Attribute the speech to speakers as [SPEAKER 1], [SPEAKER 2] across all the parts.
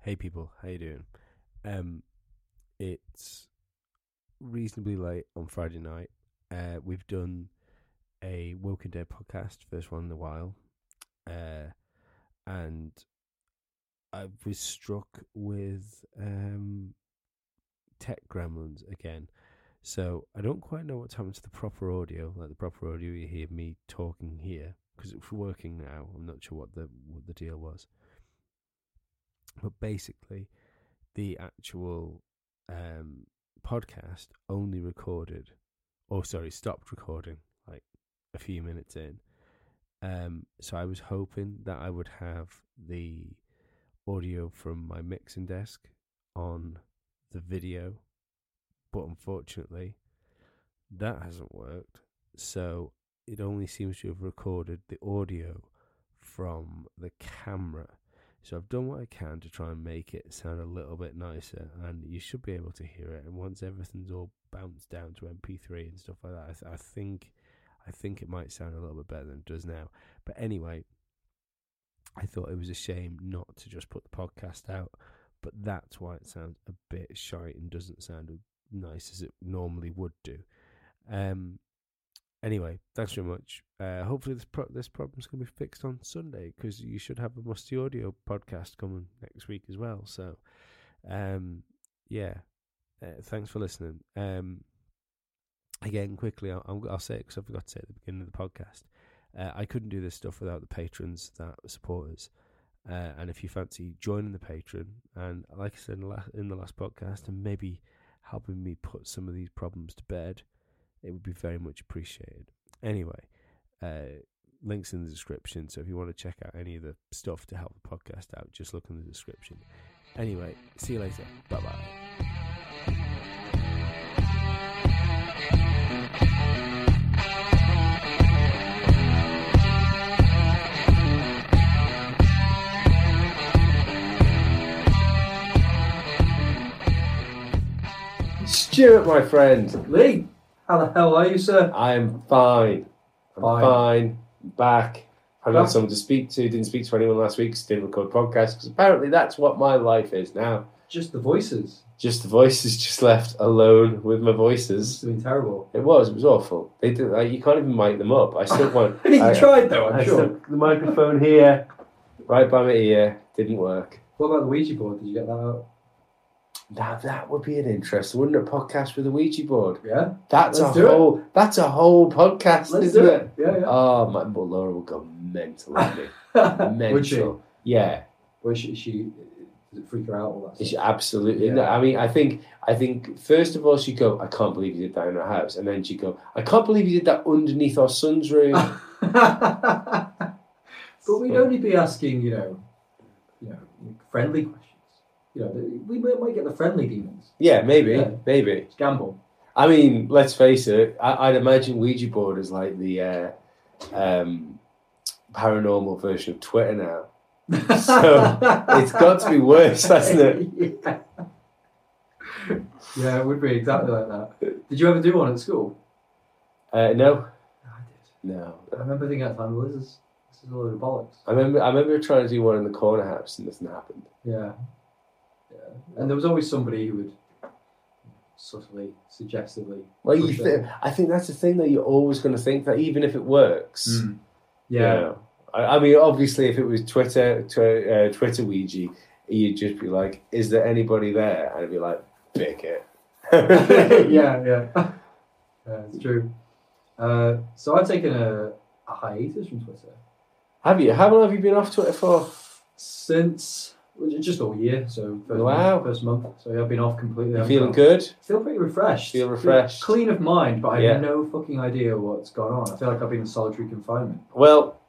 [SPEAKER 1] "Hey people, how you doing?" Um, it's reasonably late on Friday night. Uh, we've done a Woken Dead podcast, first one in a while, uh, and I was struck with um, tech gremlins again. So I don't quite know what's happened to the proper audio, like the proper audio you hear me talking here, because it's working now. I'm not sure what the what the deal was, but basically, the actual um, podcast only recorded, or sorry, stopped recording like a few minutes in. Um, so I was hoping that I would have the audio from my mixing desk on the video, but unfortunately, that hasn't worked. So it only seems to have recorded the audio from the camera. So I've done what I can to try and make it sound a little bit nicer, and you should be able to hear it. And once everything's all bounced down to MP3 and stuff like that, I, th- I think, I think it might sound a little bit better than it does now. But anyway, I thought it was a shame not to just put the podcast out, but that's why it sounds a bit shite and doesn't sound as nice as it normally would do. Um, anyway, thanks very much. Uh, hopefully this pro- this problem's going to be fixed on Sunday because you should have a musty audio podcast coming next week as well. So, um, yeah, uh, thanks for listening. Um, again, quickly, I'll, I'll I'll say it because I forgot to say it at the beginning of the podcast. Uh, I couldn't do this stuff without the patrons that support us. Uh, and if you fancy joining the patron, and like I said in the, last, in the last podcast, and maybe helping me put some of these problems to bed, it would be very much appreciated. Anyway, uh, links in the description. So if you want to check out any of the stuff to help the podcast out, just look in the description. Anyway, see you later. Bye bye.
[SPEAKER 2] Stuart, my friend,
[SPEAKER 3] Lee, how the hell are you, sir?
[SPEAKER 2] I am fine. I'm fine.
[SPEAKER 3] Fine.
[SPEAKER 2] Back. I've got
[SPEAKER 3] Back.
[SPEAKER 2] someone to speak to. Didn't speak to anyone last week. 'cause Didn't record podcasts because apparently that's what my life is now.
[SPEAKER 3] Just the voices.
[SPEAKER 2] Just the voices, just left alone with my voices.
[SPEAKER 3] It's been terrible.
[SPEAKER 2] It was. It was awful. They did, like, you can't even mic them up. I still want.
[SPEAKER 3] you
[SPEAKER 2] I,
[SPEAKER 3] tried though, I'm
[SPEAKER 2] I
[SPEAKER 3] sure.
[SPEAKER 2] stuck the microphone here, right by my ear. Didn't work.
[SPEAKER 3] What about the Ouija board? Did you get that out?
[SPEAKER 2] That, that would be an interesting, wouldn't it? Podcast with a Ouija board.
[SPEAKER 3] Yeah.
[SPEAKER 2] That's
[SPEAKER 3] Let's
[SPEAKER 2] a
[SPEAKER 3] do it.
[SPEAKER 2] whole. That's a whole podcast,
[SPEAKER 3] Let's
[SPEAKER 2] isn't
[SPEAKER 3] do
[SPEAKER 2] it?
[SPEAKER 3] it. Yeah,
[SPEAKER 2] Oh, my well, Laura will go mental at me.
[SPEAKER 3] yeah. Would she?
[SPEAKER 2] mental. Yeah,
[SPEAKER 3] Would she, she? Did it freak her out all that?
[SPEAKER 2] she
[SPEAKER 3] stuff?
[SPEAKER 2] absolutely.
[SPEAKER 3] Yeah.
[SPEAKER 2] No, I mean, I think, I think first of all, she would go, I can't believe you did that in our house, and then she would go, I can't believe you did that underneath our son's room.
[SPEAKER 3] but we'd only be asking, you know, you know, friendly questions. You know, we might might get the friendly demons.
[SPEAKER 2] yeah, maybe,
[SPEAKER 3] Yeah.
[SPEAKER 2] maybe.
[SPEAKER 3] It's gamble.
[SPEAKER 2] I mean, let's face it. I, I'd imagine Ouija board is like the uh, um, paranormal version of Twitter now. So, it's got to be worse, hasn't
[SPEAKER 3] it? Yeah. yeah, it would be exactly like that. Did you ever do one at school?
[SPEAKER 2] Uh, no,
[SPEAKER 3] I did.
[SPEAKER 2] no.
[SPEAKER 3] I remember thinking at the time, well, this is, this is a load of bollocks.
[SPEAKER 2] I remember, I remember trying to do one in the corner house, and nothing happened.
[SPEAKER 3] Yeah. yeah. And there was always somebody who would subtly, suggestively.
[SPEAKER 2] Well, you
[SPEAKER 3] push it.
[SPEAKER 2] th- I think that's the thing that you're always going to think that even if it works.
[SPEAKER 3] Mm.
[SPEAKER 2] you
[SPEAKER 3] Yeah.
[SPEAKER 2] know. I, I mean, obviously, if it was Twitter, tw- uh, Twitter Ouija, you'd just be like, "Is there anybody there?" And I'd be like, "Pick it."
[SPEAKER 3] yeah, yeah. Yeah, it's true. Uh, so I've taken a, a hiatus from Twitter
[SPEAKER 2] Have you? How long have you been off Twitter for?
[SPEAKER 3] since well, ju- just all year. So first
[SPEAKER 2] Wow.
[SPEAKER 3] month, first month. So yeah, I've been off completely.
[SPEAKER 2] You
[SPEAKER 3] I've
[SPEAKER 2] feeling
[SPEAKER 3] got-
[SPEAKER 2] good?
[SPEAKER 3] Feel pretty refreshed.
[SPEAKER 2] Feel refreshed.
[SPEAKER 3] Clean of mind, but I have
[SPEAKER 2] Yeah.
[SPEAKER 3] no fucking idea what's gone on. I feel like I've been in solitary confinement.
[SPEAKER 2] Well,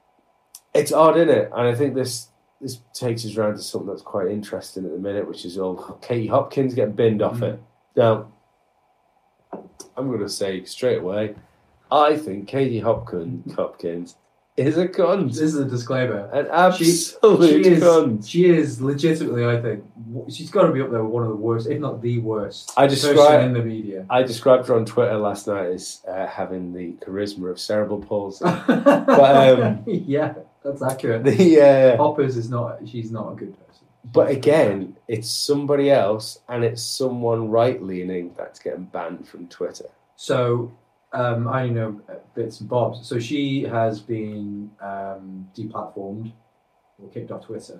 [SPEAKER 2] it's odd, isn't it? And I think this this takes us round to something that's quite interesting at the minute, which is all Katie Hopkins getting binned off
[SPEAKER 3] Mm.
[SPEAKER 2] it. Now, I'm going to say straight away, I think Katie Hopkins, Hopkins is a
[SPEAKER 3] This
[SPEAKER 2] cunt.
[SPEAKER 3] is a disclaimer.
[SPEAKER 2] An
[SPEAKER 3] She-
[SPEAKER 2] absolute
[SPEAKER 3] she is,
[SPEAKER 2] cunt.
[SPEAKER 3] She is legitimately, I think, w- she's got to be up there with one of the worst, if not the worst,
[SPEAKER 2] I
[SPEAKER 3] person
[SPEAKER 2] describe-
[SPEAKER 3] in the media.
[SPEAKER 2] I described her on Twitter last night as uh, having the charisma of cerebral palsy. um,
[SPEAKER 1] um,
[SPEAKER 3] yeah, that's accurate.
[SPEAKER 2] the, uh,
[SPEAKER 3] Hoppers is not. She's not a good person.
[SPEAKER 1] But again, it's somebody else and it's someone right leaning that's getting banned from Twitter.
[SPEAKER 3] So um, I only know uh, bits and bobs. So she has been um, deplatformed or kicked off Twitter,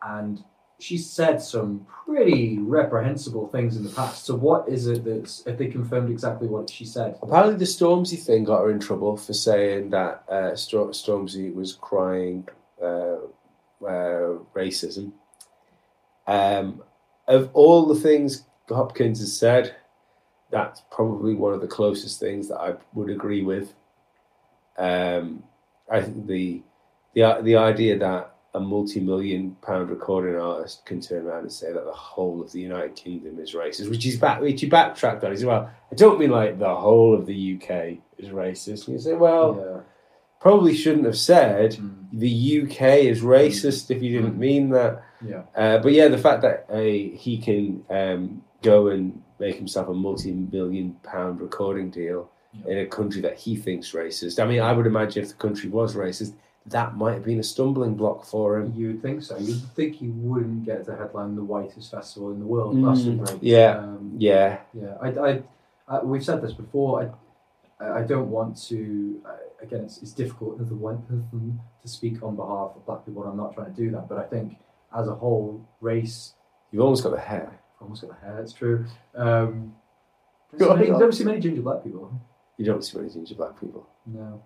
[SPEAKER 3] and she said some pretty reprehensible things in the past. So what is it that's if they confirmed exactly what she said?
[SPEAKER 1] Apparently, the Stormzy thing got her in trouble for saying that uh, Stor- Stormzy was crying uh, uh, racism. Um, of all the things Hopkins has said, that's probably one of the closest things that I would agree with. Um, I think the the the idea that a multi-million pound recording artist can turn around and say that the whole of the United Kingdom is racist, which he's back which he backtracked on. He said, Well, I don't mean like the whole of the UK is racist. And you say, Well, probably shouldn't have said
[SPEAKER 3] yeah. Mm,
[SPEAKER 1] the UK is racist if you didn't mean that.
[SPEAKER 3] yeah.
[SPEAKER 1] Uh, but yeah, the fact that uh, he can um, go and make himself a multi-million pound recording deal
[SPEAKER 3] Yeah.
[SPEAKER 1] in a country that he thinks racist. I mean, I would imagine if the country was racist, that might have been a stumbling block for him.
[SPEAKER 3] You'd think so. You'd think he wouldn't get to headline the whitest festival in the world,
[SPEAKER 1] Mm,
[SPEAKER 3] Glastonbury.
[SPEAKER 1] yeah.
[SPEAKER 3] Um,
[SPEAKER 1] Yeah,
[SPEAKER 3] yeah. I, I, I, we've said this before. I, I don't want to. I, again, it's, it's difficult as the one person to speak on behalf of black people. and I'm not trying to do that, but I think as a whole, race.
[SPEAKER 1] you've almost got the hair.
[SPEAKER 3] I almost got the hair. It's true. Um,
[SPEAKER 1] Go
[SPEAKER 3] don't see many-
[SPEAKER 1] on.
[SPEAKER 3] don't see many ginger black people.
[SPEAKER 1] You don't see many ginger black people.
[SPEAKER 3] No.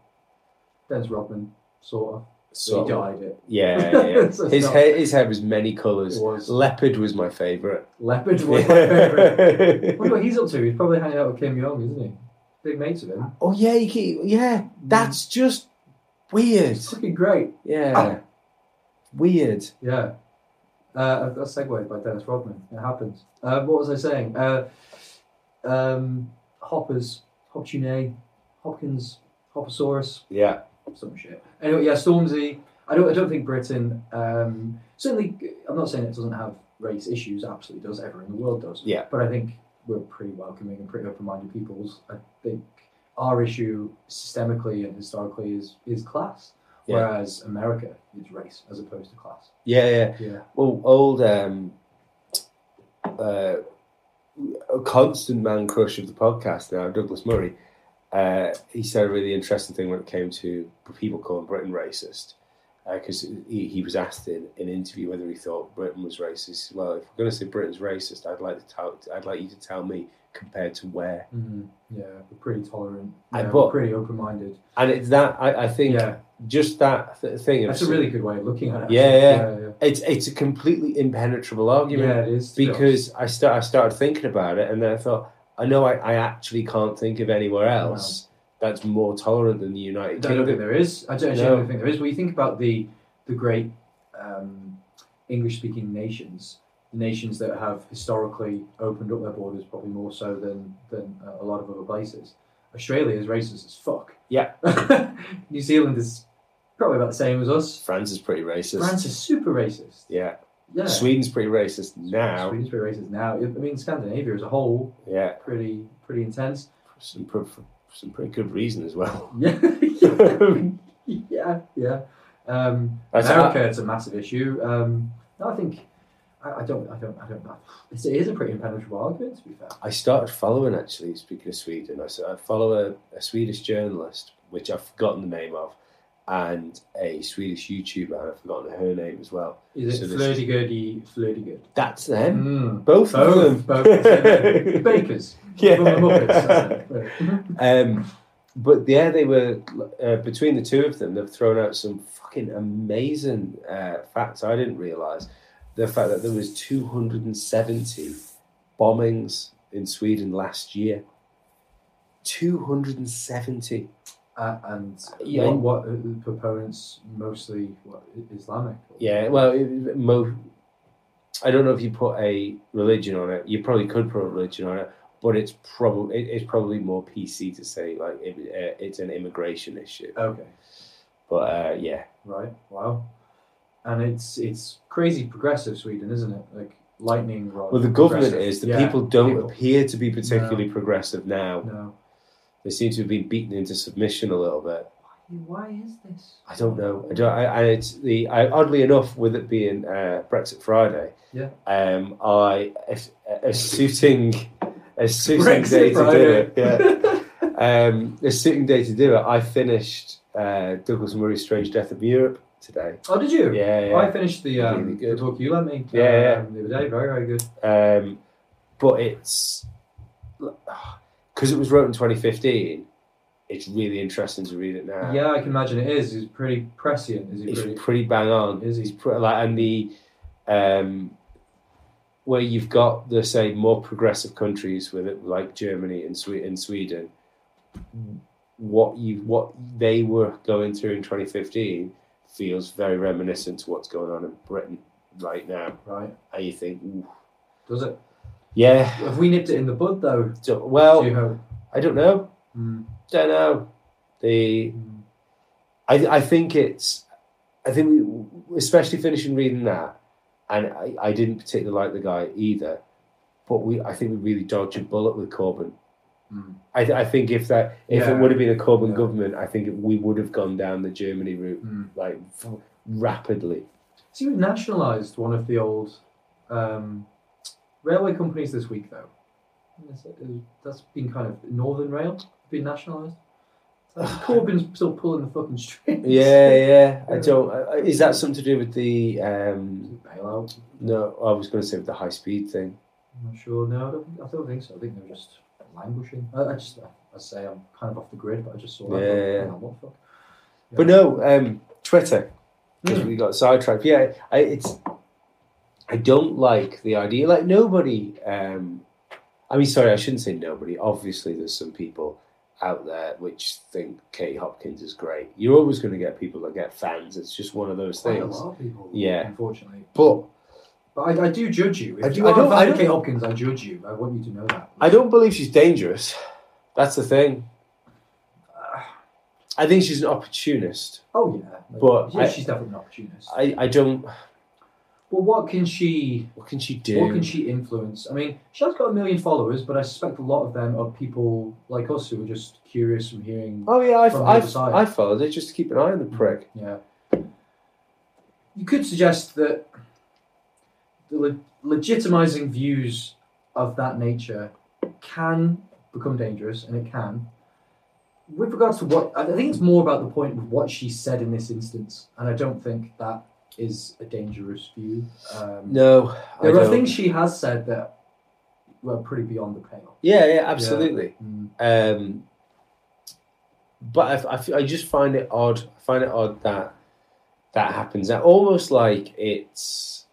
[SPEAKER 3] Dennis Rodman, sort of.
[SPEAKER 1] So
[SPEAKER 3] he dyed it.
[SPEAKER 1] yeah, yeah, yeah.
[SPEAKER 3] So it's
[SPEAKER 1] his
[SPEAKER 3] not-
[SPEAKER 1] hair, his hair was many
[SPEAKER 3] It
[SPEAKER 1] colours.
[SPEAKER 3] was
[SPEAKER 1] Leopard was my favourite.
[SPEAKER 3] leopard was my favourite. wonder what he's up to. He's probably hanging out with Kim Jong, isn't he? Big mates with him.
[SPEAKER 1] oh yeah, you can, yeah. That's just weird.
[SPEAKER 3] It's looking great. Ah,
[SPEAKER 1] Yeah. Weird.
[SPEAKER 3] Yeah. Uh, that's segued by Dennis Rodman. It happens. Uh, what was I saying? Uh, um, Hoppers, Hoptune, Hopkins, Hopposaurus,
[SPEAKER 1] Yeah.
[SPEAKER 3] some shit. Anyway, yeah, Stormzy. I don't. I don't think Britain. Um, certainly, I'm not saying it doesn't have race issues. Absolutely does. Everyone in the world does.
[SPEAKER 1] Yeah.
[SPEAKER 3] But I think we're pretty welcoming and pretty open-minded peoples. I think our issue systemically and historically is is class,
[SPEAKER 1] Yeah.
[SPEAKER 3] whereas America is race as opposed to class.
[SPEAKER 1] Yeah, yeah.
[SPEAKER 3] Yeah.
[SPEAKER 1] Well, old um, uh, a constant man crush of the podcast now, Douglas Murray. Uh, he said a really interesting thing when it came to people calling Britain racist, because he, he was asked in an interview whether he thought Britain was racist. He said, Well, if we're going to say Britain's racist, I'd like to tell, I'd like you to tell me compared to where.
[SPEAKER 3] Mm, yeah. We're pretty tolerant.
[SPEAKER 1] I
[SPEAKER 3] Yeah, we're
[SPEAKER 1] bought-
[SPEAKER 3] pretty open-minded.
[SPEAKER 1] And it's that I, I think
[SPEAKER 3] Yeah.
[SPEAKER 1] just that th- thing. of
[SPEAKER 3] That's a really good way of looking at it.
[SPEAKER 1] Yeah, yeah.
[SPEAKER 3] Yeah.
[SPEAKER 1] it's it's a completely impenetrable
[SPEAKER 3] Yeah.
[SPEAKER 1] argument.
[SPEAKER 3] yeah it is. to be honest.
[SPEAKER 1] because I start I started thinking about it, and then I thought, I know I, I actually can't think of anywhere else that's more tolerant than the United
[SPEAKER 3] I don't think
[SPEAKER 1] Kingdom.
[SPEAKER 3] there is. I don't I
[SPEAKER 1] No.
[SPEAKER 3] don't think there is. When you think about the the great um, English-speaking nations, the nations that have historically opened up their borders probably more so than than uh, a lot of other places. Australia is racist as fuck.
[SPEAKER 1] Yeah.
[SPEAKER 3] New Zealand is probably about the same as us.
[SPEAKER 1] France is pretty racist.
[SPEAKER 3] France is super racist.
[SPEAKER 1] yeah.
[SPEAKER 3] Yeah.
[SPEAKER 1] Sweden's pretty racist now.
[SPEAKER 3] Sweden's pretty racist now. I mean, Scandinavia as a whole,
[SPEAKER 1] Yeah,
[SPEAKER 3] pretty pretty intense.
[SPEAKER 1] for some pr- for some pretty good reason as well.
[SPEAKER 3] Yeah.
[SPEAKER 1] I
[SPEAKER 3] yeah, yeah. Um,
[SPEAKER 1] That's-
[SPEAKER 3] America, it's a massive issue. Um, no, I think I, I don't, I don't, I don't know. It's, it is a pretty impenetrable argument, to be fair.
[SPEAKER 1] started following actually. Speaking of Sweden, I, s- I follow a, a Swedish journalist, which I've forgotten the name of, and a Swedish YouTuber, and I've forgotten her name as well.
[SPEAKER 3] Is
[SPEAKER 1] So
[SPEAKER 3] it
[SPEAKER 1] this-
[SPEAKER 3] flirty girdy, flirty good?
[SPEAKER 1] That's them.
[SPEAKER 3] Mm.
[SPEAKER 1] Both,
[SPEAKER 3] Both,
[SPEAKER 1] of them.
[SPEAKER 3] both, yeah. bakers,
[SPEAKER 1] yeah.
[SPEAKER 3] From the Muppets, that's it.
[SPEAKER 1] Um, but yeah, they were uh, between the two of them. They've thrown out some fucking amazing uh, facts. I didn't realize the fact that there was 270 bombings in Sweden last year. 270.
[SPEAKER 3] uh, and
[SPEAKER 1] Yeah.
[SPEAKER 3] what, what uh, the proponents mostly what, I- Islamic?
[SPEAKER 1] Yeah. Well, it, it- mo- I don't know if you put a religion on it. You probably could put a religion on it, but it's probably it, it's probably more PC to say like it, uh, it's an immigration issue.
[SPEAKER 3] Okay.
[SPEAKER 1] But uh, yeah,
[SPEAKER 3] Right. Wow. And it's it's crazy progressive Sweden, isn't it? Like lightning rod.
[SPEAKER 1] Well, the government
[SPEAKER 3] progressive.
[SPEAKER 1] is. The
[SPEAKER 3] Yeah,
[SPEAKER 1] people don't
[SPEAKER 3] people.
[SPEAKER 1] appear to be particularly progressive now.
[SPEAKER 3] No.
[SPEAKER 1] They seem to have been beaten into submission a little bit.
[SPEAKER 3] Why is this?
[SPEAKER 1] I don't know. I don't. I, I it's the I, oddly enough, with it being uh, Brexit Friday,
[SPEAKER 3] Yeah.
[SPEAKER 1] Um, I a, a suiting a suiting
[SPEAKER 3] Brexit
[SPEAKER 1] day to do
[SPEAKER 3] Friday.
[SPEAKER 1] it. Yeah. um, a suiting day to do it. I finished uh, Douglas Murray's Strange Death of Europe today.
[SPEAKER 3] oh, did you?
[SPEAKER 1] Yeah,
[SPEAKER 3] Oh, I
[SPEAKER 1] yeah.
[SPEAKER 3] finished the, um,
[SPEAKER 1] Really
[SPEAKER 3] the
[SPEAKER 1] good.
[SPEAKER 3] talk you lent me uh,
[SPEAKER 1] Yeah, yeah.
[SPEAKER 3] the other day. Very, very good.
[SPEAKER 1] Um, but it's because it was wrote in 2015. It's really interesting to read it now.
[SPEAKER 3] yeah, I can imagine it is. It's pretty prescient. Is it
[SPEAKER 1] It's
[SPEAKER 3] pretty?
[SPEAKER 1] pretty bang on.
[SPEAKER 3] Is he?
[SPEAKER 1] It's pretty like and the um, where you've got the say more progressive countries with it, like Germany and Swe- and Sweden. What you what they were going through in 2015 feels very reminiscent to what's going on in Britain right now.
[SPEAKER 3] Right.
[SPEAKER 1] And you think, ooh,
[SPEAKER 3] Does it?
[SPEAKER 1] yeah,
[SPEAKER 3] Have we nipped it in the bud though?
[SPEAKER 1] so-
[SPEAKER 3] Do you
[SPEAKER 1] well,
[SPEAKER 3] hope?
[SPEAKER 1] I don't know,
[SPEAKER 3] Mm,
[SPEAKER 1] don't know. The
[SPEAKER 3] mm.
[SPEAKER 1] I, I think it's, I think we, especially finishing reading that, and I, I didn't particularly like the guy either, but we, I think we really dodged a bullet with Corbyn.
[SPEAKER 3] Mm.
[SPEAKER 1] I, th- I think if that, if
[SPEAKER 3] Yeah.
[SPEAKER 1] it would have been a Corbyn
[SPEAKER 3] Yeah.
[SPEAKER 1] government, I think we would have gone down the Germany route
[SPEAKER 3] Mm.
[SPEAKER 1] like f- rapidly.
[SPEAKER 3] See, we've nationalised one of the old um, railway companies this week, though. That's- uh, That's been kind of Northern Rail been nationalised. Corbyn's still pulling the fucking strings.
[SPEAKER 1] Yeah, yeah. I
[SPEAKER 3] Yeah.
[SPEAKER 1] don't. I- I- Is that something to do with the? um
[SPEAKER 3] Bailout.
[SPEAKER 1] No, I was going to say with the high speed thing.
[SPEAKER 3] I'm not sure. No, I don't, think- I don't think so. I think they're just languishing. I, I just, I, I say I'm kind of off the grid, but I just saw that.
[SPEAKER 1] Yeah, yeah.
[SPEAKER 3] Hang on, what the fuck?
[SPEAKER 1] But no, um, Twitter because
[SPEAKER 3] Mm.
[SPEAKER 1] we got sidetracked. Yeah, I, it's I don't like the idea. Like nobody. Um, I mean, sorry, I shouldn't say nobody. Obviously, there's some people out there which think Kate Hopkins is great. You're always going to get people that get fans. It's just one of those
[SPEAKER 3] Quite a
[SPEAKER 1] things.
[SPEAKER 3] lot of people.
[SPEAKER 1] Yeah.
[SPEAKER 3] Unfortunately.
[SPEAKER 1] But
[SPEAKER 3] But I, I do judge you. If
[SPEAKER 1] I
[SPEAKER 3] you
[SPEAKER 1] do- I
[SPEAKER 3] are a
[SPEAKER 1] don't-
[SPEAKER 3] fan
[SPEAKER 1] I
[SPEAKER 3] of
[SPEAKER 1] don't-
[SPEAKER 3] Kate Hopkins, I judge you. I want you to know that.
[SPEAKER 1] I don't believe she's dangerous. That's the thing. I think she's an opportunist.
[SPEAKER 3] Uh, Oh yeah, Like,
[SPEAKER 1] But
[SPEAKER 3] yeah,
[SPEAKER 1] I-
[SPEAKER 3] she's definitely an opportunist.
[SPEAKER 1] I, I don't.
[SPEAKER 3] well, what can she?
[SPEAKER 1] What can she do?
[SPEAKER 3] What can she influence? I mean, she has got a million followers, but I suspect a lot of them are people like us who are just curious from hearing.
[SPEAKER 1] Oh yeah, I've,
[SPEAKER 3] From the other
[SPEAKER 1] I've,
[SPEAKER 3] side.
[SPEAKER 1] I followed it just to keep an eye on the prick.
[SPEAKER 3] Yeah. You could suggest that the le- legitimizing views of that nature can become dangerous, and it can. With regards to what I think it's more about the point of what she said in this instance, and I don't think that is a dangerous view. Um,
[SPEAKER 1] No, I
[SPEAKER 3] There are
[SPEAKER 1] don't.
[SPEAKER 3] things she has said that were pretty beyond the pale.
[SPEAKER 1] Yeah, yeah, absolutely.
[SPEAKER 3] Mm.
[SPEAKER 1] Um, but I f- I, f- I just find it odd. I find it odd that that happens. That almost like it's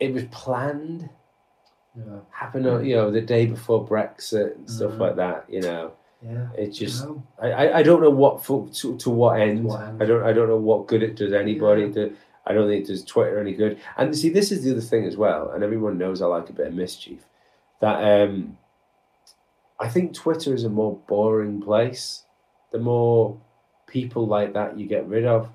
[SPEAKER 1] it was planned.
[SPEAKER 3] Yeah.
[SPEAKER 1] Happened, on, you know, the day before Brexit and stuff
[SPEAKER 3] Mhm.
[SPEAKER 1] like that. You know,
[SPEAKER 3] Yeah.
[SPEAKER 1] it just
[SPEAKER 3] No.
[SPEAKER 1] I, I, I don't know what for, to, to what end.
[SPEAKER 3] what end.
[SPEAKER 1] I don't I don't know what good it does anybody. Do- I don't think it does Twitter any good. And see, this is the other thing as well. And everyone knows I like a bit of mischief. That um, I think Twitter is a more boring place. The more people like that you get rid of,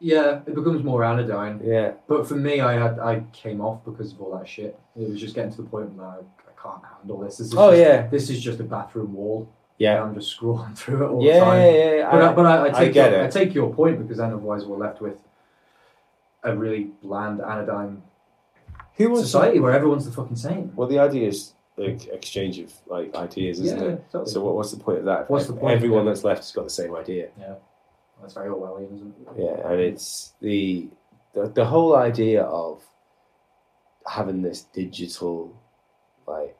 [SPEAKER 3] Yeah, it becomes more anodyne.
[SPEAKER 1] yeah,
[SPEAKER 3] But for me, I had I came off because of all that shit. It was just getting to the point where I, I can't handle this. this is
[SPEAKER 1] Oh,
[SPEAKER 3] just,
[SPEAKER 1] yeah.
[SPEAKER 3] this is just a bathroom wall. And
[SPEAKER 1] yeah,
[SPEAKER 3] I'm just scrolling through it all the
[SPEAKER 1] yeah,
[SPEAKER 3] time.
[SPEAKER 1] yeah. yeah.
[SPEAKER 3] But I, but I, I
[SPEAKER 1] I
[SPEAKER 3] take
[SPEAKER 1] get
[SPEAKER 3] your,
[SPEAKER 1] it.
[SPEAKER 3] I take your point because then otherwise we're left with a really bland anodyne
[SPEAKER 1] who wants to?
[SPEAKER 3] society where everyone's the fucking same.
[SPEAKER 1] Well, the idea is like exchange of like ideas, isn't
[SPEAKER 3] yeah,
[SPEAKER 1] it?
[SPEAKER 3] totally.
[SPEAKER 1] So what, what's the point of that?
[SPEAKER 3] What's the point,
[SPEAKER 1] Everyone
[SPEAKER 3] yeah.
[SPEAKER 1] that's left has got the same idea.
[SPEAKER 3] that's very Orwellian, isn't it?
[SPEAKER 1] Yeah, and it's the, the the whole idea of having this digital like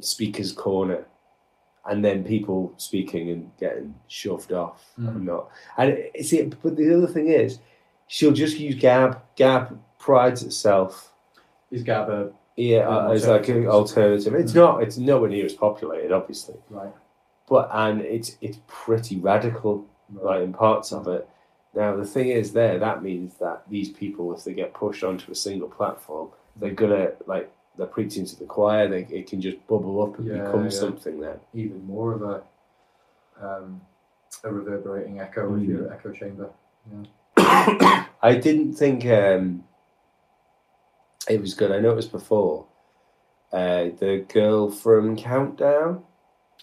[SPEAKER 1] speakers corner and then people speaking and getting shoved off
[SPEAKER 3] Mm.
[SPEAKER 1] and not and it- see but the other thing is she'll just use gab gab prides itself
[SPEAKER 3] Is Gab a
[SPEAKER 1] yeah uh, as like an alternative Hmm. it's not it's nowhere near as populated obviously
[SPEAKER 3] right?
[SPEAKER 1] but and it's it's pretty radical right in parts of it. Now the thing is, there that means that these people, if they get pushed onto a single platform, they're gonna like they're preaching to the choir. They it can just bubble up and
[SPEAKER 3] Yeah,
[SPEAKER 1] become
[SPEAKER 3] yeah.
[SPEAKER 1] something. Then
[SPEAKER 3] Even more of a um, a reverberating echo with
[SPEAKER 1] Mm.
[SPEAKER 3] your echo chamber.
[SPEAKER 1] I didn't think um, it was good. I noticed before uh, the girl from Countdown.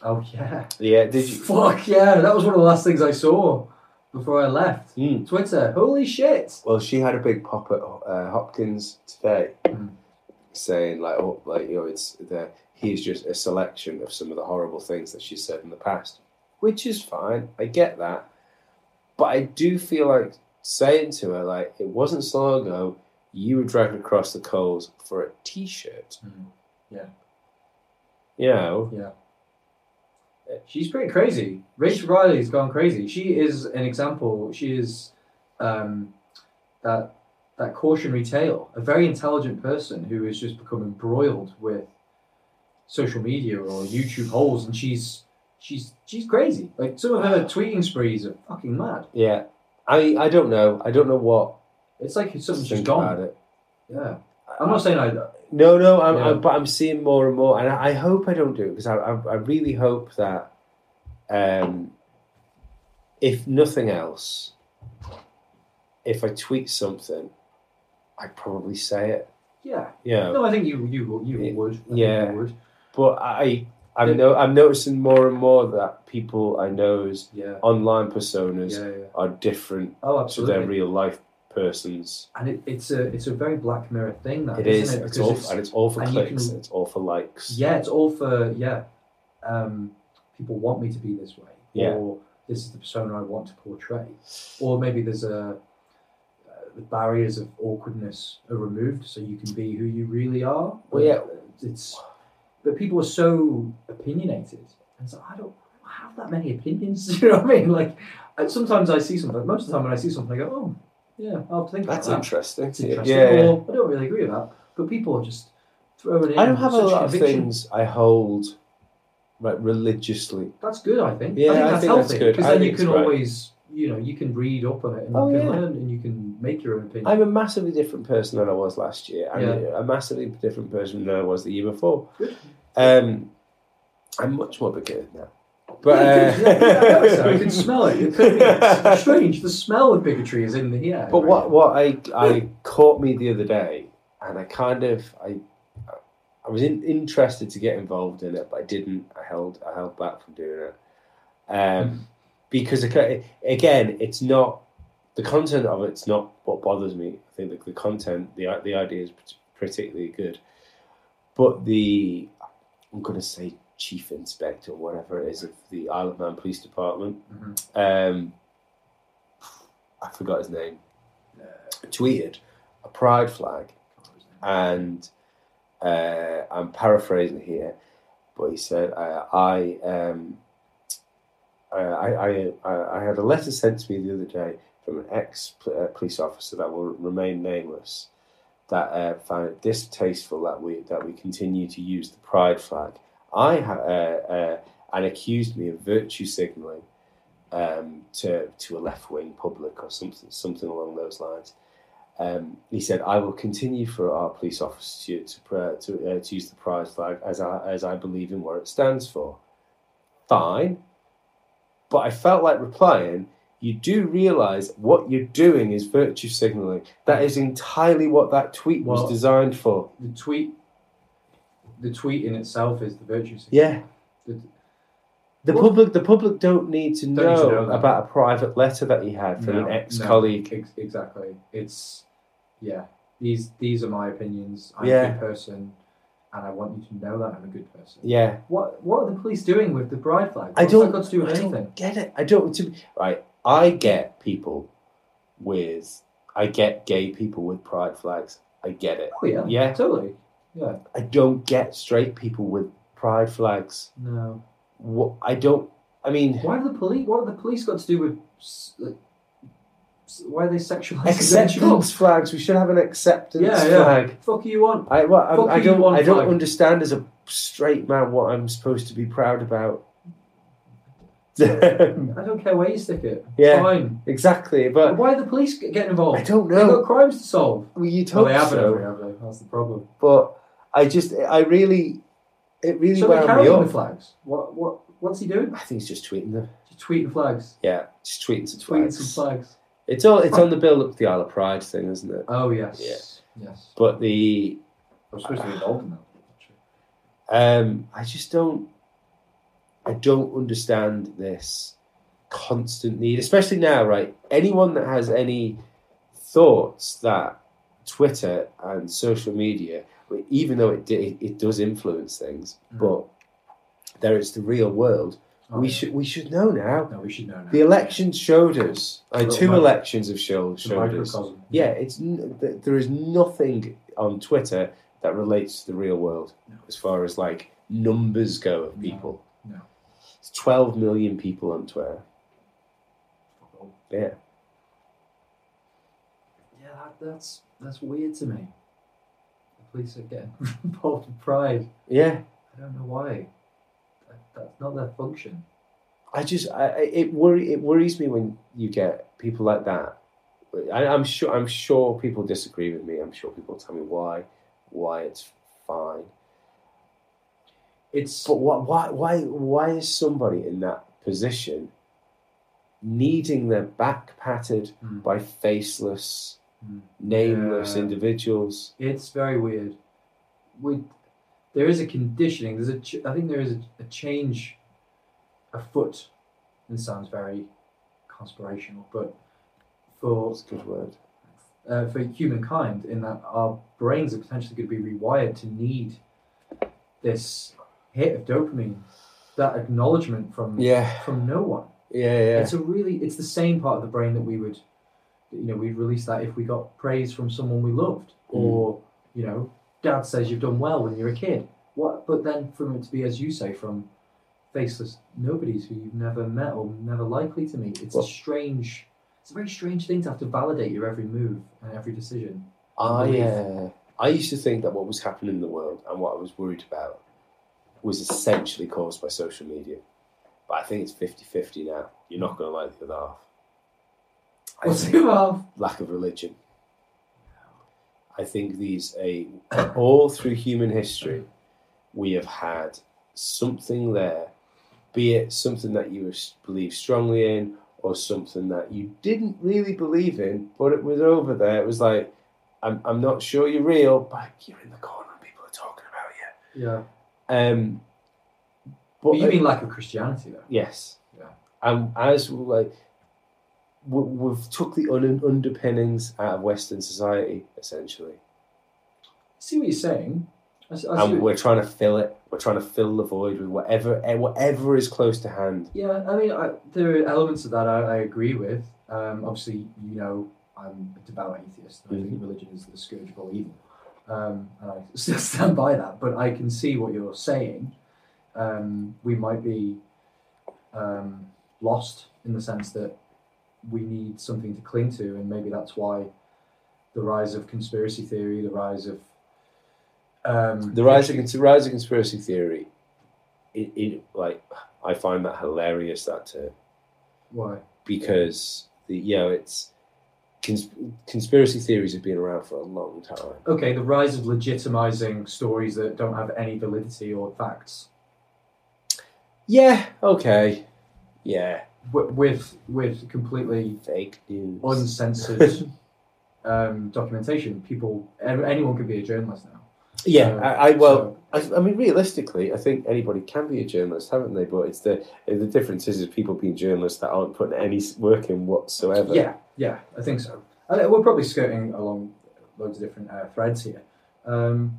[SPEAKER 3] Oh yeah.
[SPEAKER 1] Yeah, did you?
[SPEAKER 3] Fuck yeah! That was one of the last things I saw before I left.
[SPEAKER 1] Mm.
[SPEAKER 3] Twitter. Holy shit!
[SPEAKER 1] Well, she had a big pop at uh, Hopkins today,
[SPEAKER 3] Mm.
[SPEAKER 1] saying like, oh, like you know, it's the he is just a selection of some of the horrible things that she said in the past, which is fine. I get that, but I do feel like saying to her like, it wasn't so long ago you were driving across the coals for a t-shirt.
[SPEAKER 3] Mm. Yeah.
[SPEAKER 1] You know,
[SPEAKER 3] She's pretty crazy. Rachel Riley's gone crazy. She is an example. She is um, that that cautionary tale. A very intelligent person who has just become embroiled with social media or YouTube holes, and she's she's she's crazy. Like some of her tweeting sprees are fucking mad.
[SPEAKER 1] yeah. I I don't know. I don't know what
[SPEAKER 3] It's like
[SPEAKER 1] to
[SPEAKER 3] something's just
[SPEAKER 1] think
[SPEAKER 3] gone.
[SPEAKER 1] about it.
[SPEAKER 3] Yeah. I'm not saying I.
[SPEAKER 1] No, no, I'm,
[SPEAKER 3] Yeah.
[SPEAKER 1] I'm, but I'm seeing more and more, and I, I hope I don't do it because I, I, I really hope that, um, if nothing else, if I tweet something, I probably say it.
[SPEAKER 3] Yeah.
[SPEAKER 1] You know,
[SPEAKER 3] No, I think you you would- you
[SPEAKER 1] Yeah.
[SPEAKER 3] would. I think
[SPEAKER 1] Yeah.
[SPEAKER 3] You would.
[SPEAKER 1] but I, I'm
[SPEAKER 3] Yeah.
[SPEAKER 1] no, I'm noticing more and more that people I know's
[SPEAKER 3] Yeah.
[SPEAKER 1] online personas
[SPEAKER 3] Yeah. Yeah.
[SPEAKER 1] are different
[SPEAKER 3] Oh,
[SPEAKER 1] to their
[SPEAKER 3] absolutely.
[SPEAKER 1] real life persons.
[SPEAKER 3] and it, it's a it's a very black mirror thing that
[SPEAKER 1] It
[SPEAKER 3] isn't
[SPEAKER 1] is.
[SPEAKER 3] it?
[SPEAKER 1] It's
[SPEAKER 3] Because
[SPEAKER 1] all, and it's all for
[SPEAKER 3] and you
[SPEAKER 1] clicks.
[SPEAKER 3] can-
[SPEAKER 1] it's all for likes.
[SPEAKER 3] yeah it's all for yeah um people want me to be this way
[SPEAKER 1] Yeah.
[SPEAKER 3] or this is the persona i want to portray or maybe there's a uh, the barriers of awkwardness are removed so you can be who you really are
[SPEAKER 1] Well, yeah.
[SPEAKER 3] it's but people are so opinionated and so i don't have that many opinions you know what i mean like uh, sometimes i see something most of the time when i see something i go oh yeah i'll have to think
[SPEAKER 1] That's
[SPEAKER 3] about that
[SPEAKER 1] interesting.
[SPEAKER 3] it's interesting.
[SPEAKER 1] Yeah, yeah.
[SPEAKER 3] Or I don't really agree with that, but people are just throwing in.
[SPEAKER 1] I don't have a
[SPEAKER 3] such
[SPEAKER 1] lot
[SPEAKER 3] conviction.
[SPEAKER 1] of things I hold like religiously.
[SPEAKER 3] That's good, I think.
[SPEAKER 1] Yeah,
[SPEAKER 3] I think
[SPEAKER 1] I
[SPEAKER 3] that's
[SPEAKER 1] think
[SPEAKER 3] healthy
[SPEAKER 1] that's good.
[SPEAKER 3] because
[SPEAKER 1] I
[SPEAKER 3] then
[SPEAKER 1] think
[SPEAKER 3] you
[SPEAKER 1] it's
[SPEAKER 3] can
[SPEAKER 1] right.
[SPEAKER 3] always, you know, you can read up on it and
[SPEAKER 1] Oh,
[SPEAKER 3] you can
[SPEAKER 1] yeah.
[SPEAKER 3] learn and you can make your own opinion.
[SPEAKER 1] I'm a massively different person than I was last year. I'm a massively different person than I was the year before.
[SPEAKER 3] Good.
[SPEAKER 1] Um, I'm much more beginner now. But
[SPEAKER 3] yeah,
[SPEAKER 1] uh,
[SPEAKER 3] good, yeah, yeah, I know, so I can smell it. It's, it's strange. The smell of bigotry is in the air.
[SPEAKER 1] But what what I I caught me the other day, and I kind of I I was in, interested to get involved in it, but I didn't. I held I held back from doing it, um, because ac- again, it's not the content of it's not what bothers me. I think the, the content, the i- the idea is particularly good, but the I'm going to say chief inspector, whatever it is, of the Isle of Man Police Department.
[SPEAKER 3] Mhm.
[SPEAKER 1] Um, I forgot his name Uh, tweeted a pride flag, and uh, I'm paraphrasing here, but he said, uh, "I um, uh, I, I- I I had a letter sent to me the other day from an ex uh, police officer that will remain nameless." That uh, found it distasteful that we that we continue to use the pride flag. I ha- uh, uh, and accused me of virtue signalling um, to to a left wing public or something something along those lines. Um, he said, "I will continue for our police officers to to, pr- to, uh, to use the pride flag as I as I believe in what it stands for." Fine, but I felt like replying. You do realise what you're doing is virtue signalling. That is entirely what that tweet
[SPEAKER 3] Well-
[SPEAKER 1] was designed for.
[SPEAKER 3] the tweet, the tweet in itself is the virtue. signal.
[SPEAKER 1] Yeah.
[SPEAKER 3] The-
[SPEAKER 1] The
[SPEAKER 3] What?
[SPEAKER 1] public, the public don't need to
[SPEAKER 3] Don't need to
[SPEAKER 1] know,
[SPEAKER 3] know that.
[SPEAKER 1] about a private letter that he had from
[SPEAKER 3] No,
[SPEAKER 1] an
[SPEAKER 3] no.
[SPEAKER 1] ex-colleague.
[SPEAKER 3] Ex- exactly. It's yeah. These these are my opinions. I'm a
[SPEAKER 1] Yeah.
[SPEAKER 3] good person, and I want you to know that I'm a good person.
[SPEAKER 1] Yeah,
[SPEAKER 3] What what are the police doing with the bride flag?
[SPEAKER 1] I
[SPEAKER 3] What's
[SPEAKER 1] don't-
[SPEAKER 3] that got to do with
[SPEAKER 1] I don't
[SPEAKER 3] anything.
[SPEAKER 1] get it. I don't. To, right, I get people with, I get gay people with pride flags. I get it.
[SPEAKER 3] Oh yeah,
[SPEAKER 1] Yeah.
[SPEAKER 3] totally. Yeah,
[SPEAKER 1] I don't get straight people with pride flags.
[SPEAKER 3] no.
[SPEAKER 1] What I don't. I mean,
[SPEAKER 3] Why do the police? What have the police got to do with? s- Like, s- why are they sexualizing
[SPEAKER 1] acceptance
[SPEAKER 3] individuals?
[SPEAKER 1] flags. We should have an acceptance
[SPEAKER 3] Yeah, yeah.
[SPEAKER 1] flag.
[SPEAKER 3] Fuck you want?
[SPEAKER 1] I, well, I'm-
[SPEAKER 3] Fuck
[SPEAKER 1] I
[SPEAKER 3] you,
[SPEAKER 1] don't.
[SPEAKER 3] one
[SPEAKER 1] I don't
[SPEAKER 3] flag.
[SPEAKER 1] understand as a straight man what I'm supposed to be proud about. yeah,
[SPEAKER 3] I don't care where you stick it. Fine.
[SPEAKER 1] exactly.
[SPEAKER 3] But
[SPEAKER 1] But
[SPEAKER 3] why are the police get- getting
[SPEAKER 1] I
[SPEAKER 3] involved?
[SPEAKER 1] don't
[SPEAKER 3] They've
[SPEAKER 1] know.
[SPEAKER 3] got crimes to solve.
[SPEAKER 1] Well, you'd
[SPEAKER 3] Well,
[SPEAKER 1] hope
[SPEAKER 3] they haven't,
[SPEAKER 1] so.
[SPEAKER 3] have they? That's the problem.
[SPEAKER 1] but I just, I really, it really
[SPEAKER 3] So they're
[SPEAKER 1] wound me
[SPEAKER 3] carrying the
[SPEAKER 1] up.
[SPEAKER 3] flags. What what what's he doing?
[SPEAKER 1] I think he's just tweeting them.
[SPEAKER 3] Just tweeting flags.
[SPEAKER 1] Yeah, just tweeting some
[SPEAKER 3] Tweeting
[SPEAKER 1] flags.
[SPEAKER 3] some flags.
[SPEAKER 1] It's all, it's on the build up to the Isle of Pride thing, isn't it?
[SPEAKER 3] Oh yes. Yes.
[SPEAKER 1] But the,
[SPEAKER 3] I'm supposed to be involved in that.
[SPEAKER 1] um, I just don't, I don't understand this constant need, especially now, right? Anyone that has any thoughts that Twitter and social media, even though it di- it does influence things,
[SPEAKER 3] Mhm.
[SPEAKER 1] but there it's the real world.
[SPEAKER 3] Oh,
[SPEAKER 1] we
[SPEAKER 3] yeah.
[SPEAKER 1] should we should know now.
[SPEAKER 3] No, we should know now.
[SPEAKER 1] The elections showed us. Uh,
[SPEAKER 3] Little
[SPEAKER 1] two
[SPEAKER 3] micro-
[SPEAKER 1] elections have showed,
[SPEAKER 3] It's a
[SPEAKER 1] showed us.
[SPEAKER 3] microcosm.
[SPEAKER 1] Yeah, it's n- th- there is nothing on Twitter that relates to the real world
[SPEAKER 3] No.
[SPEAKER 1] as far as like numbers go of
[SPEAKER 3] No,
[SPEAKER 1] people.
[SPEAKER 3] no.
[SPEAKER 1] It's 12 million people on Twitter. Yeah.
[SPEAKER 3] Yeah, that, that's that's weird to me. The police are getting involved in pride.
[SPEAKER 1] Yeah.
[SPEAKER 3] I don't know why. That, that's not their function.
[SPEAKER 1] I just I, I- it worry it worries me when you get people like that. I, I'm sure I'm sure people disagree with me. I'm sure people tell me why why it's fine.
[SPEAKER 3] It's
[SPEAKER 1] But why why why why is somebody in that position needing their back patted
[SPEAKER 3] Mm.
[SPEAKER 1] by faceless,
[SPEAKER 3] Mm.
[SPEAKER 1] nameless
[SPEAKER 3] Yeah.
[SPEAKER 1] individuals?
[SPEAKER 3] it's very weird. We there is a conditioning. There's a ch- I think there is a, a change afoot. And sounds very conspirational, but for
[SPEAKER 1] That's a good word.
[SPEAKER 3] uh, for humankind in that our brains are potentially going to be rewired to need this hit of dopamine, that acknowledgement from
[SPEAKER 1] Yeah,
[SPEAKER 3] from no one.
[SPEAKER 1] yeah, yeah.
[SPEAKER 3] It's a really it's the same part of the brain that we would, you know, we'd release that if we got praise from someone we loved,
[SPEAKER 1] Mm.
[SPEAKER 3] or you know, dad says you've done well when you're a kid. What? But then from it to be as you say from faceless nobodies who you've never met or never likely to meet. It's
[SPEAKER 1] Well-
[SPEAKER 3] a strange. It's a very strange thing to have to validate your every move and every decision.
[SPEAKER 1] I uh, I used to think that what was happening in the world and what I was worried about was essentially caused by social media. But I think it's 50-50 now. You're not going to like the other half. I
[SPEAKER 3] What's
[SPEAKER 1] think
[SPEAKER 3] it about?
[SPEAKER 1] lack of religion. I think these a all through human history we have had something there, be it something that you s- believe strongly in or something that you didn't really believe in, but it was over there. It was like, I'm, I'm not sure you're real, but you're in the corner and people are talking about you.
[SPEAKER 3] Yeah.
[SPEAKER 1] Um,
[SPEAKER 3] But you mean lack of Christianity, though?
[SPEAKER 1] Yes.
[SPEAKER 3] Yeah.
[SPEAKER 1] And as we, like we, we've took the un- underpinnings out of Western society essentially,
[SPEAKER 3] I see what you're saying. I, s- I see
[SPEAKER 1] and
[SPEAKER 3] what-
[SPEAKER 1] we're trying to fill it. We're trying to fill the void with whatever eh, whatever is close to hand.
[SPEAKER 3] yeah, I mean, I, there are elements of that I, I agree with. Um, obviously, you know, I'm a devout atheist, and I
[SPEAKER 1] Mm-hmm.
[SPEAKER 3] think religion is the scourge of all evil. Um, and I still stand by that, but I can see what you're saying. Um, we might be um, lost in the sense that we need something to cling to, and maybe that's why the rise of conspiracy theory, the rise of um,
[SPEAKER 1] The rise of cons- rise of conspiracy theory, it, it like I find that hilarious that term.
[SPEAKER 3] why
[SPEAKER 1] because the you know it's cons- conspiracy theories have been around for a long time.
[SPEAKER 3] Okay, the rise of legitimizing stories that don't have any validity or facts
[SPEAKER 1] Yeah. Okay. Yeah.
[SPEAKER 3] with with, with completely
[SPEAKER 1] Fake news.
[SPEAKER 3] uncensored um, documentation. People, ev- anyone can be a journalist now.
[SPEAKER 1] yeah.
[SPEAKER 3] So-
[SPEAKER 1] I, I well.
[SPEAKER 3] so-
[SPEAKER 1] I, I mean, realistically, I think anybody can be a journalist, haven't they? But it's the the difference is, is people being journalists that aren't putting any s- work in whatsoever.
[SPEAKER 3] Yeah, yeah, I think so. I think we're probably skirting along loads of different uh, threads here, um,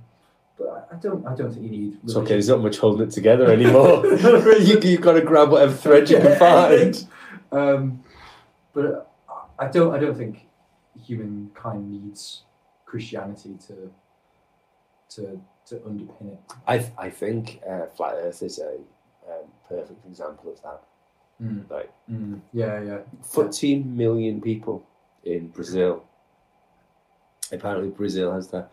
[SPEAKER 3] but I I don't. I don't think you need.
[SPEAKER 1] It's okay. There's not much holding it together anymore. you, you've got to grab whatever thread you can find.
[SPEAKER 3] Um, but uh, I don't. I don't think humankind needs Christianity to to to underpin it.
[SPEAKER 1] I th- I think uh, flat Earth is a um, perfect example of that.
[SPEAKER 3] Mm.
[SPEAKER 1] Like
[SPEAKER 3] Yeah, yeah.
[SPEAKER 1] 14 million people in Brazil. Apparently, Brazil has the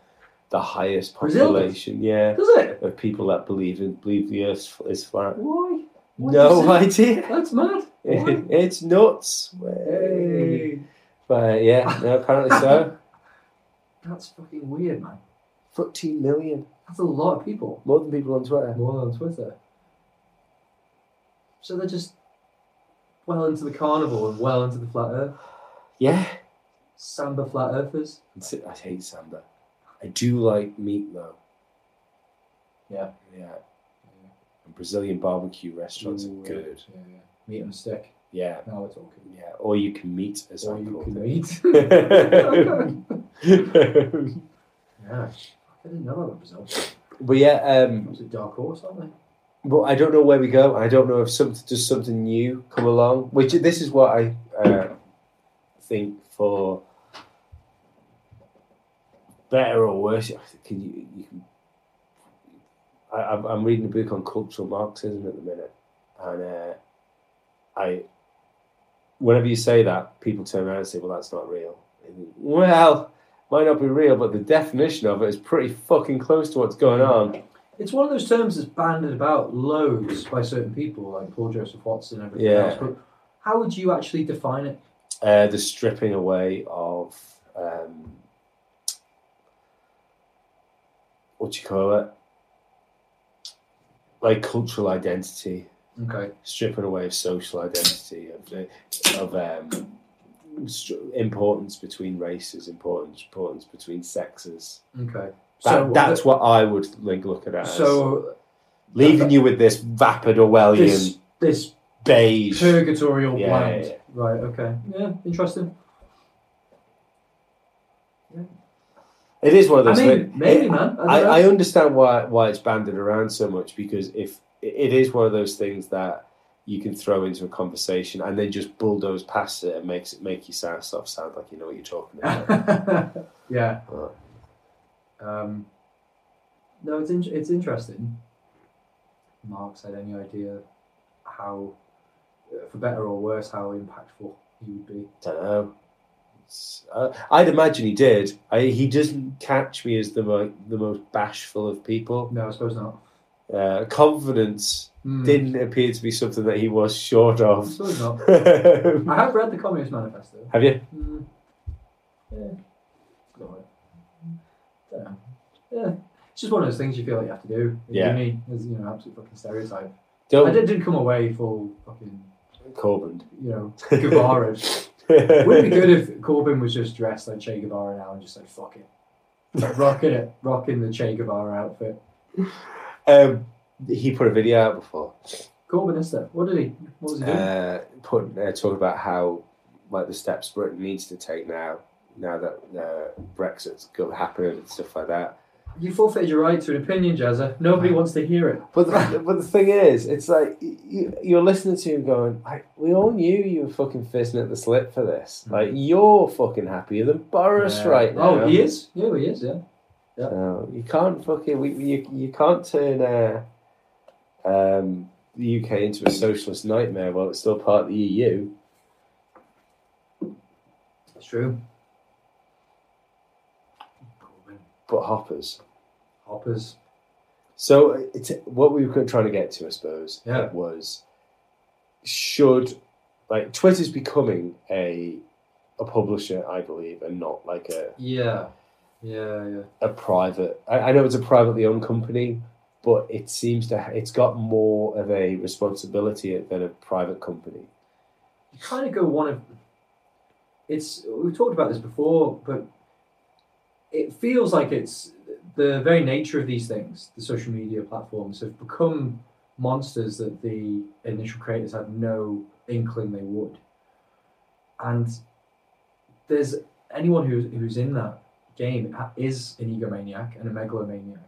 [SPEAKER 1] the highest
[SPEAKER 3] Brazil does?
[SPEAKER 1] population. Yeah.
[SPEAKER 3] Does it?
[SPEAKER 1] Of people that believe in believe the Earth f- is flat.
[SPEAKER 3] Why? What
[SPEAKER 1] no
[SPEAKER 3] is
[SPEAKER 1] idea.
[SPEAKER 3] it? That's mad. Why?
[SPEAKER 1] it's nuts.
[SPEAKER 3] Hey.
[SPEAKER 1] But yeah, no, apparently so.
[SPEAKER 3] That's fucking weird, man.
[SPEAKER 1] 14 million.
[SPEAKER 3] That's a lot of people.
[SPEAKER 1] More than people on Twitter.
[SPEAKER 3] More on Twitter. So they're just well into the carnival and well into the flat earth.
[SPEAKER 1] Yeah.
[SPEAKER 3] Samba flat earthers.
[SPEAKER 1] It's, I hate Samba. I do like meat though.
[SPEAKER 3] Yeah.
[SPEAKER 1] Yeah. And Brazilian barbecue restaurants
[SPEAKER 3] Ooh,
[SPEAKER 1] are
[SPEAKER 3] yeah,
[SPEAKER 1] good.
[SPEAKER 3] Yeah, yeah. Meat and stick.
[SPEAKER 1] Yeah,
[SPEAKER 3] Now we're talking.
[SPEAKER 1] yeah. Or you can meet as
[SPEAKER 3] Or
[SPEAKER 1] I
[SPEAKER 3] you
[SPEAKER 1] call
[SPEAKER 3] can
[SPEAKER 1] it.
[SPEAKER 3] eat. eh? yeah. I didn't know about Brazil.
[SPEAKER 1] but yeah, um,
[SPEAKER 3] It's a dark horse, aren't they?
[SPEAKER 1] but I don't know where we go. I don't know if some does something new come along. Which this is what I uh, think for better or worse. Can you? you can, I, I'm- I'm reading a book on cultural Marxism at the minute, and uh, I. Whenever you say that, people turn around and say, "Well, that's not real." And, well, might not be real, but the definition of it is pretty fucking close to what's going on.
[SPEAKER 3] It's one of those terms that's banded about loads by certain people, like Paul Joseph Watson and everything
[SPEAKER 1] Yeah.
[SPEAKER 3] else. But how would you actually define it?
[SPEAKER 1] uh, the stripping away of um, what do you call it, like cultural identity,
[SPEAKER 3] Okay.
[SPEAKER 1] stripping away of social identity, of the- of um, str- importance between races, importance importance between sexes.
[SPEAKER 3] Okay.
[SPEAKER 1] That, that's what I would like look at it as.
[SPEAKER 3] uh, so uh,
[SPEAKER 1] leaving you with this vapid Orwellian
[SPEAKER 3] this this
[SPEAKER 1] beige.
[SPEAKER 3] purgatorial
[SPEAKER 1] Yeah,
[SPEAKER 3] blind.
[SPEAKER 1] yeah, yeah.
[SPEAKER 3] Right. Okay. Yeah. Interesting.
[SPEAKER 1] It is one of
[SPEAKER 3] I
[SPEAKER 1] those.
[SPEAKER 3] mean,
[SPEAKER 1] thi-
[SPEAKER 3] maybe,
[SPEAKER 1] it-
[SPEAKER 3] man. I,
[SPEAKER 1] I,
[SPEAKER 3] don't
[SPEAKER 1] I
[SPEAKER 3] know.
[SPEAKER 1] understand why why it's banded around so much because if it is one of those things that you can throw into a conversation and then just bulldoze past it and makes it make you sound stuff sound like you know what you're talking about.
[SPEAKER 3] yeah.
[SPEAKER 1] Right.
[SPEAKER 3] Um, no, it's in- it's interesting. Marx had any idea how, uh, for better or worse, how impactful he would be.
[SPEAKER 1] I don't know. It's- uh, I'd imagine he did. I, he doesn't catch me as the mo- the most bashful of people.
[SPEAKER 3] No, I suppose not.
[SPEAKER 1] Uh, confidence
[SPEAKER 3] Hmm.
[SPEAKER 1] didn't appear to be something that he was short
[SPEAKER 3] I
[SPEAKER 1] of.
[SPEAKER 3] suppose not.
[SPEAKER 1] Have
[SPEAKER 3] I have read the Communist Manifesto.
[SPEAKER 1] you?
[SPEAKER 3] Hmm. Yeah. It's alright. Don't know. Yeah. It's just one of those things you feel like you have to do. in
[SPEAKER 1] Yeah.
[SPEAKER 3] Uni, there's you know absolute fucking stereotype. I
[SPEAKER 1] Don't
[SPEAKER 3] did, did come away full fucking
[SPEAKER 1] Corbyn.
[SPEAKER 3] you know Guevara. Wouldn't it be good if Corbyn was just dressed like Che Guevara now and just like fuck it, Like, rocking it, rocking the Che Guevara outfit.
[SPEAKER 1] Um, he put a video out before,
[SPEAKER 3] Corbyn is there. What did he? What was he doing?
[SPEAKER 1] uh, put uh, talking about how like the steps Britain needs to take now, now that uh, Brexit's going to happen and stuff like that.
[SPEAKER 3] you forfeited your right to an opinion, Jazza. Nobody wants to hear it.
[SPEAKER 1] But the, but the thing is, it's like you, you're listening to him going, I, we all knew you were fucking fizzing at the slip for this. Like you're fucking happier than Boris
[SPEAKER 3] Mm-hmm. Yeah.
[SPEAKER 1] right now.
[SPEAKER 3] Oh, he is. Yeah, well, he is. Yeah.
[SPEAKER 1] So you can't fucking we, you you can't turn uh, um, the UK into a socialist nightmare while it's still part of the E EU.
[SPEAKER 3] It's true. Corbyn,
[SPEAKER 1] but hoppers.
[SPEAKER 3] Hoppers.
[SPEAKER 1] So it's what we were trying to get to, I suppose,
[SPEAKER 3] Yeah.
[SPEAKER 1] was should like Twitter's becoming a a publisher, I believe, and not like a,
[SPEAKER 3] Yeah. Yeah. Yeah.
[SPEAKER 1] a private. I, I know it's a privately owned company, but it seems to ha- it's got more of a responsibility than a private company.
[SPEAKER 3] you kind of go one of it's we've talked about this before but it feels like it's the very nature of these things the social media platforms have become monsters that the initial creators had no inkling they would and there's anyone who's, who's in that game ha- is an egomaniac and a megalomaniac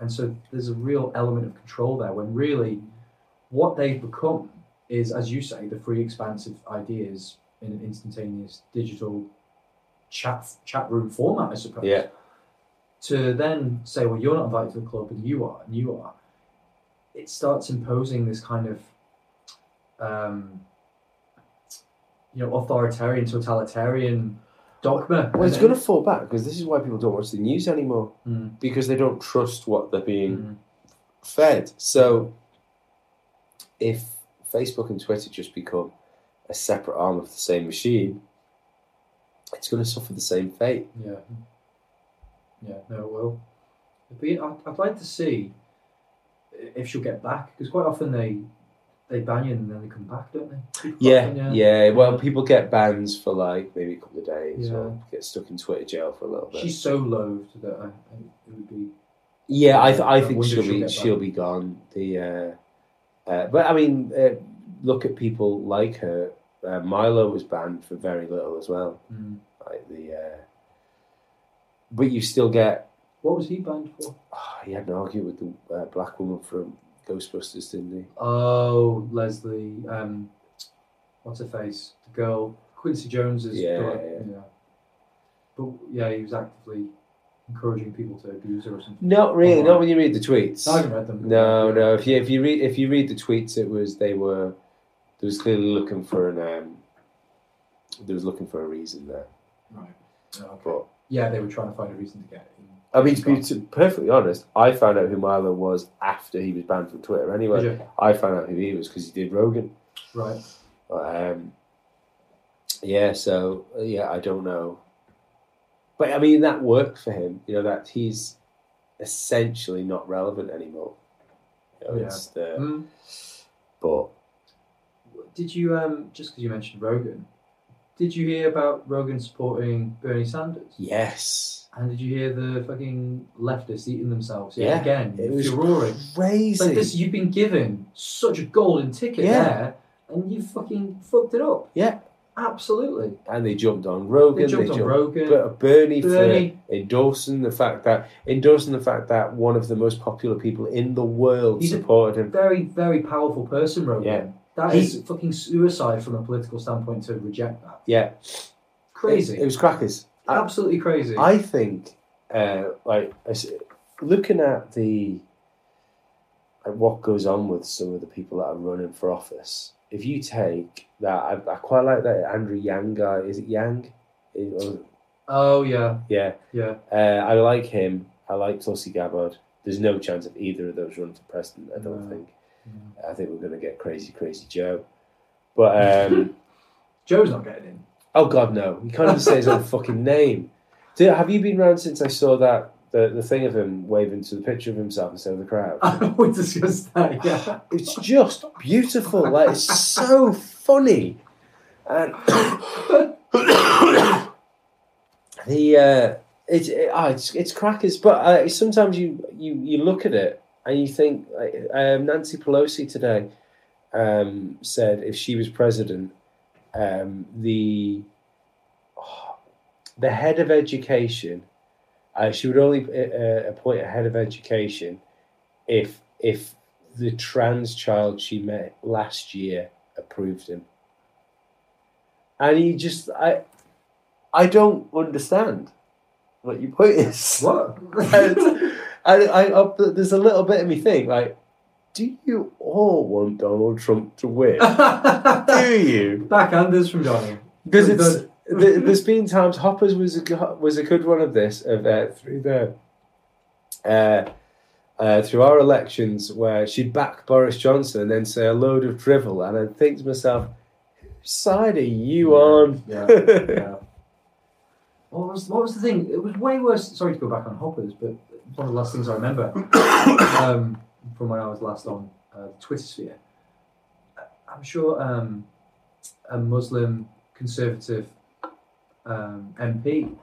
[SPEAKER 3] and so there's a real element of control there when really what they've become is, as you say, the free expanse of ideas in an instantaneous digital chat chat room format, I suppose.
[SPEAKER 1] Yeah.
[SPEAKER 3] To then say, well, you're not invited to the club, and you are, and you are. It starts imposing this kind of, um, you know, authoritarian, totalitarian dogma.
[SPEAKER 1] Well, it's
[SPEAKER 3] And
[SPEAKER 1] going to fall back because this is why people don't watch the news anymore
[SPEAKER 3] Mm.
[SPEAKER 1] because they don't trust what they're
[SPEAKER 3] it-
[SPEAKER 1] being
[SPEAKER 3] mm.
[SPEAKER 1] fed. So if Facebook and Twitter just become a separate arm of the same machine, it's going to suffer the same fate.
[SPEAKER 3] Yeah. Yeah, no, it will. It'd be, I'd, I'd like to see i- if she'll get back because quite often they they ban you and then they come back, don't they? People
[SPEAKER 1] Yeah,
[SPEAKER 3] often,
[SPEAKER 1] yeah, Well, people get bans for like maybe a couple of days or get stuck in Twitter jail for a little bit.
[SPEAKER 3] She's so loathed that I, I, it would be.
[SPEAKER 1] yeah, I, th- I
[SPEAKER 3] I
[SPEAKER 1] think
[SPEAKER 3] wonder
[SPEAKER 1] she'll
[SPEAKER 3] if she'll
[SPEAKER 1] be
[SPEAKER 3] get
[SPEAKER 1] she'll be gone. The uh, Uh, but I mean, uh, look at people like her. Uh, Milo was banned for very little as well.
[SPEAKER 3] Mm.
[SPEAKER 1] Like the, uh, but you still get.
[SPEAKER 3] What was he banned for?
[SPEAKER 1] Oh, he had an argument with the uh, black woman from Ghostbusters, didn't he?
[SPEAKER 3] Oh, Leslie, um, what's her face? The girl, Quincy Jones's
[SPEAKER 1] Yeah,
[SPEAKER 3] daughter. Yeah. But yeah, he was actively encouraging people to abuse her or something.
[SPEAKER 1] Not really.
[SPEAKER 3] Alright.
[SPEAKER 1] Not when you read the tweets.
[SPEAKER 3] I haven't read them.
[SPEAKER 1] Oh, No, no. If you if you read if you read the tweets, it was they were they was clearly looking for an um, they was looking for a reason there.
[SPEAKER 3] Right. Oh, Okay.
[SPEAKER 1] But
[SPEAKER 3] Yeah, they were trying to find a reason to get in.
[SPEAKER 1] I mean, to be to be perfectly honest, I found out who Milo was after he was banned from Twitter. Anyway,
[SPEAKER 3] Did you?
[SPEAKER 1] I found out who he was because he did Rogan.
[SPEAKER 3] Right.
[SPEAKER 1] Um, yeah, so uh, yeah, I don't know, but I mean that worked for him. You know that he's essentially not relevant anymore. You know,
[SPEAKER 3] Yeah.
[SPEAKER 1] it's the-
[SPEAKER 3] Mm.
[SPEAKER 1] but
[SPEAKER 3] Did you um just because you mentioned Rogan? Did you hear about Rogan supporting Bernie Sanders?
[SPEAKER 1] yes,
[SPEAKER 3] And did you hear the fucking leftists eating themselves?
[SPEAKER 1] Yeah,
[SPEAKER 3] Yeah, again,
[SPEAKER 1] it was
[SPEAKER 3] furore. It's
[SPEAKER 1] crazy.
[SPEAKER 3] Like this, you've been given such a golden ticket
[SPEAKER 1] Yeah.
[SPEAKER 3] there, and you fucking fucked it up.
[SPEAKER 1] Yeah.
[SPEAKER 3] absolutely.
[SPEAKER 1] and they jumped on Rogan.
[SPEAKER 3] They jumped on Rogan.
[SPEAKER 1] But Bernie,
[SPEAKER 3] Bernie.
[SPEAKER 1] for endorsing the fact that endorsing the fact that one of the most popular people in the world
[SPEAKER 3] He's a-
[SPEAKER 1] supported him.
[SPEAKER 3] Very, very powerful person, Rogan.
[SPEAKER 1] Yeah.
[SPEAKER 3] That
[SPEAKER 1] He-
[SPEAKER 3] is fucking suicide from a political standpoint to reject that.
[SPEAKER 1] Yeah,
[SPEAKER 3] Crazy,
[SPEAKER 1] It, it was crackers. I-
[SPEAKER 3] absolutely crazy.
[SPEAKER 1] I think, uh, like, as- looking at the like what goes on with some of the people that are running for office. If you take that, I, I quite like that Andrew Yang guy. Is it Yang? Is- or-
[SPEAKER 3] oh yeah,
[SPEAKER 1] yeah,
[SPEAKER 3] yeah.
[SPEAKER 1] Uh, I like him. I like Tulsi Gabbard. There's no chance of either of those running for president. I don't
[SPEAKER 3] No.
[SPEAKER 1] think.
[SPEAKER 3] Mm.
[SPEAKER 1] I think we're going to get crazy, crazy Joe. But um,
[SPEAKER 3] Joe's not getting in.
[SPEAKER 1] oh god, no! You can't even say his own fucking name. Dude, have you been around since I saw that the, the thing of him waving to the picture of himself instead of the crowd?
[SPEAKER 3] we discussed that. Yeah.
[SPEAKER 1] It's just beautiful. Like it's so funny, and the uh, it's it, ah, it's it's crackers. But uh, sometimes you you you look at it and you think like, um, Nancy Pelosi today um, said if she was president, um, the oh, the head of education, uh, she would only uh, uh, appoint a head of education if if the trans child she met last year approved him. And he just I I don't understand what your point is.
[SPEAKER 3] What?
[SPEAKER 1] And I, I, I, there's a little bit of me think like, do you all want Donald Trump to win? do you?
[SPEAKER 3] Backhanders from Johnny.
[SPEAKER 1] Because
[SPEAKER 3] Does-
[SPEAKER 1] it's th- there's been times Hoppers was a go- was a good one of this of uh, through the uh, uh, through our elections where she'd back Boris Johnson and then say a load of drivel, and I think to myself, whose side are you on?
[SPEAKER 3] Yeah. yeah. What was what was the thing? It was way worse. Sorry to go back on hoppers, but one of the last things I remember um, from when I was last on uh, Twitter sphere. I'm sure um, a Muslim conservative um, MP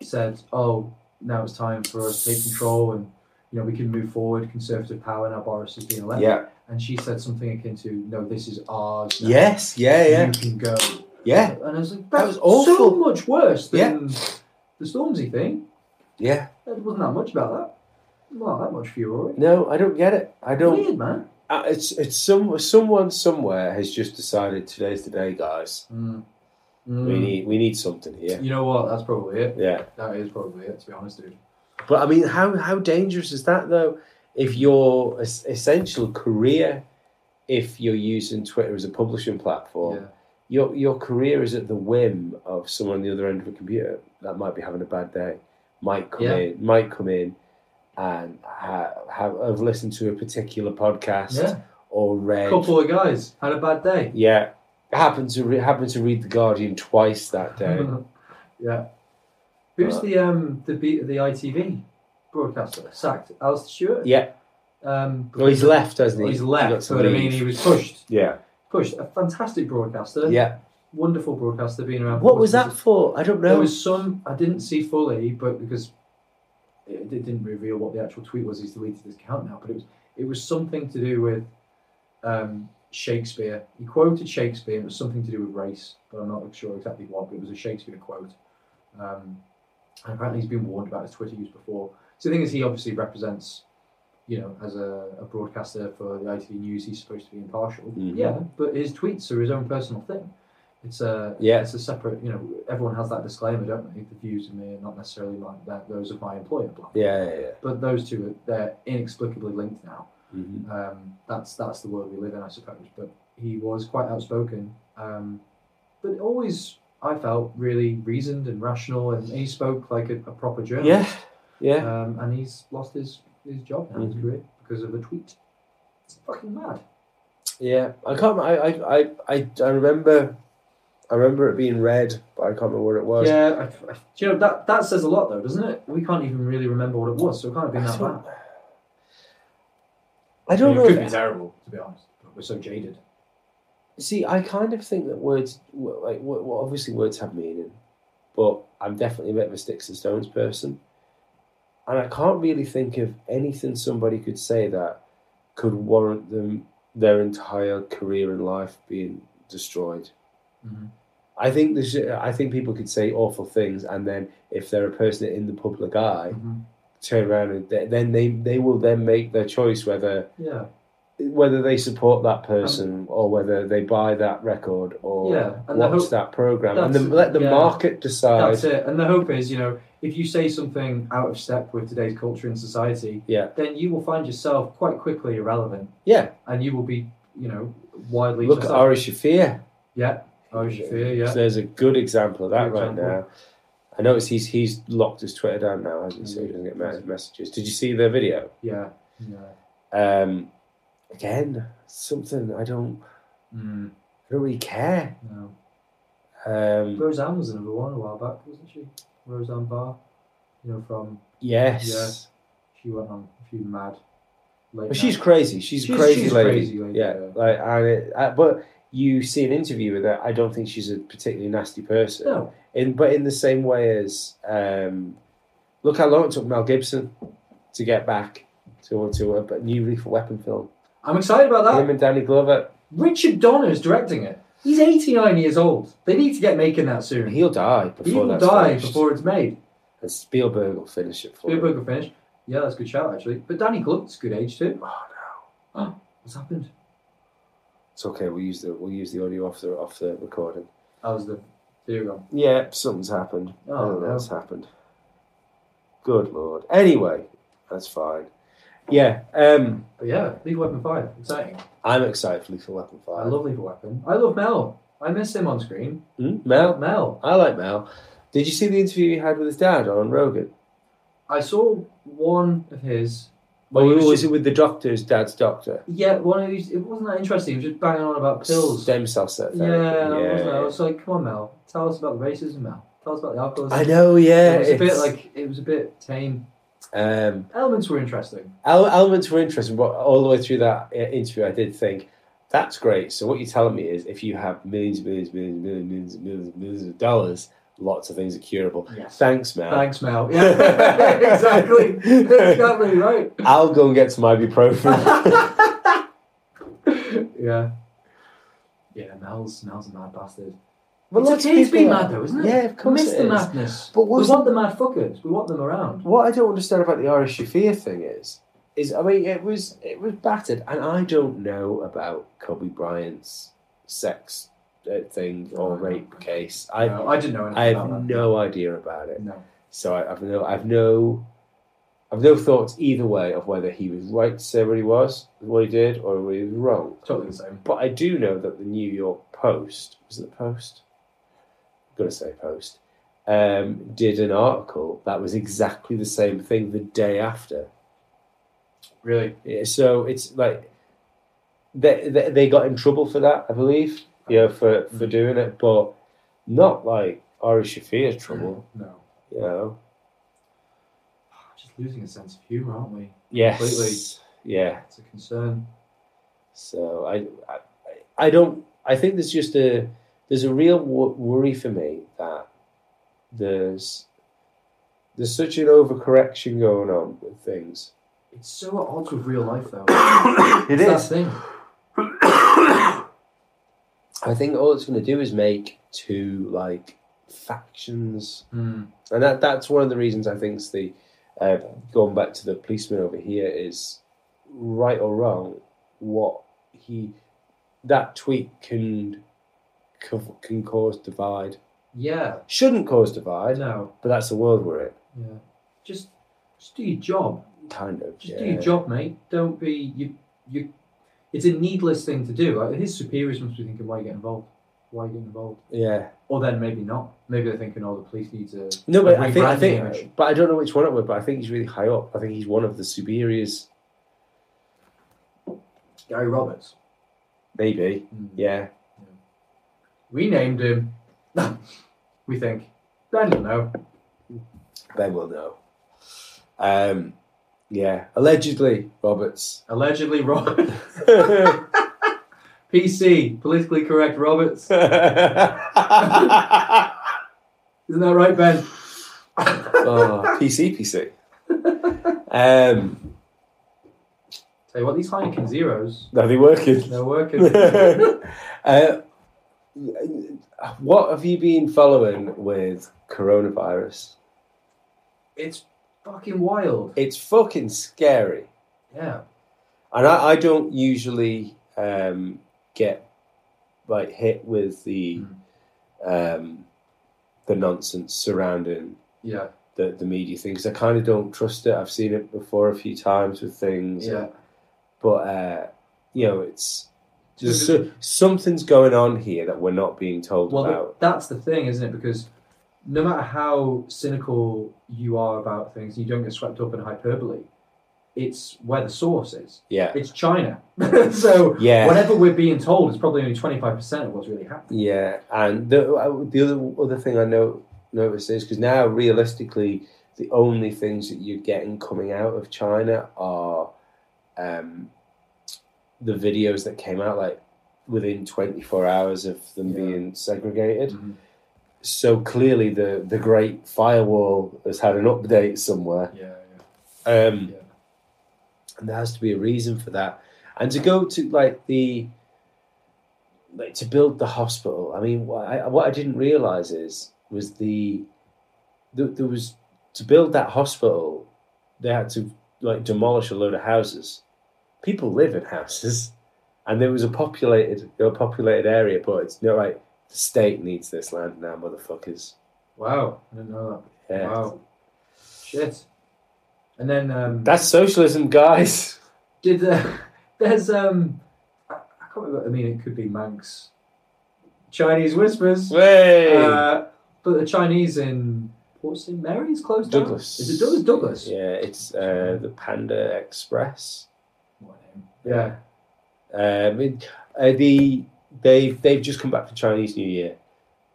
[SPEAKER 3] said, "Oh, now it's time for us to take control, and you know we can move forward. Conservative power now. Boris is being elected."
[SPEAKER 1] yeah.
[SPEAKER 3] And she said something akin to, "No, this is ours. now.
[SPEAKER 1] Yes. Yeah.
[SPEAKER 3] You
[SPEAKER 1] Yeah.
[SPEAKER 3] can go."
[SPEAKER 1] Yeah.
[SPEAKER 3] And I was like,
[SPEAKER 1] That
[SPEAKER 3] that
[SPEAKER 1] was
[SPEAKER 3] was
[SPEAKER 1] awful.
[SPEAKER 3] so much worse than the Stormzy thing.
[SPEAKER 1] Yeah.
[SPEAKER 3] There wasn't that much about that. Not that much fury.
[SPEAKER 1] No, I don't get it. I don't.
[SPEAKER 3] Weird, man.
[SPEAKER 1] Uh, it's it's some someone somewhere has just decided today's the day, guys.
[SPEAKER 3] Mm.
[SPEAKER 1] We need we need something here.
[SPEAKER 3] You know what? That's probably it.
[SPEAKER 1] Yeah,
[SPEAKER 3] That is probably it, to be honest, dude.
[SPEAKER 1] but I mean, how how dangerous is that though? If your es- essential career, if you're using Twitter as a publishing platform,
[SPEAKER 3] Yeah.
[SPEAKER 1] your your career is at the whim of someone on the other end of a computer that might be having a bad day, might come
[SPEAKER 3] Yeah.
[SPEAKER 1] in, might come in, and ha- have, have listened to a particular podcast
[SPEAKER 3] Yeah.
[SPEAKER 1] or read
[SPEAKER 3] Couple of guys had a bad day.
[SPEAKER 1] Yeah, happened to re- happened to read the Guardian twice that day.
[SPEAKER 3] yeah. Who's
[SPEAKER 1] Uh,
[SPEAKER 3] the um the B- the ITV broadcaster? Sacked Alistair Stewart.
[SPEAKER 1] yeah,
[SPEAKER 3] Um,
[SPEAKER 1] well, he's left, hasn't he?
[SPEAKER 3] he's
[SPEAKER 1] He
[SPEAKER 3] left.
[SPEAKER 1] got to
[SPEAKER 3] But I mean,
[SPEAKER 1] leave.
[SPEAKER 3] he was pushed.
[SPEAKER 1] yeah,
[SPEAKER 3] Pushed. A fantastic broadcaster.
[SPEAKER 1] yeah.
[SPEAKER 3] Wonderful broadcaster being around. for
[SPEAKER 1] What was
[SPEAKER 3] most of
[SPEAKER 1] that for? I don't
[SPEAKER 3] There
[SPEAKER 1] know.
[SPEAKER 3] was some I didn't see fully, but because it, it didn't reveal what the actual tweet was, he's deleted his account now. But it was it was something to do with um, Shakespeare. He quoted Shakespeare, and it was something to do with race, but I'm not sure exactly what. But it was a Shakespeare quote. Um, and apparently, he's been warned about his Twitter use before. So the thing is, he obviously represents, you know, as a, a broadcaster for the ITV News, he's supposed to be impartial.
[SPEAKER 1] Mhm.
[SPEAKER 3] Yeah, but his tweets are his own personal thing. It's a
[SPEAKER 1] Yeah.
[SPEAKER 3] it's a separate. You know, everyone has that disclaimer, don't they? The views of me are not necessarily like that; those of my employer. Blah.
[SPEAKER 1] Yeah, yeah, yeah.
[SPEAKER 3] But those two, are, they're inexplicably linked now.
[SPEAKER 1] Mhm.
[SPEAKER 3] Um, that's that's the world we live in, I suppose. But he was quite outspoken, um, but always I felt really reasoned and rational, and he spoke like a, a proper
[SPEAKER 1] Yeah,
[SPEAKER 3] journalist.
[SPEAKER 1] yeah.
[SPEAKER 3] Um, and he's lost his his job now, his
[SPEAKER 1] Mhm.
[SPEAKER 3] career because of a tweet. It's fucking mad.
[SPEAKER 1] Yeah, I can't. I, I, I, I, I remember. I remember it being red, but I can't remember what it was.
[SPEAKER 3] Yeah, I, I, do you know that that says a lot though, doesn't it? We can't even really remember what it was, so it can't have been
[SPEAKER 1] I
[SPEAKER 3] that
[SPEAKER 1] don't,
[SPEAKER 3] bad.
[SPEAKER 1] I don't
[SPEAKER 3] I mean,
[SPEAKER 1] know.
[SPEAKER 3] It could
[SPEAKER 1] if-
[SPEAKER 3] be terrible, to be honest. But we're so jaded.
[SPEAKER 1] see, I kind of think that words, w- like, w- well, obviously words have meaning, but I'm definitely a bit of a sticks and stones person, and I can't really think of anything somebody could say that could warrant them their entire career and life being destroyed.
[SPEAKER 3] Mhm.
[SPEAKER 1] I think this. I think people could say awful things, and then if they're a person in the public eye, turn around and th- then they they will then make their choice whether
[SPEAKER 3] Yeah,
[SPEAKER 1] whether they support
[SPEAKER 3] Um,
[SPEAKER 1] that person or whether they buy that record or
[SPEAKER 3] Yeah, and the
[SPEAKER 1] watch
[SPEAKER 3] hope-
[SPEAKER 1] that program and
[SPEAKER 3] that's-
[SPEAKER 1] then let the
[SPEAKER 3] yeah.
[SPEAKER 1] market decide.
[SPEAKER 3] that's it. And the hope is, you know, if you say something out of step with today's culture and society,
[SPEAKER 1] Yeah.
[SPEAKER 3] then you will find yourself quite quickly irrelevant,
[SPEAKER 1] Yeah,
[SPEAKER 3] and you will be, you know, widely.
[SPEAKER 1] look at
[SPEAKER 3] just-
[SPEAKER 1] Ari Shafir.
[SPEAKER 3] Yeah, Ari Shafir. Yeah.
[SPEAKER 1] There's a good example of that
[SPEAKER 3] Good
[SPEAKER 1] right
[SPEAKER 3] example.
[SPEAKER 1] now. I notice he's he's locked his Twitter down now, hasn't
[SPEAKER 3] Mm.
[SPEAKER 1] he? So he doesn't get mes- messages. Did you see the video?
[SPEAKER 3] Yeah. Yeah.
[SPEAKER 1] Um, again, something I don't
[SPEAKER 3] Mm,
[SPEAKER 1] I don't really care.
[SPEAKER 3] no.
[SPEAKER 1] Um,
[SPEAKER 3] Roseanne was another one a while back, wasn't she? Roseanne Barr, you know, from
[SPEAKER 1] yes.
[SPEAKER 3] she went on a few mad. Late
[SPEAKER 1] But she's
[SPEAKER 3] night-
[SPEAKER 1] crazy. She's,
[SPEAKER 3] She's-
[SPEAKER 1] crazy
[SPEAKER 3] she's
[SPEAKER 1] lady.
[SPEAKER 3] crazy lady,
[SPEAKER 1] yeah,
[SPEAKER 3] yeah.
[SPEAKER 1] like and it, uh, but you see an interview with her. I don't think she's a particularly nasty person.
[SPEAKER 3] no.
[SPEAKER 1] In but in the same way as um, look how long it took Mel Gibson to get back to to a but new Lethal Weapon film.
[SPEAKER 3] I'm excited about that.
[SPEAKER 1] Him and Danny Glover.
[SPEAKER 3] Richard Donner is directing it. He's 89 years old. They need to get making that soon.
[SPEAKER 1] He'll die before
[SPEAKER 3] He will
[SPEAKER 1] that's
[SPEAKER 3] die
[SPEAKER 1] finished.
[SPEAKER 3] before it's made.
[SPEAKER 1] And Spielberg will finish it for him.
[SPEAKER 3] Spielberg will finish. Yeah, that's a good shout, actually. But Danny Glover's good age, too.
[SPEAKER 1] Oh,
[SPEAKER 3] Oh, what's happened?
[SPEAKER 1] It's okay. We'll use the we'll use the audio off the off the recording.
[SPEAKER 3] That was the theory gone.
[SPEAKER 1] Yeah, something's happened.
[SPEAKER 3] Oh,
[SPEAKER 1] I don't know
[SPEAKER 3] no.
[SPEAKER 1] what's happened. Good lord. Anyway, that's fine. Yeah, um,
[SPEAKER 3] But yeah, Lethal Weapon 5. Exciting.
[SPEAKER 1] I'm excited for Lethal Weapon
[SPEAKER 3] I
[SPEAKER 1] 5.
[SPEAKER 3] love Lethal Weapon. I love Mel. I miss him on screen.
[SPEAKER 1] Hmm? Mel?
[SPEAKER 3] Mel.
[SPEAKER 1] I like Mel. Did you see the interview he had with his dad on Rogan?
[SPEAKER 3] I saw one of his.
[SPEAKER 1] Well,
[SPEAKER 3] he
[SPEAKER 1] was,
[SPEAKER 3] was
[SPEAKER 1] it with the doctor's dad's doctor?
[SPEAKER 3] Yeah, one of these. It wasn't that interesting. He was just banging on about pills.
[SPEAKER 1] Stem cell set
[SPEAKER 3] Yeah,
[SPEAKER 1] therapy.
[SPEAKER 3] I was like, I was like, come on, Mel, tell us about the racism, Mel. Tell us about the alcoholism.
[SPEAKER 1] I know, yeah.
[SPEAKER 3] it was a bit
[SPEAKER 1] it's-
[SPEAKER 3] like it was a bit tame.
[SPEAKER 1] um,
[SPEAKER 3] Elements were interesting.
[SPEAKER 1] ele- elements were interesting, but all the way through that uh, interview, I did think that's great. So what you're telling me is, if you have millions, millions, millions, millions, millions, millions, millions of dollars, lots of things are curable.
[SPEAKER 3] Yes.
[SPEAKER 1] Thanks, Mel.
[SPEAKER 3] Thanks, Mel. Yeah, exactly. exactly right.
[SPEAKER 1] I'll go and get some ibuprofen.
[SPEAKER 3] yeah. Yeah, Mel's Mel's a mad bastard.
[SPEAKER 1] Well,
[SPEAKER 3] it's
[SPEAKER 1] lots of
[SPEAKER 3] okay to be
[SPEAKER 1] people are-
[SPEAKER 3] mad though, isn't it?
[SPEAKER 1] Yeah, of course
[SPEAKER 3] We miss
[SPEAKER 1] it
[SPEAKER 3] the
[SPEAKER 1] is.
[SPEAKER 3] madness.
[SPEAKER 1] But
[SPEAKER 3] we
[SPEAKER 1] what's-
[SPEAKER 3] want the mad fuckers. We want them around.
[SPEAKER 1] What I don't understand about the Irish Shafir thing is, is I mean, it was it was battered, and I don't know about Kobe Bryant's sex uh, thing or rape case. I
[SPEAKER 3] no, I didn't know anything
[SPEAKER 1] I have
[SPEAKER 3] about
[SPEAKER 1] no idea about
[SPEAKER 3] that.
[SPEAKER 1] it,
[SPEAKER 3] No.
[SPEAKER 1] so I, I've no I've no I've no thoughts either way of whether he was right to say what he was, what he did, or whether he was wrong.
[SPEAKER 3] Totally the same.
[SPEAKER 1] But I do know that the New York Post was it the Post? I'm gonna say Post. Um, did an article that was exactly the same thing the day after.
[SPEAKER 3] Really?
[SPEAKER 1] Yeah, So it's like they, they they got in trouble for that, I believe. You know, for for doing it, but not like Ari Shafir's trouble.
[SPEAKER 3] No. Ah,
[SPEAKER 1] You know.
[SPEAKER 3] Just losing a sense of humour, aren't we?
[SPEAKER 1] Yes.
[SPEAKER 3] Completely.
[SPEAKER 1] Yeah.
[SPEAKER 3] It's a concern.
[SPEAKER 1] So I, I, I don't. I think there's just a there's a real wo- worry for me that there's there's such an overcorrection going on with things.
[SPEAKER 3] It's so at odds with real life though.
[SPEAKER 1] it
[SPEAKER 3] It's that thing.
[SPEAKER 1] I think all it's going to do is make two like factions,
[SPEAKER 3] Mm.
[SPEAKER 1] and that that's one of the reasons I think's the uh, going back to the policeman over here is right or wrong. What he that tweet can co- can cause divide.
[SPEAKER 3] Yeah.
[SPEAKER 1] Shouldn't cause
[SPEAKER 3] I
[SPEAKER 1] divide,
[SPEAKER 3] know.
[SPEAKER 1] but that's the world we're in.
[SPEAKER 3] Yeah. Just, just do your job.
[SPEAKER 1] Kind of.
[SPEAKER 3] Just
[SPEAKER 1] yeah.
[SPEAKER 3] do your job, mate. Don't be you. You. It's a needless thing to do. Like, his superiors must be thinking, why you get involved? Why you get involved?
[SPEAKER 1] Yeah.
[SPEAKER 3] Or then maybe not. Maybe they're thinking, oh, the police need to.
[SPEAKER 1] No, but
[SPEAKER 3] a
[SPEAKER 1] I think I
[SPEAKER 3] rebranding image.
[SPEAKER 1] think, but I don't know which one it was. But I think he's really high up. I think he's one of the superiors.
[SPEAKER 3] Gary Roberts.
[SPEAKER 1] Maybe.
[SPEAKER 3] Mm.
[SPEAKER 1] Yeah.
[SPEAKER 3] We named him. we think. I don't know.
[SPEAKER 1] Ben will know. Um, yeah, allegedly, Roberts.
[SPEAKER 3] Allegedly, Robert. PC, politically correct Roberts.
[SPEAKER 1] oh,
[SPEAKER 3] Isn't that right, Ben?
[SPEAKER 1] Oh. PC, PC. Um,
[SPEAKER 3] Tell you what, these Heineken zeros,
[SPEAKER 1] are they working?
[SPEAKER 3] they're working.
[SPEAKER 1] uh, what have you been following with coronavirus?
[SPEAKER 3] it's fucking wild.
[SPEAKER 1] It's fucking scary.
[SPEAKER 3] Yeah.
[SPEAKER 1] and I, I don't usually um, get like hit with the um, the nonsense surrounding
[SPEAKER 3] Yeah.
[SPEAKER 1] the, the media thing 'cause I kind of don't trust it. I've seen it before a few times with things,
[SPEAKER 3] Yeah.
[SPEAKER 1] but uh, you know, it's just
[SPEAKER 3] Just-
[SPEAKER 1] so, something's going on here that we're not being told
[SPEAKER 3] Well, th-
[SPEAKER 1] about.
[SPEAKER 3] that's the thing, isn't it? Because no matter how cynical you are about things, you don't get swept up in hyperbole. It's where the source is.
[SPEAKER 1] Yeah,
[SPEAKER 3] It's China. so
[SPEAKER 1] yeah.
[SPEAKER 3] whatever we're being told is probably only 25% of what's really happening.
[SPEAKER 1] Yeah, and the uh, the other other thing I know noticed is because now realistically, the only things that you're getting coming out of China are um, the videos that came out like within 24 hours of them
[SPEAKER 3] Yeah.
[SPEAKER 1] being segregated.
[SPEAKER 3] Mhm.
[SPEAKER 1] So clearly, the the Great Firewall has had an update somewhere.
[SPEAKER 3] Yeah,
[SPEAKER 1] Um,
[SPEAKER 3] Yeah.
[SPEAKER 1] And there has to be a reason for that. And to go to like the like to build the hospital. I mean, what I, what I didn't realize is was the, the there was to build that hospital. They had to like demolish a load of houses. People live in houses, and there was a populated a populated area. But it's not like the state needs this land now, motherfuckers.
[SPEAKER 3] Wow. I didn't know that.
[SPEAKER 1] Yeah.
[SPEAKER 3] Wow. Shit. And then um,
[SPEAKER 1] That's socialism, guys.
[SPEAKER 3] did uh, there's um I, I can't remember. I mean, it could be Manx Chinese whispers,
[SPEAKER 1] Way.
[SPEAKER 3] uh, but the Chinese in Port St Mary's closed
[SPEAKER 1] Douglas.
[SPEAKER 3] Down. Is it Douglas? Douglas.
[SPEAKER 1] Yeah, it's uh, the Panda Express.
[SPEAKER 3] What a name. Yeah.
[SPEAKER 1] Um, it- uh, the they've they've just come back for Chinese New Year,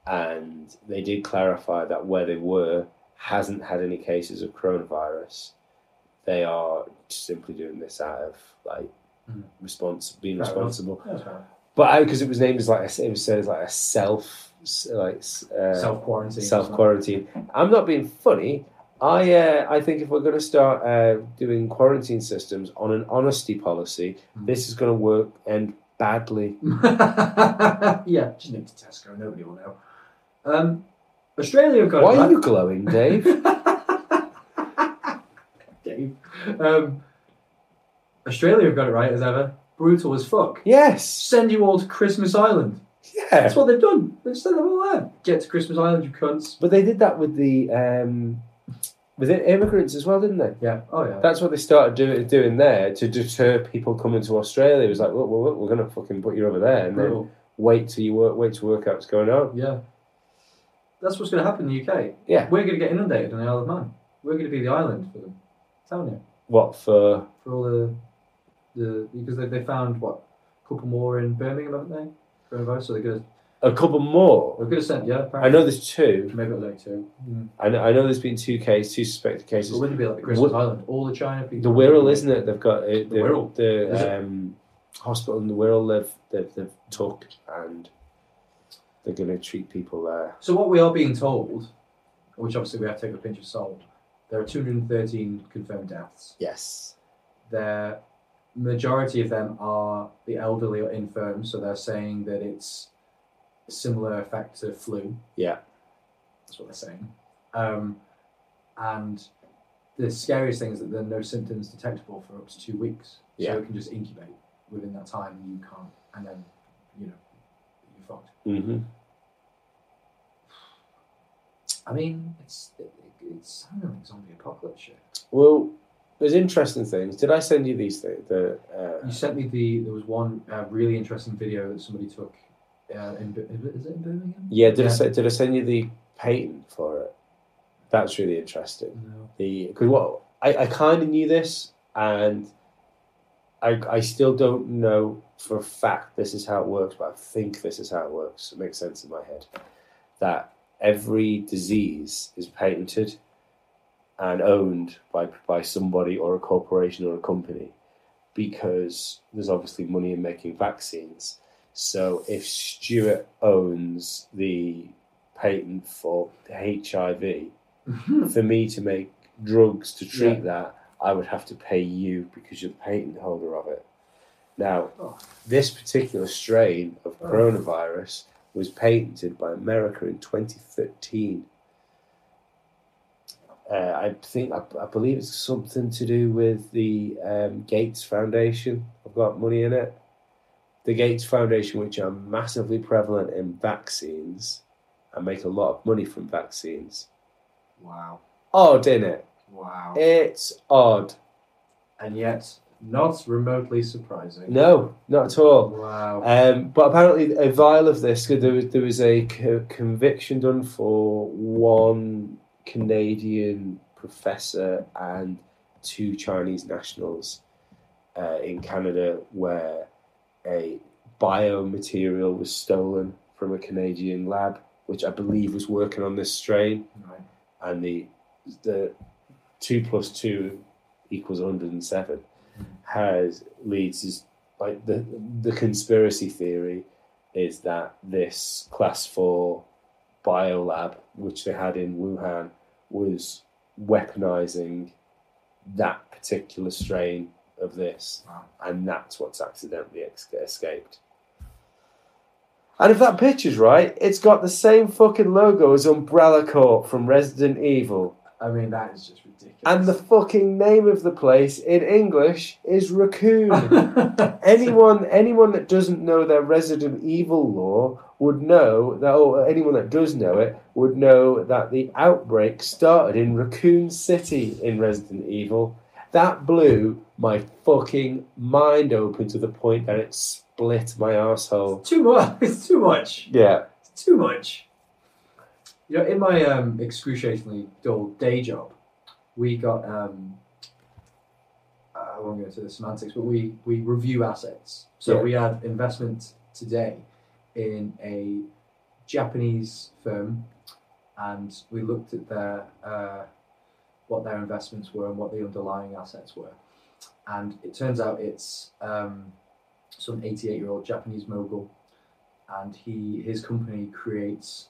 [SPEAKER 1] and they did clarify that where they were hasn't had any cases of coronavirus. They are simply doing this out of like
[SPEAKER 3] Mm.
[SPEAKER 1] response being
[SPEAKER 3] Fair enough.
[SPEAKER 1] responsible,
[SPEAKER 3] That's right.
[SPEAKER 1] but because it was named as like a, it was said as like a self s- like s- uh,
[SPEAKER 3] Self quarantine.
[SPEAKER 1] self quarantine. I'm not being funny. I uh, I think if we're going to start uh, doing quarantine systems on an honesty policy,
[SPEAKER 3] Mm.
[SPEAKER 1] this is going to work and badly.
[SPEAKER 3] yeah, just name to Tesco. Nobody will know. Um, Australia have got.
[SPEAKER 1] Why
[SPEAKER 3] it
[SPEAKER 1] are
[SPEAKER 3] right.
[SPEAKER 1] you glowing, Dave?
[SPEAKER 3] Dave. Um, Australia have got it right as ever. Brutal as fuck.
[SPEAKER 1] yes.
[SPEAKER 3] Send you all to Christmas Island.
[SPEAKER 1] Yeah.
[SPEAKER 3] That's what they've done. They've sent them all there. Get to Christmas Island, you cunts.
[SPEAKER 1] But they did that with the um, with the immigrants as well, didn't they?
[SPEAKER 3] Yeah. Oh yeah.
[SPEAKER 1] That's what they started do- doing there to deter people coming to Australia. It was like, look, look, we're going to fucking put you over there and then
[SPEAKER 3] Brutal.
[SPEAKER 1] wait till you work, wait to work out what's going on.
[SPEAKER 3] Yeah. That's what's going to happen in the UK.
[SPEAKER 1] Yeah.
[SPEAKER 3] We're going to get inundated on the Isle of Man. We're going to be the island for them. I'm telling you.
[SPEAKER 1] What for?
[SPEAKER 3] For all the the because they, they found what a couple more in Birmingham, haven't they? Coronavirus. So they're going to
[SPEAKER 1] A couple more.
[SPEAKER 3] they're going to send yeah.
[SPEAKER 1] I
[SPEAKER 3] Apparently.
[SPEAKER 1] know there's two.
[SPEAKER 3] Maybe it'll only two. Mm.
[SPEAKER 1] I know, I know there's been two cases, two suspected
[SPEAKER 3] It's
[SPEAKER 1] cases.
[SPEAKER 3] going to be like the Christmas
[SPEAKER 1] Wh-
[SPEAKER 3] Island. All the China
[SPEAKER 1] The
[SPEAKER 3] people.
[SPEAKER 1] Wirral, isn't it? They've got uh, the,
[SPEAKER 3] Wirral.
[SPEAKER 1] the,
[SPEAKER 3] Is it?
[SPEAKER 1] um, hospital in the Wirral. They've they've, they've took and they're going to treat people there.
[SPEAKER 3] So what we are being told, which obviously we have to take with a pinch of salt, there are 213 confirmed deaths.
[SPEAKER 1] Yes.
[SPEAKER 3] their majority of them are the elderly or infirm, so they're saying that it's similar effect to flu.
[SPEAKER 1] Yeah.
[SPEAKER 3] That's what they're saying. Um, and the scariest thing is that there are no symptoms detectable for up to two weeks.
[SPEAKER 1] Yeah.
[SPEAKER 3] So it can just incubate within that time and you can't, and then, you know, you're fucked.
[SPEAKER 1] Mm-hmm.
[SPEAKER 3] I mean, it's, it, it's sounding like zombie apocalypse shit.
[SPEAKER 1] Well, there's interesting things. Did I send you these things? The uh,
[SPEAKER 3] You sent me the, there was one uh, really interesting video that somebody took uh, in, Bir- is it in Birmingham?
[SPEAKER 1] yeah, did I
[SPEAKER 3] Yeah.
[SPEAKER 1] se- did I send you the patent for it? That's really interesting.
[SPEAKER 3] No.
[SPEAKER 1] the because what I, I kind of knew this and I, I still don't know for a fact this is how it works but i think this is how it works it makes sense in my head that every disease is patented and owned by by somebody or a corporation or a company because there's obviously money in making vaccines so if Stuart owns the patent for HIV for me to make drugs to treat
[SPEAKER 3] Yeah.
[SPEAKER 1] that, I would have to pay you because you're the patent holder of it. Now,
[SPEAKER 3] Oh.
[SPEAKER 1] this particular strain of
[SPEAKER 3] Oh.
[SPEAKER 1] coronavirus was patented by America in 2013. Uh, I think I, I believe it's something to do with the um, Gates Foundation. I've got money in it. The Gates Foundation, which are massively prevalent in vaccines and make a lot of money from vaccines.
[SPEAKER 3] Wow.
[SPEAKER 1] Odd, in it?
[SPEAKER 3] Wow.
[SPEAKER 1] Eh. It's odd.
[SPEAKER 3] and yet not remotely surprising.
[SPEAKER 1] No, not at all.
[SPEAKER 3] Wow.
[SPEAKER 1] Um, but apparently, a vial of this, 'cause there was, there was a co- conviction done for one Canadian professor and two Chinese nationals uh, in Canada where a biomaterial was stolen from a Canadian lab, which I believe was working on this strain.
[SPEAKER 3] Right.
[SPEAKER 1] and the the two plus two equals one hundred and seven has leads is like the the conspiracy theory is that this class four biolab which they had in Wuhan was weaponizing that particular strain of this
[SPEAKER 3] Wow.
[SPEAKER 1] and that's what's accidentally ex- escaped. And if that picture's right, it's got the same fucking logo as Umbrella Corp from Resident Evil.
[SPEAKER 3] I mean, that is just ridiculous.
[SPEAKER 1] And the fucking name of the place in English is Raccoon.
[SPEAKER 3] the
[SPEAKER 1] anyone anyone that doesn't know their Resident Evil lore would know that or anyone that does know it would know that the outbreak started in Raccoon City in Resident Evil. That blew my fucking mind open to the point that it split my asshole.
[SPEAKER 3] too much. It's too much.
[SPEAKER 1] Yeah.
[SPEAKER 3] It's too much. You know, in my um, excruciatingly dull day job, we got. Um, I won't go into the semantics, but we we review assets. So
[SPEAKER 1] Yeah.
[SPEAKER 3] we had investment today in a Japanese firm, and we looked at their uh, what their investments were and what the underlying assets were. And it turns out it's um, some 88 year old Japanese mogul, and he his company creates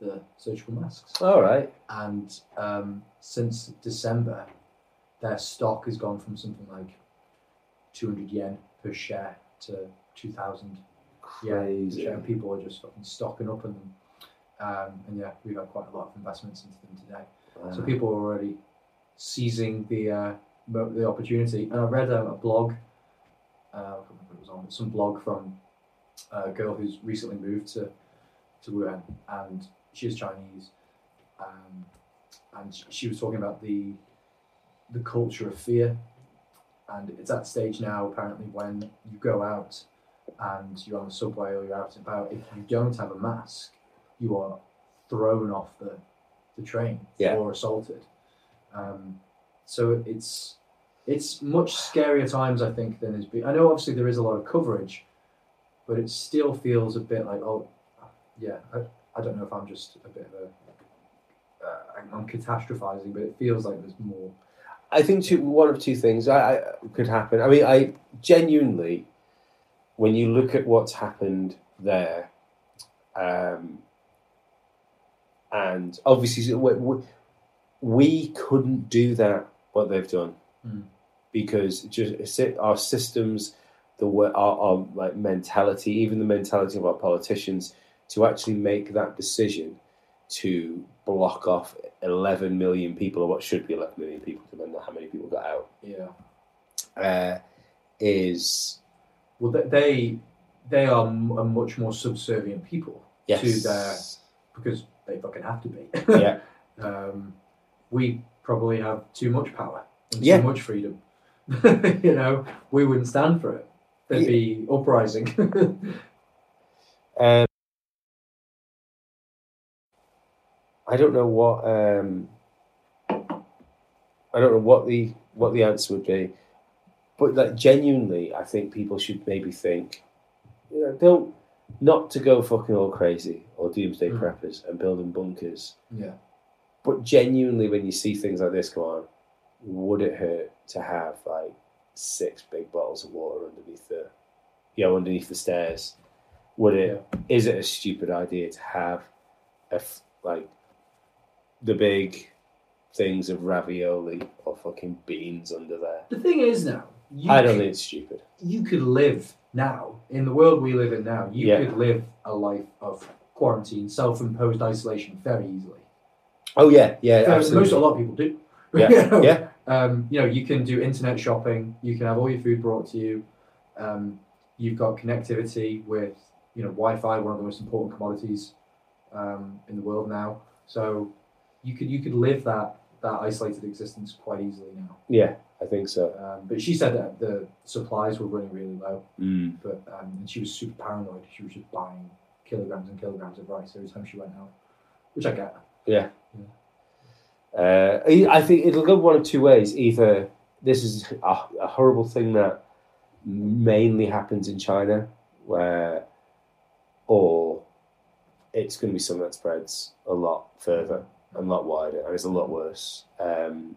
[SPEAKER 3] the surgical masks.
[SPEAKER 1] All right.
[SPEAKER 3] And um, since December, their stock has gone from something like 200 yen per share to 2,000 yen per
[SPEAKER 1] Crazy.
[SPEAKER 3] share. People are just fucking stocking up on them. Um, and yeah, we've had quite a lot of investments into them today. So
[SPEAKER 1] Wow.
[SPEAKER 3] people are already seizing the uh, mo- the opportunity. And I read um, a blog, uh, I can't remember what it was on, but some blog from a girl who's recently moved to to Wuhan, and she's Chinese, um, and sh- she was talking about the the culture of fear, and it's that stage now apparently when you go out and you're on the subway or you're out and about, if you don't have a mask, you are thrown off the the train
[SPEAKER 1] Yeah.
[SPEAKER 3] or assaulted. Um, so it's it's much scarier times I think than is. Be- I know obviously there is a lot of coverage, but it still feels a bit like oh, yeah. I, I don't know if I'm just a bit of a uh, I'm- I'm catastrophizing, but it feels like there's more.
[SPEAKER 1] I think two, one of two things I, I, could happen. I mean, I genuinely, when you look at what's happened there, um, and obviously we, we- we couldn't do that what they've done
[SPEAKER 3] Mm.
[SPEAKER 1] because just si- our systems, the way our, our like mentality, even the mentality of our politicians to actually make that decision to block off 11 million people, or what should be 11 million people, depending on how many people got out,
[SPEAKER 3] Yeah.
[SPEAKER 1] uh, is
[SPEAKER 3] Well, th- they they are m- a much more subservient people
[SPEAKER 1] yes,
[SPEAKER 3] to their because they fucking have to be.
[SPEAKER 1] yeah,
[SPEAKER 3] um, we probably have too much power and
[SPEAKER 1] Yeah.
[SPEAKER 3] too much freedom. you know, we wouldn't stand for it. There'd
[SPEAKER 1] Yeah.
[SPEAKER 3] be uprising.
[SPEAKER 1] Um, I don't know what um, I don't know what the what the answer would be, but like genuinely, I think people should maybe think, you know, don't not to go fucking all crazy or doomsday
[SPEAKER 3] Mm.
[SPEAKER 1] preppers and building bunkers,
[SPEAKER 3] yeah.
[SPEAKER 1] but genuinely, when you see things like this go on, would it hurt to have like six big bottles of water underneath the, you know, underneath the stairs? Would it? Is it a stupid idea to have a f- like the big things of ravioli or fucking beans under there?
[SPEAKER 3] The thing is now, you
[SPEAKER 1] I don't
[SPEAKER 3] could-
[SPEAKER 1] think it's stupid.
[SPEAKER 3] you could live now in the world we live in now. You
[SPEAKER 1] Yeah.
[SPEAKER 3] could live a life of quarantine, self-imposed isolation very easily.
[SPEAKER 1] Oh yeah, yeah,
[SPEAKER 3] Fair- most a
[SPEAKER 1] absolutely.
[SPEAKER 3] lot of people do.
[SPEAKER 1] Yeah,
[SPEAKER 3] You know,
[SPEAKER 1] yeah.
[SPEAKER 3] Um, you know, you can do internet shopping. You can have all your food brought to you. Um, you've got connectivity with you know Wi-Fi, one of the most important commodities um, in the world now. So you could you could live that that isolated existence quite easily now.
[SPEAKER 1] Yeah, I think so.
[SPEAKER 3] Um, but she said that the supplies were running really low,
[SPEAKER 1] Mm.
[SPEAKER 3] but um, and she was super paranoid. She was just buying kilograms and kilograms of rice every time she went out, which I get.
[SPEAKER 1] Uh, I I think it'll go one of two ways. Either this is a, a horrible thing that mainly happens in China, where, or it's going to be something that spreads a lot further and a lot wider, and it's a lot worse. Um,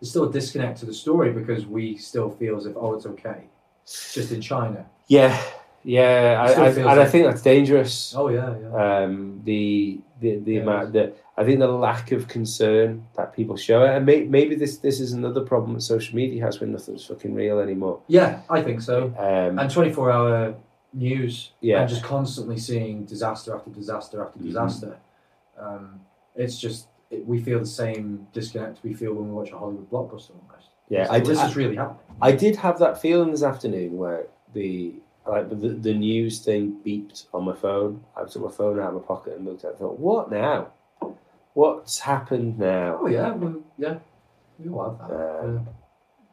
[SPEAKER 3] there's still a disconnect to the story because we still feel as if oh it's okay It's just in china
[SPEAKER 1] yeah, yeah,
[SPEAKER 3] It
[SPEAKER 1] I,
[SPEAKER 3] still
[SPEAKER 1] I,
[SPEAKER 3] feels
[SPEAKER 1] and I
[SPEAKER 3] like-
[SPEAKER 1] think that's dangerous.
[SPEAKER 3] oh yeah yeah
[SPEAKER 1] um, the the the
[SPEAKER 3] Yeah.
[SPEAKER 1] amount that I think the lack of concern that people show, and may, maybe this this is another problem that social media has when nothing's fucking real anymore.
[SPEAKER 3] yeah i think so
[SPEAKER 1] Um,
[SPEAKER 3] and 24 hour news
[SPEAKER 1] Yeah.
[SPEAKER 3] and just constantly seeing disaster after disaster after
[SPEAKER 1] Mhm.
[SPEAKER 3] disaster um, it's just it, we feel the same disconnect we feel when we watch a hollywood blockbuster almost
[SPEAKER 1] yeah,
[SPEAKER 3] It's
[SPEAKER 1] I,
[SPEAKER 3] like,
[SPEAKER 1] did,
[SPEAKER 3] this
[SPEAKER 1] I,
[SPEAKER 3] is really happening
[SPEAKER 1] I did have that feeling this afternoon where the like the, the news thing beeped on my phone. I took my phone out of my pocket and looked at it. and thought, what now? What's happened now?
[SPEAKER 3] oh yeah well, yeah we all have that
[SPEAKER 1] Uh,
[SPEAKER 3] yeah.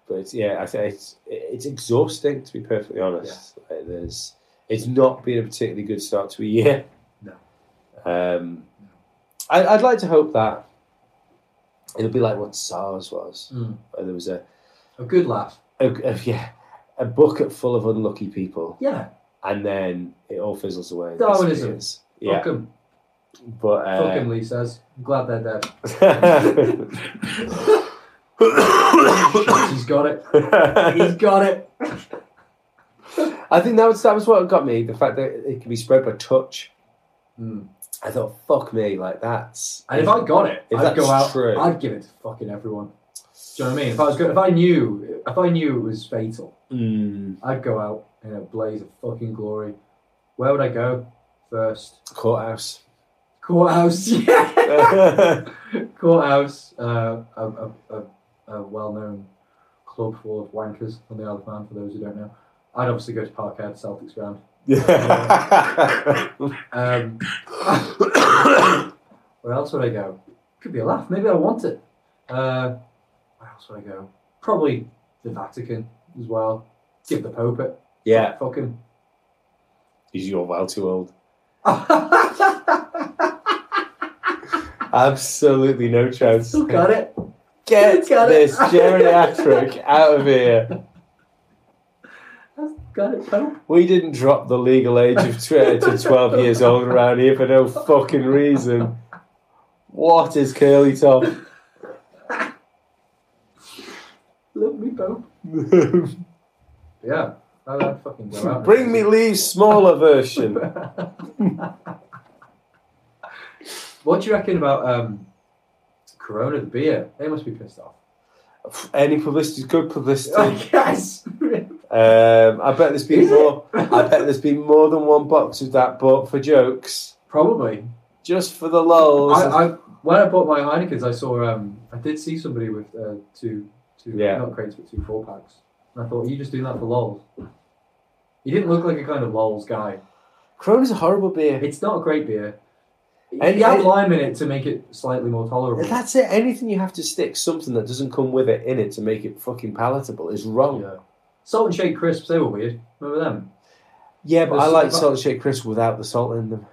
[SPEAKER 1] but it's, yeah, I think it's it's exhausting to be perfectly honest. Like, there's it's not been a particularly good start to a year.
[SPEAKER 3] No.
[SPEAKER 1] Um,
[SPEAKER 3] No.
[SPEAKER 1] I, I'd like to hope that it'll be like what SARS was.
[SPEAKER 3] Mm.
[SPEAKER 1] Where there was a,
[SPEAKER 3] a good laugh
[SPEAKER 1] a, a yeah a bucket full of unlucky people,
[SPEAKER 3] yeah
[SPEAKER 1] and then it all fizzles away. and
[SPEAKER 3] Darwinism.
[SPEAKER 1] disappears. Yeah,
[SPEAKER 3] fuck 'em.
[SPEAKER 1] but
[SPEAKER 3] Fuck 'em,
[SPEAKER 1] uh,
[SPEAKER 3] lee says i'm glad they're dead he's got it he's got it
[SPEAKER 1] I think that was that was what got me. The fact that it can be spread by touch.
[SPEAKER 3] Mm.
[SPEAKER 1] I thought, fuck me, like that's.
[SPEAKER 3] And if I got it,
[SPEAKER 1] If
[SPEAKER 3] I'd go
[SPEAKER 1] that's
[SPEAKER 3] out.
[SPEAKER 1] true.
[SPEAKER 3] I'd give it to fucking everyone. Do you know what I mean? If I was good, if I knew, if I knew it was fatal,
[SPEAKER 1] Mm,
[SPEAKER 3] I'd go out in a blaze of fucking glory. Where would I go first?
[SPEAKER 1] courthouse.
[SPEAKER 3] Courthouse, yeah.
[SPEAKER 1] yeah,
[SPEAKER 3] Courthouse, uh, a, a, a, a well-known club full of wankers on the Isle of Man. For those who don't know, I'd obviously go to Parkhead, Celtics ground. Um, Where else would I go? Could be a laugh. Maybe I want it. Uh, where else would I go? Probably the Vatican as well. Give the Pope it.
[SPEAKER 1] yeah.
[SPEAKER 3] Fuck him.
[SPEAKER 1] Is you're well too old. Absolutely no chance.
[SPEAKER 3] Still got it.
[SPEAKER 1] Get
[SPEAKER 3] Got it.
[SPEAKER 1] this geriatric out of here.
[SPEAKER 3] Got it, Pope.
[SPEAKER 1] We didn't drop the legal age of tw- uh, to 12 years old around here for no fucking reason. What is Curly Top?
[SPEAKER 3] Love me, Pope.
[SPEAKER 1] Bring
[SPEAKER 3] Yeah. I don't fucking go out.
[SPEAKER 1] me Lee's smaller version.
[SPEAKER 3] What do you reckon about um, Corona, the beer? They must be pissed off.
[SPEAKER 1] Any publicity is good publicity.
[SPEAKER 3] yes.
[SPEAKER 1] Um, I bet there's been
[SPEAKER 3] Is it?
[SPEAKER 1] more. I bet there's been more than one box of that bought for jokes,
[SPEAKER 3] Probably.
[SPEAKER 1] just for the lulz.
[SPEAKER 3] I, I when I bought my Heinekens, I saw um, I did see somebody with uh, two two
[SPEAKER 1] Yeah.
[SPEAKER 3] not crates but two four packs, and I thought you just doing that for lols. He didn't look like a kind of lols guy.
[SPEAKER 1] Crona's a horrible beer.
[SPEAKER 3] It's not a great beer. You
[SPEAKER 1] And-
[SPEAKER 3] add
[SPEAKER 1] and-
[SPEAKER 3] lime in it to make it slightly more tolerable.
[SPEAKER 1] That's it. Anything you have to stick something that doesn't come with it in it to make it fucking palatable is wrong. Yeah,
[SPEAKER 3] Oh, Yeah. Salt and shake crisps, they were weird. Remember them?
[SPEAKER 1] but I
[SPEAKER 3] There's-
[SPEAKER 1] like salt and shake crisps without the salt in them.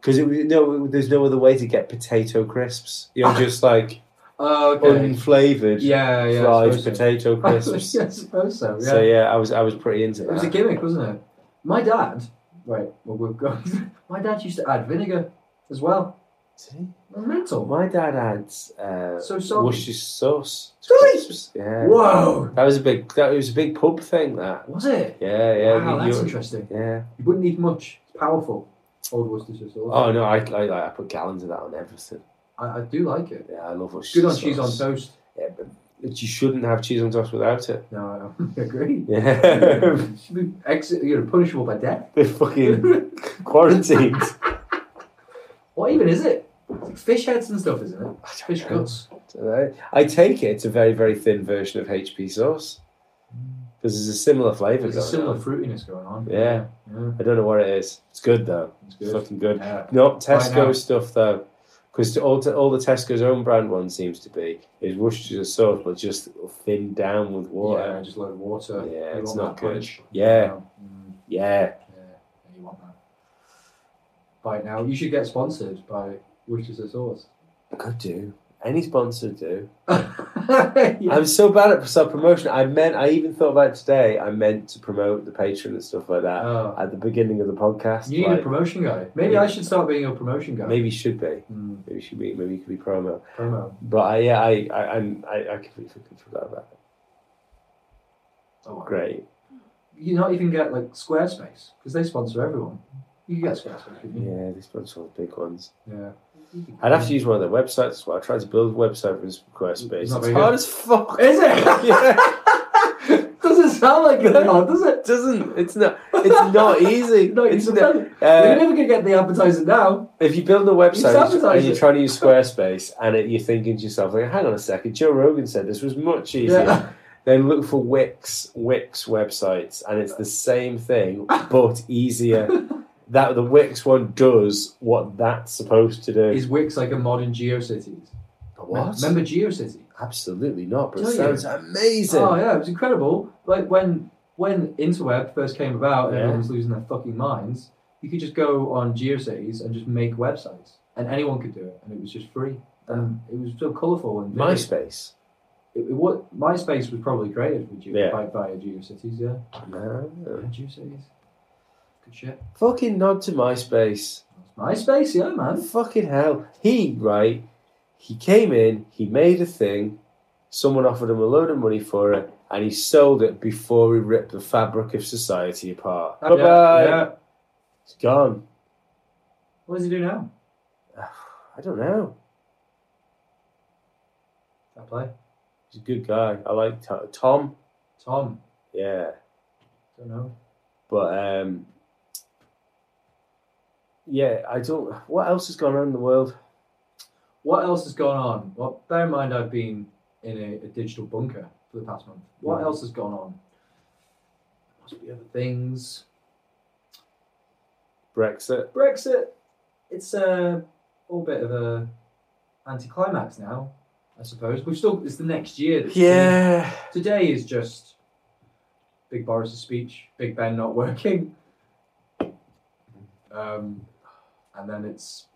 [SPEAKER 1] Because it was- no, there's no other way to get potato crisps. You're just like
[SPEAKER 3] Oh, okay.
[SPEAKER 1] unflavored
[SPEAKER 3] yeah, yeah. I
[SPEAKER 1] fried
[SPEAKER 3] suppose so.
[SPEAKER 1] potato crisps.
[SPEAKER 3] yeah, I suppose so. Yeah.
[SPEAKER 1] So yeah, I was I was pretty into
[SPEAKER 3] It was a
[SPEAKER 1] that.
[SPEAKER 3] gimmick, wasn't it? My dad, right, well, we've got, my dad used to add vinegar as well.
[SPEAKER 1] See?
[SPEAKER 3] Mental.
[SPEAKER 1] My dad adds uh,
[SPEAKER 3] So salty.
[SPEAKER 1] Worcestershire sauce. to
[SPEAKER 3] Really?
[SPEAKER 1] crisps. Yeah.
[SPEAKER 3] Whoa!
[SPEAKER 1] That was a big. That was a big pub thing. That.
[SPEAKER 3] Was it?
[SPEAKER 1] Yeah, yeah.
[SPEAKER 3] wow,
[SPEAKER 1] you-
[SPEAKER 3] that's
[SPEAKER 1] you-
[SPEAKER 3] interesting.
[SPEAKER 1] yeah.
[SPEAKER 3] You wouldn't need much. It's powerful. Old Worcestershire sauce.
[SPEAKER 1] Oh no, I, I I put gallons of that on everything.
[SPEAKER 3] I, I do like it.
[SPEAKER 1] Yeah, I love Oh. Worcestershire
[SPEAKER 3] Good on
[SPEAKER 1] sauce.
[SPEAKER 3] cheese on toast.
[SPEAKER 1] Yeah, but you shouldn't have cheese on toast without it.
[SPEAKER 3] No, I agree.
[SPEAKER 1] Yeah.
[SPEAKER 3] Should be ex- you're punishable by death.
[SPEAKER 1] They're fucking quarantined.
[SPEAKER 3] What even is it? It's like fish heads and stuff, isn't it?
[SPEAKER 1] don't
[SPEAKER 3] Fish
[SPEAKER 1] know.
[SPEAKER 3] guts.
[SPEAKER 1] I- uh, I take it. It's a very very thin version of HP sauce because there's a similar flavour.
[SPEAKER 3] There's a
[SPEAKER 1] going on.
[SPEAKER 3] similar fruitiness going on.
[SPEAKER 1] Yeah.
[SPEAKER 3] Yeah,
[SPEAKER 1] I don't know what it is. It's good though.
[SPEAKER 3] it's
[SPEAKER 1] It's
[SPEAKER 3] good.
[SPEAKER 1] fucking good.
[SPEAKER 3] Yeah.
[SPEAKER 1] Not
[SPEAKER 3] Right now.
[SPEAKER 1] Tesco stuff though, because all, all the Tesco's own brand one seems to be is Worcestershire sauce, but just thinned down with
[SPEAKER 3] Yeah,
[SPEAKER 1] water.
[SPEAKER 3] just a load of water.
[SPEAKER 1] Yeah,
[SPEAKER 3] You
[SPEAKER 1] it's
[SPEAKER 3] want
[SPEAKER 1] not
[SPEAKER 3] that
[SPEAKER 1] good.
[SPEAKER 3] punch.
[SPEAKER 1] Yeah.
[SPEAKER 3] Mm,
[SPEAKER 1] Yeah,
[SPEAKER 3] yeah, yeah, you want that. Right now, you should get sponsored by Worcestershire Sauce.
[SPEAKER 1] I could do. Any sponsor would do.
[SPEAKER 3] yeah.
[SPEAKER 1] I'm so bad at self promotion. I meant I even thought about it today. I meant to promote the patron and stuff like that
[SPEAKER 3] Oh.
[SPEAKER 1] at the beginning of the podcast.
[SPEAKER 3] You need
[SPEAKER 1] like,
[SPEAKER 3] a promotion guy. Maybe I should start being a promotion guy.
[SPEAKER 1] maybe should be.
[SPEAKER 3] Mm,
[SPEAKER 1] Maybe should be. Maybe it could be promo.
[SPEAKER 3] promo.
[SPEAKER 1] But I, yeah, I I I'm- I, I completely fucking forgot about that.
[SPEAKER 3] Oh, wow.
[SPEAKER 1] Great.
[SPEAKER 3] You not even get like Squarespace because they sponsor everyone. You can get Squarespace, couldn't you?
[SPEAKER 1] Yeah, they sponsor all the big ones.
[SPEAKER 3] Yeah.
[SPEAKER 1] I'd have to use one of their websites as well. I tried to build a website for Squarespace. It's
[SPEAKER 3] Not
[SPEAKER 1] hard
[SPEAKER 3] very good.
[SPEAKER 1] as fuck.
[SPEAKER 3] Is it?
[SPEAKER 1] yeah,
[SPEAKER 3] Doesn't sound like it, no, does it?
[SPEAKER 1] it doesn't. It's not. It's not easy.
[SPEAKER 3] No,
[SPEAKER 1] it's
[SPEAKER 3] you
[SPEAKER 1] not,
[SPEAKER 3] We're
[SPEAKER 1] uh,
[SPEAKER 3] never gonna get the advertiser now.
[SPEAKER 1] if you build a
[SPEAKER 3] sabotage
[SPEAKER 1] website and
[SPEAKER 3] it.
[SPEAKER 1] you're trying to use Squarespace, and it, you're thinking to yourself, like, "Hang on a second, Joe Rogan said this was much easier."
[SPEAKER 3] Yeah.
[SPEAKER 1] Then look for Wix Wix websites, and it's the same thing but easier. that the Wix one does what that's supposed to do.
[SPEAKER 3] Is Wix like a modern GeoCities?
[SPEAKER 1] what?
[SPEAKER 3] Remember GeoCity?
[SPEAKER 1] Absolutely not. But
[SPEAKER 3] Do
[SPEAKER 1] it
[SPEAKER 3] you?
[SPEAKER 1] sounds amazing.
[SPEAKER 3] Oh yeah, it was incredible. Like when when interweb first came about and
[SPEAKER 1] Yeah.
[SPEAKER 3] everyone was losing their fucking minds, you could just go on GeoCities and just make websites, and anyone could do it, and it was just free. And it was so colourful and vivid.
[SPEAKER 1] MySpace.
[SPEAKER 3] It, it, what MySpace was probably created with Geo,
[SPEAKER 1] Yeah.
[SPEAKER 3] by, by GeoCities, yeah. yeah.
[SPEAKER 1] No.
[SPEAKER 3] GeoCities, good shit.
[SPEAKER 1] Fucking nod to MySpace.
[SPEAKER 3] MySpace, yeah, man.
[SPEAKER 1] Fucking hell. He, right, he came in, he made a thing, someone offered him a load of money for it, and he sold it before he ripped the fabric of society apart. Bye bye.
[SPEAKER 3] Yeah, yeah.
[SPEAKER 1] It's gone.
[SPEAKER 3] What does he do now?
[SPEAKER 1] I don't know.
[SPEAKER 3] I play
[SPEAKER 1] He's a good guy. I like To- Tom.
[SPEAKER 3] Tom.
[SPEAKER 1] Yeah.
[SPEAKER 3] Don't know.
[SPEAKER 1] But, um, yeah, I don't. What else has gone on in the world?
[SPEAKER 3] What else has gone on? Well, bear in mind I've been in a, a digital bunker for the past month. What
[SPEAKER 1] Mhm.
[SPEAKER 3] else has gone on? Must be other things.
[SPEAKER 1] Brexit.
[SPEAKER 3] Brexit. It's a all bit of a anticlimax now, I suppose. We've still it's the next year. that's-
[SPEAKER 1] Yeah.
[SPEAKER 3] Today is just Big Boris's speech, Big Ben not working. Um, and then it's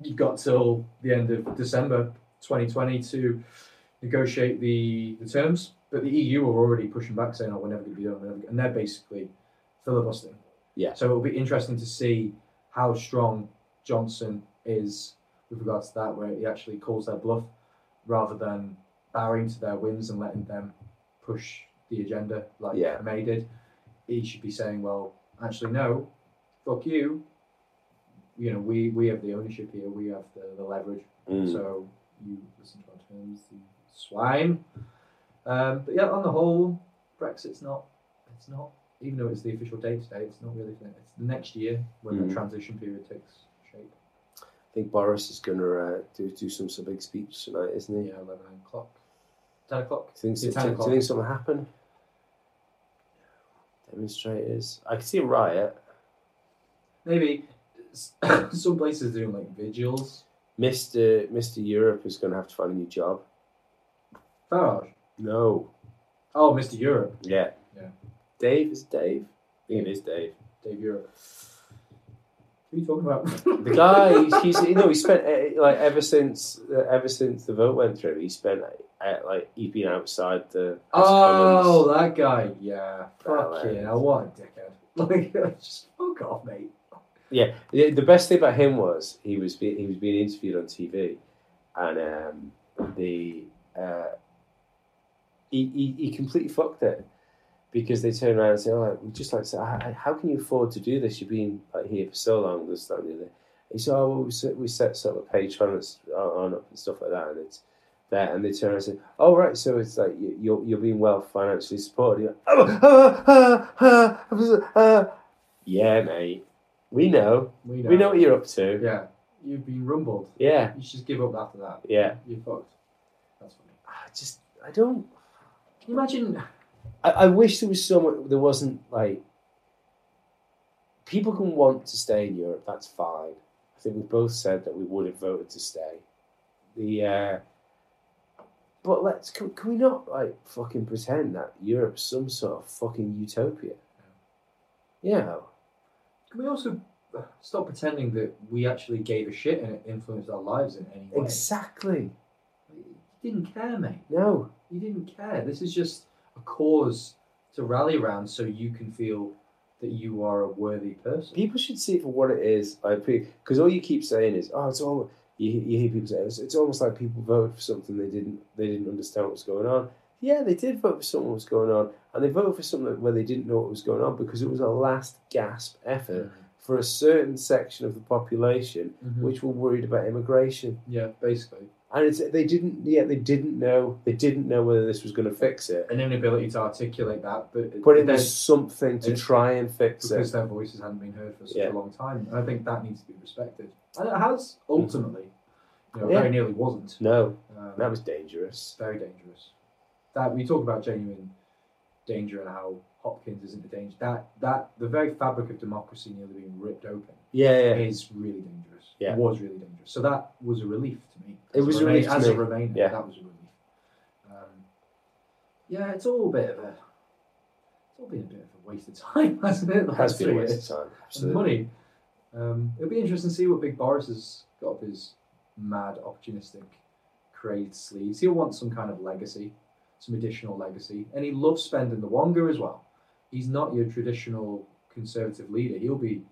[SPEAKER 3] you've got till the end of December 2020 to negotiate the, the terms. But the EU are already pushing back, saying, "Oh, we're never going to be done," we're never gonna-" and they're basically filibustering.
[SPEAKER 1] Yeah.
[SPEAKER 3] So it'll be interesting to see how strong Johnson is with regards to that, where he actually calls their bluff rather than bowing to their whims and letting them push the agenda like
[SPEAKER 1] Yeah.
[SPEAKER 3] May did. He should be saying, "Well, actually, no, fuck you. You know, we we have the ownership here. We have the, the leverage.
[SPEAKER 1] Mm.
[SPEAKER 3] So you listen to our terms, you swine." Um, but yeah, on the whole, Brexit's not. It's not. Even though it's the official date today, it's not really. It's the next year when
[SPEAKER 1] Mhm.
[SPEAKER 3] the transition period takes shape.
[SPEAKER 1] I think Boris is going to uh, do do some, some big speech tonight, isn't he?
[SPEAKER 3] Yeah, eleven o'clock, ten o'clock.
[SPEAKER 1] Do you think,
[SPEAKER 3] Yeah,
[SPEAKER 1] so-
[SPEAKER 3] ten
[SPEAKER 1] do, do
[SPEAKER 3] o'clock.
[SPEAKER 1] you think something will happen? Demonstrators. I could see a riot.
[SPEAKER 3] Maybe s- some places doing like vigils.
[SPEAKER 1] Mister Mister Europe is going to have to find a new job.
[SPEAKER 3] Farage.
[SPEAKER 1] No.
[SPEAKER 3] Oh, Mr. Europe,
[SPEAKER 1] Yeah.
[SPEAKER 3] Yeah.
[SPEAKER 1] Dave is it Dave. I think it is Dave.
[SPEAKER 3] Dave Europe. Who are you talking about?
[SPEAKER 1] The guy, he's, he's you know, he spent eh, like ever since uh, ever since the vote went through, he spent uh, like he's been outside the. House
[SPEAKER 3] Oh,
[SPEAKER 1] Commons.
[SPEAKER 3] that guy. Yeah.
[SPEAKER 1] That
[SPEAKER 3] Fucking
[SPEAKER 1] lad.
[SPEAKER 3] hell, what a dickhead. Like, just fuck off, mate.
[SPEAKER 1] Yeah, the, the best thing about him was he was be, he was being interviewed on TV, and um, the uh, he, he he completely fucked it because they turned around and said, "All right, we just like to say, "How- how can you afford to do this? You've been like here for so long, this that and the other." He said, "Oh, well, we set, we set sort of Patreon and st- on up and stuff like that, and it's." That, and they turn around and say, "Oh right, so it's like you, you're you're being well financially supported." You're, oh, oh, oh, oh, oh, oh." Yeah, mate, we know.
[SPEAKER 3] We know.
[SPEAKER 1] We know what you're up to.
[SPEAKER 3] Yeah. You've been rumbled.
[SPEAKER 1] Yeah,
[SPEAKER 3] You should just give up after that.
[SPEAKER 1] yeah.
[SPEAKER 3] You're fucked. That's funny.
[SPEAKER 1] I just, I don't.
[SPEAKER 3] Can you imagine?
[SPEAKER 1] I, I wish there was so much. There wasn't like. People can want to stay in Europe. That's fine. I think we both said that we would have voted to stay. The. Uh, but let's can, can we not like fucking pretend that Europe's some sort of fucking utopia? Yeah.
[SPEAKER 3] Can we also stop pretending that we actually gave a shit and it influenced our lives in any way?
[SPEAKER 1] Exactly.
[SPEAKER 3] You didn't care, mate.
[SPEAKER 1] No.
[SPEAKER 3] You didn't care. This is just a cause to rally around so you can feel that you are a worthy person.
[SPEAKER 1] People should see it for what it is. Like, because all you keep saying is, "Oh, it's all." You, you hear people say it's, it's almost like people voted for something they didn't they didn't understand what was going on. Yeah, they did vote for something that was going on, and they voted for something where they didn't know what was going on because it was a last gasp effort for a certain section of the population
[SPEAKER 3] Mhm.
[SPEAKER 1] which were worried about immigration,
[SPEAKER 3] Yeah, basically.
[SPEAKER 1] and it's they didn't yeah they didn't know they didn't know whether this was going to fix it,
[SPEAKER 3] An inability to articulate that, but
[SPEAKER 1] but it
[SPEAKER 3] then-
[SPEAKER 1] was something to
[SPEAKER 3] it-
[SPEAKER 1] try and fix
[SPEAKER 3] because
[SPEAKER 1] it.
[SPEAKER 3] their voices hadn't been heard for such
[SPEAKER 1] Yeah.
[SPEAKER 3] a long time. And I think that needs to be respected. And it has ultimately. You know,
[SPEAKER 1] Yeah.
[SPEAKER 3] Very nearly wasn't.
[SPEAKER 1] No,
[SPEAKER 3] Um,
[SPEAKER 1] that was dangerous.
[SPEAKER 3] It's very dangerous. That we talk about genuine danger and how Hopkins isn't a danger. That that the very fabric of democracy nearly being ripped open
[SPEAKER 1] Yeah, yeah.
[SPEAKER 3] is really dangerous.
[SPEAKER 1] Yeah.
[SPEAKER 3] It was really dangerous. So that was a relief to me.
[SPEAKER 1] It
[SPEAKER 3] As
[SPEAKER 1] was a
[SPEAKER 3] Remain-
[SPEAKER 1] relief to
[SPEAKER 3] as
[SPEAKER 1] me.
[SPEAKER 3] a Remainer.
[SPEAKER 1] Yeah.
[SPEAKER 3] That was a relief. Um, yeah, it's all a bit of a. It's all been a bit of a waste of time, hasn't it? The
[SPEAKER 1] has
[SPEAKER 3] last
[SPEAKER 1] been a
[SPEAKER 3] three
[SPEAKER 1] waste
[SPEAKER 3] years.
[SPEAKER 1] of time.
[SPEAKER 3] And
[SPEAKER 1] Absolutely.
[SPEAKER 3] money. Um, it'll be interesting to see what Big Boris has got up his mad, opportunistic, crazed sleeves. He'll want some kind of legacy, some additional legacy, and he loves spending the wonga as well. He's not your traditional conservative leader. He'll be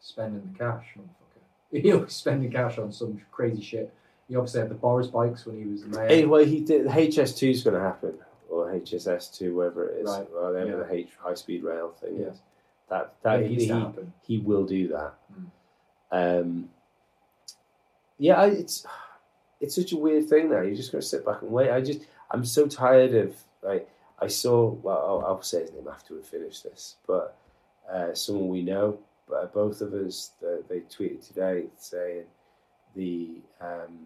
[SPEAKER 3] spending the cash, motherfucker. He'll be spending cash on some crazy shit. He obviously had the Boris bikes when he was the mayor.
[SPEAKER 1] Anyway, he did, HS2 is going to happen, or HSS2, wherever it is,
[SPEAKER 3] Right.
[SPEAKER 1] or whatever
[SPEAKER 3] Yeah.
[SPEAKER 1] the H, high speed rail thing
[SPEAKER 3] Yeah.
[SPEAKER 1] is. That, that
[SPEAKER 3] that needs
[SPEAKER 1] he,
[SPEAKER 3] to happen.
[SPEAKER 1] he will do that. Um, yeah, I, it's it's such a weird thing now. You just got to sit back and wait. I just I'm so tired of like I saw. Well, I'll, I'll say his name after we finish this, but uh, someone we know, uh, both of us, uh, they tweeted today saying the um,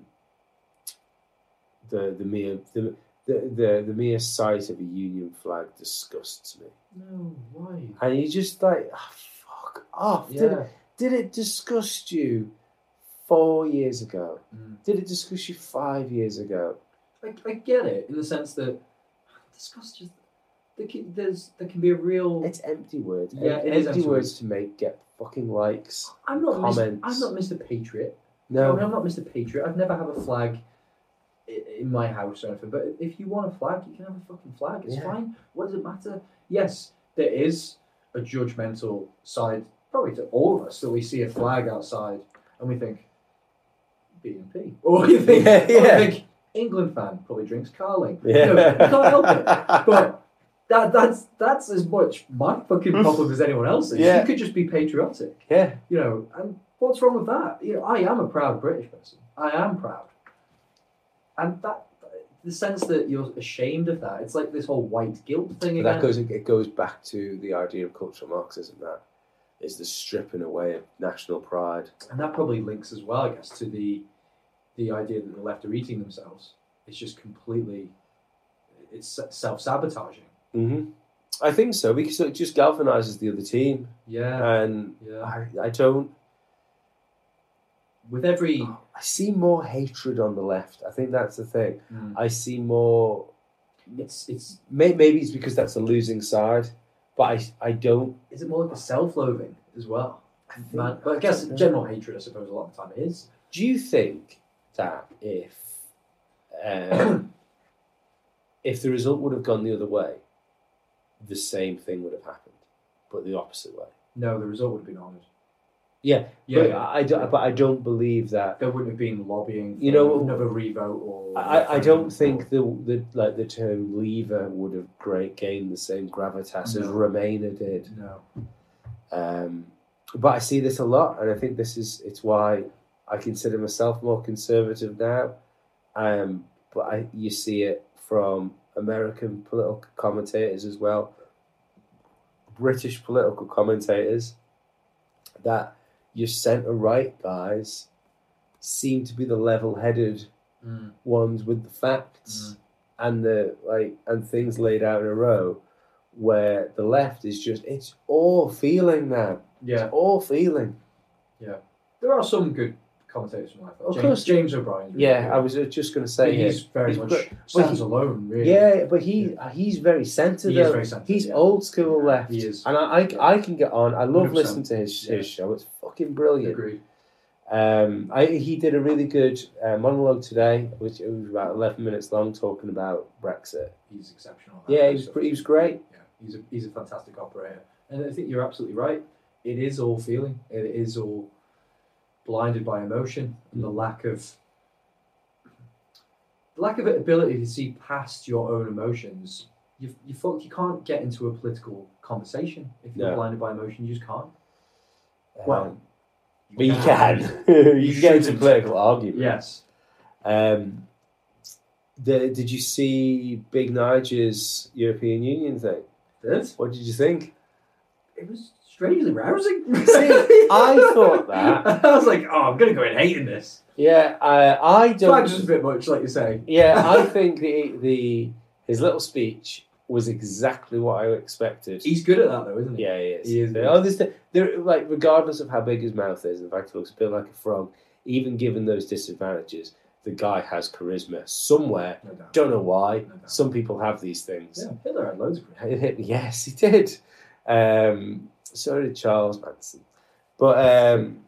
[SPEAKER 1] the the mere the, the the the mere sight of a union flag disgusts me,
[SPEAKER 3] No, why?
[SPEAKER 1] and you just like "Ah, fuck off. Did it,
[SPEAKER 3] Yeah.
[SPEAKER 1] did it disgust you four years ago?
[SPEAKER 3] Mm.
[SPEAKER 1] Did it disgust you five years ago?
[SPEAKER 3] I, I get it in the sense that disgust just there can, there's there can be a real.
[SPEAKER 1] It's empty words.
[SPEAKER 3] Yeah,
[SPEAKER 1] Em-
[SPEAKER 3] it is
[SPEAKER 1] empty
[SPEAKER 3] empty
[SPEAKER 1] words to make get fucking likes.
[SPEAKER 3] I'm not. Mis-
[SPEAKER 1] comments.
[SPEAKER 3] I'm not Mr. Patriot. I
[SPEAKER 1] No,
[SPEAKER 3] mean, I'm not Mr. Patriot. I'd never have a flag i- in my house or anything. But if you want a flag, you can have a fucking flag. It's
[SPEAKER 1] Yeah.
[SPEAKER 3] fine. What does it matter? Yes, there is a judgmental side probably to all of us that we see a flag outside and we think BNP or we think,
[SPEAKER 1] Yeah,
[SPEAKER 3] or we
[SPEAKER 1] yeah.
[SPEAKER 3] think England fan probably drinks Carling.
[SPEAKER 1] yeah,
[SPEAKER 3] You know, you can't help it. but that that's that's as much my fucking problem as anyone else's.
[SPEAKER 1] Mm. Yeah.
[SPEAKER 3] You could just be patriotic,
[SPEAKER 1] yeah,
[SPEAKER 3] you know. And what's wrong with that? You know, I am a proud British person. I am proud, and that the sense that you're ashamed of that. It's like this whole white guilt thing
[SPEAKER 1] But
[SPEAKER 3] again.
[SPEAKER 1] that goes it goes back to the idea of cultural Marxism. That is the stripping away of national pride.
[SPEAKER 3] and that probably links as well, I guess, to the the idea that the left are eating themselves. It's just completely it's self sabotaging.
[SPEAKER 1] Mm-hmm. I think so because it just galvanizes the other team,
[SPEAKER 3] Yeah,
[SPEAKER 1] and
[SPEAKER 3] yeah.
[SPEAKER 1] I, I don't.
[SPEAKER 3] With every
[SPEAKER 1] I see more hatred on the left. I think that's the thing. I see more.
[SPEAKER 3] it's it's
[SPEAKER 1] May, maybe it's because that's a losing side, but I I don't.
[SPEAKER 3] is it more like a self loathing as well?
[SPEAKER 1] I think-
[SPEAKER 3] Man, but I guess
[SPEAKER 1] don't know.
[SPEAKER 3] general hatred, I suppose, a lot of the time is.
[SPEAKER 1] Do you think that if um, if the result would have gone the other way, the same thing would have happened, but the opposite way?
[SPEAKER 3] No, the result would have been honoured.
[SPEAKER 1] Yeah,
[SPEAKER 3] Yeah,
[SPEAKER 1] but
[SPEAKER 3] yeah.
[SPEAKER 1] I don't. But I don't believe that.
[SPEAKER 3] there wouldn't have been lobbying. For
[SPEAKER 1] You know-
[SPEAKER 3] another revote or.
[SPEAKER 1] I, I don't think the, the like the term lever would have great gained the same gravitas as
[SPEAKER 3] No.
[SPEAKER 1] Remainer did.
[SPEAKER 3] No.
[SPEAKER 1] Um, but I see this a lot, and I think this is it's why I consider myself more conservative now. Um, but I, you see it from American political commentators as well, British political commentators, that your centre right guys seem to be the level-headed
[SPEAKER 3] Mm.
[SPEAKER 1] ones with the facts and the like and things laid out in a row where the left is just it's all feeling now
[SPEAKER 3] Yeah,
[SPEAKER 1] it's all feeling
[SPEAKER 3] there are some good commentators from life.
[SPEAKER 1] Of
[SPEAKER 3] James,
[SPEAKER 1] course.
[SPEAKER 3] James O'Brien.
[SPEAKER 1] yeah i
[SPEAKER 3] uh,
[SPEAKER 1] was just going to say
[SPEAKER 3] he's
[SPEAKER 1] here,
[SPEAKER 3] very
[SPEAKER 1] he's
[SPEAKER 3] much
[SPEAKER 1] good,
[SPEAKER 3] stands
[SPEAKER 1] he-
[SPEAKER 3] alone. Really.
[SPEAKER 1] yeah but he uh, he's very centered
[SPEAKER 3] He is
[SPEAKER 1] though.
[SPEAKER 3] very centred,
[SPEAKER 1] he's
[SPEAKER 3] yeah.
[SPEAKER 1] old school
[SPEAKER 3] Yeah,
[SPEAKER 1] left
[SPEAKER 3] he is.
[SPEAKER 1] and I, I i can get on i love
[SPEAKER 3] 100%.
[SPEAKER 1] listening to his,
[SPEAKER 3] Yeah.
[SPEAKER 1] his show it's fucking brilliant
[SPEAKER 3] Agreed.
[SPEAKER 1] Um, I, he did a really good uh, monologue today, which it was about eleven minutes long, talking about Brexit.
[SPEAKER 3] He's exceptional.
[SPEAKER 1] Yeah, he was, he was great.
[SPEAKER 3] Yeah, he's a he's a fantastic operator, and I think you're absolutely right. It is all feeling. It is all blinded by emotion and the
[SPEAKER 1] Mm.
[SPEAKER 3] lack of the lack of ability to see past your own emotions. You you fuck, you can't get into a political conversation if you're
[SPEAKER 1] No.
[SPEAKER 3] blinded by emotion. You just can't. Well,
[SPEAKER 1] Well, but you can. you can get into
[SPEAKER 3] shouldn't.
[SPEAKER 1] political argument.
[SPEAKER 3] Yes.
[SPEAKER 1] Um, the, did you see Big Niger's European Union thing?
[SPEAKER 3] It,
[SPEAKER 1] What did you think?
[SPEAKER 3] it was strangely rousing.
[SPEAKER 1] See, I thought that.
[SPEAKER 3] I was like, oh, I'm gonna go in hating this.
[SPEAKER 1] Yeah, I, I
[SPEAKER 3] Flags was a
[SPEAKER 1] don't.
[SPEAKER 3] bit much, like you say.
[SPEAKER 1] Yeah, I think the the his little speech was exactly what I expected.
[SPEAKER 3] He's good at that though, isn't he?
[SPEAKER 1] Yeah, he is.
[SPEAKER 3] He is.
[SPEAKER 1] Oh, this, they're, like, regardless of how big his mouth is, in fact, he looks a bit like a frog. Even given those disadvantages, the guy has charisma somewhere.
[SPEAKER 3] No doubt.
[SPEAKER 1] Don't know why.
[SPEAKER 3] No doubt.
[SPEAKER 1] Some people have these things.
[SPEAKER 3] Yeah, Hitler had loads of praise.
[SPEAKER 1] yes, he did. Um, so did Charles Manson. But um,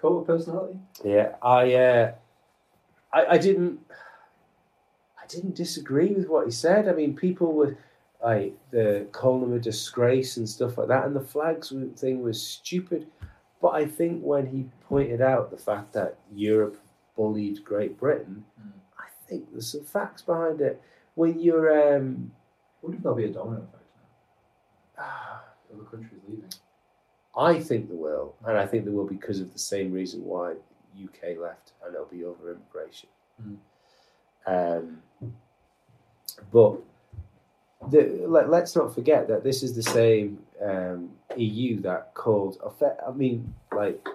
[SPEAKER 3] Cult of personality.
[SPEAKER 1] yeah, I, uh, I, I didn't, I didn't disagree with what he said. I mean, people were like the calling him a disgrace and stuff like that, and the flags w- thing was stupid. But I think when he pointed out the fact that Europe bullied Great Britain,
[SPEAKER 3] Mm.
[SPEAKER 1] I think there's some facts behind it. When you're, um,
[SPEAKER 3] What if there'll be a domino effect now? Other countries leaving.
[SPEAKER 1] I think there will, and I think there will because of the same reason why UK left, and it'll be over immigration.
[SPEAKER 3] Mm.
[SPEAKER 1] Um, but the, let, let's not forget that this is the same um, EU that called. A fa- I mean, like,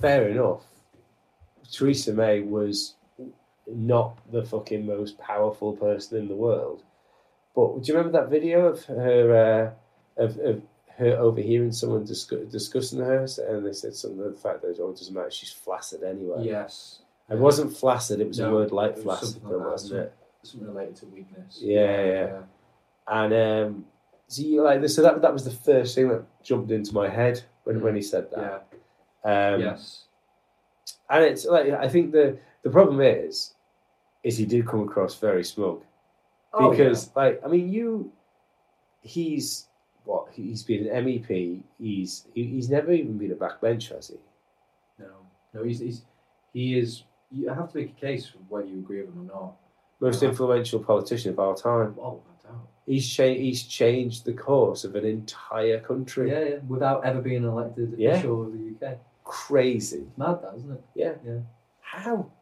[SPEAKER 1] fair enough. Theresa May was not the fucking most powerful person in the world, but do you remember that video of her? Uh, of, of her overhearing someone discuss, discussing her, and they said something to the fact that oh, it doesn't matter, she's flaccid anyway.
[SPEAKER 3] Yes.
[SPEAKER 1] It wasn't flaccid, it was a
[SPEAKER 3] No,
[SPEAKER 1] word like
[SPEAKER 3] it was
[SPEAKER 1] flaccid,
[SPEAKER 3] something like
[SPEAKER 1] though,
[SPEAKER 3] that,
[SPEAKER 1] wasn't it?
[SPEAKER 3] Something related to weakness.
[SPEAKER 1] Yeah, yeah. And um, so, you, like, so that, that was the first thing that jumped into my head when, when he said that.
[SPEAKER 3] Yeah.
[SPEAKER 1] Um,
[SPEAKER 3] yes.
[SPEAKER 1] And it's like, I think the, the problem is, is he did come across very smug.
[SPEAKER 3] Oh,
[SPEAKER 1] because like I mean you he's what he's been an MEP he's he, he's never even been a backbencher has he
[SPEAKER 3] yeah. no, no, he's, he's he is. You have to make a case for whether you agree with him or not.
[SPEAKER 1] most
[SPEAKER 3] Uh-huh.
[SPEAKER 1] influential politician of our time
[SPEAKER 3] Oh, I doubt.
[SPEAKER 1] he's cha- he's changed the course of an entire country
[SPEAKER 3] Yeah, yeah. Without ever being an elected
[SPEAKER 1] Yeah.
[SPEAKER 3] official of the UK.
[SPEAKER 1] crazy
[SPEAKER 3] Mad, that isn't it?
[SPEAKER 1] yeah
[SPEAKER 3] Yeah.
[SPEAKER 1] how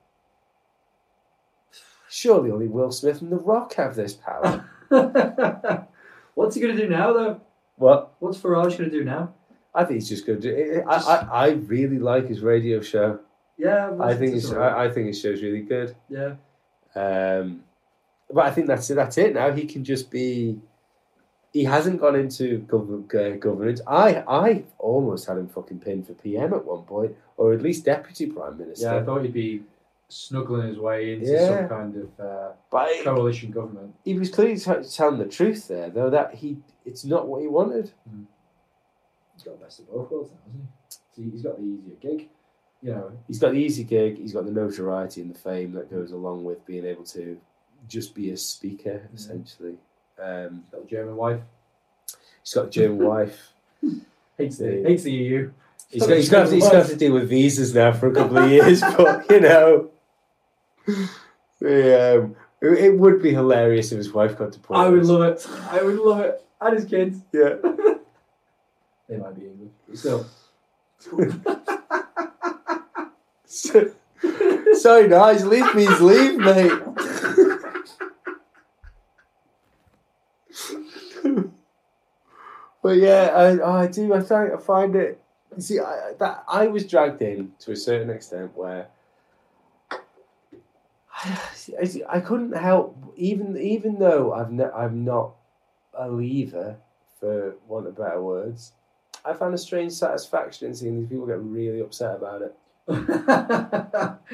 [SPEAKER 1] Surely only Will Smith and The Rock have this power.
[SPEAKER 3] What's he going to do now, though?
[SPEAKER 1] well,
[SPEAKER 3] What's Farage going to do now?
[SPEAKER 1] I think he's just going to. do I, I, I really like his radio show.
[SPEAKER 3] Yeah,
[SPEAKER 1] I think
[SPEAKER 3] it's
[SPEAKER 1] his, I, I think his show's really good.
[SPEAKER 3] yeah.
[SPEAKER 1] Um, but I think that's it. That's it. Now he can just be. He hasn't gone into government uh, governance. I I almost had him fucking pinned for PM at one point, or at least deputy prime
[SPEAKER 3] Yeah, I
[SPEAKER 1] minister.
[SPEAKER 3] thought he'd be snuggling his way into
[SPEAKER 1] Yeah.
[SPEAKER 3] some kind of uh,
[SPEAKER 1] but I-
[SPEAKER 3] coalition government.
[SPEAKER 1] he was clearly t- telling the truth there, though. That he it's not what he wanted.
[SPEAKER 3] He's got the best of both worlds now, hasn't he? So he's got the easier gig. You know,
[SPEAKER 1] He's got the easy gig. He's got the notoriety and the fame that goes along with being able to just be a speaker, essentially. Um,
[SPEAKER 3] he's got the German wife.
[SPEAKER 1] he's got a German wife.
[SPEAKER 3] Hates the,
[SPEAKER 1] Yeah.
[SPEAKER 3] hates the E EU.
[SPEAKER 1] He's got, he's, got, he's got to deal with visas now for a couple of years, but you know, the, um, it, it would be hilarious if his wife got deported.
[SPEAKER 3] I would love it. I would love it. And his kids.
[SPEAKER 1] Yeah,
[SPEAKER 3] They might be English. but Still.
[SPEAKER 1] so, so nice. Leave means leave, mate. but yeah, I, I do. I think I find it. you See, I, I- that I was dragged in to a certain extent where I, I, I couldn't help even even though I've ne- I'm not a lever for want of better words. I found a strange satisfaction in seeing these people get really upset about it.
[SPEAKER 3] well,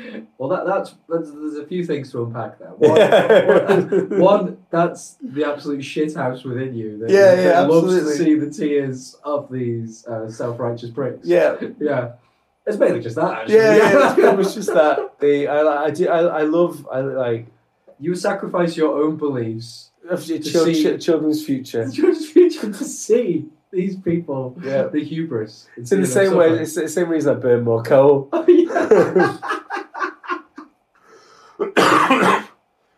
[SPEAKER 3] that, that's, that's there's a few things to unpack there. One, one, one, that's the absolute shithouse within you that,
[SPEAKER 1] Yeah,
[SPEAKER 3] that
[SPEAKER 1] yeah,
[SPEAKER 3] loves to
[SPEAKER 1] absolutely.
[SPEAKER 3] see the tears of these uh, self-righteous pricks.
[SPEAKER 1] Yeah,
[SPEAKER 3] yeah. It's mainly just that. Actually.
[SPEAKER 1] yeah, yeah. It was just that the I I do I, I love I like
[SPEAKER 3] you sacrifice your own beliefs
[SPEAKER 1] chil-
[SPEAKER 3] see-
[SPEAKER 1] chi- children's future.
[SPEAKER 3] It's your future to see these people,
[SPEAKER 1] Yeah.
[SPEAKER 3] the hubris.
[SPEAKER 1] It's in the same way. It's the same reason I burn more coal.
[SPEAKER 3] Oh, yeah.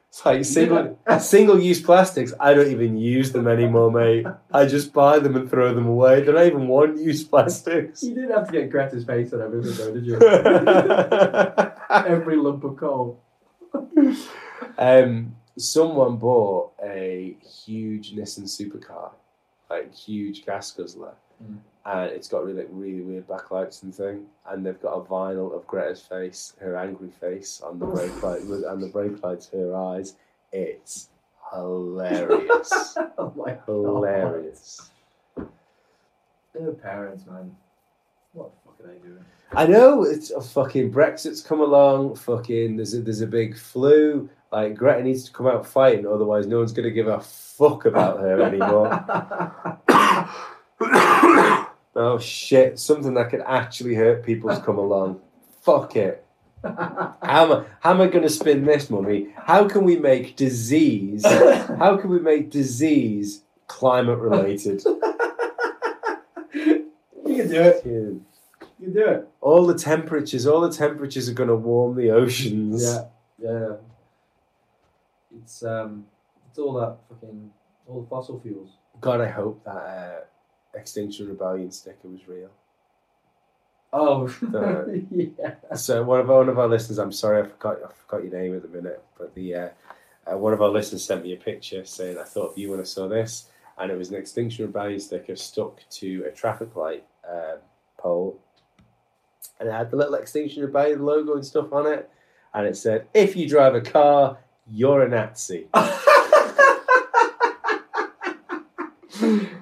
[SPEAKER 1] It's like single single use plastics. I don't even use them anymore, mate. I just buy them and throw them away. They're not even one use plastics.
[SPEAKER 3] you didn't have to get Greta's face on everything, though, did you?
[SPEAKER 1] um,
[SPEAKER 3] Every lump of coal.
[SPEAKER 1] Um, someone bought a huge Nissan supercar, like huge gas guzzler,
[SPEAKER 3] Mm.
[SPEAKER 1] and it's got really really weird backlights and thing. And they've got a vinyl of Greta's face, her angry face on the brake light, and the brake lights, her eyes. It's hilarious,
[SPEAKER 3] Oh my god.
[SPEAKER 1] hilarious.
[SPEAKER 3] They're parents, man. What the fuck are they doing?
[SPEAKER 1] I know it's a fucking Brexit's come along. Fucking there's a, there's a big flu. Like Greta needs to come out fighting, otherwise no one's gonna give a fuck about her anymore. oh shit! Something that could actually hurt people's come along. Fuck it. How am, I, how am I gonna spin this, mummy? How can we make disease? How can we make disease climate related?
[SPEAKER 3] you can do it. You can do it.
[SPEAKER 1] All the temperatures, all the temperatures are gonna warm the oceans.
[SPEAKER 3] Yeah, yeah. It's um, it's all that fucking all the fossil fuels.
[SPEAKER 1] God, I hope that uh, Extinction Rebellion sticker was real.
[SPEAKER 3] Oh,
[SPEAKER 1] The-
[SPEAKER 3] yeah.
[SPEAKER 1] So one of our, one of our listeners, I'm sorry, I forgot I forgot your name at the minute, but the uh, uh, one of our listeners sent me a picture saying I thought of you when I saw this, and it was an Extinction Rebellion sticker stuck to a traffic light um, pole, and it had the little Extinction Rebellion logo and stuff on it, and it said, "If you drive a car, you're a Nazi."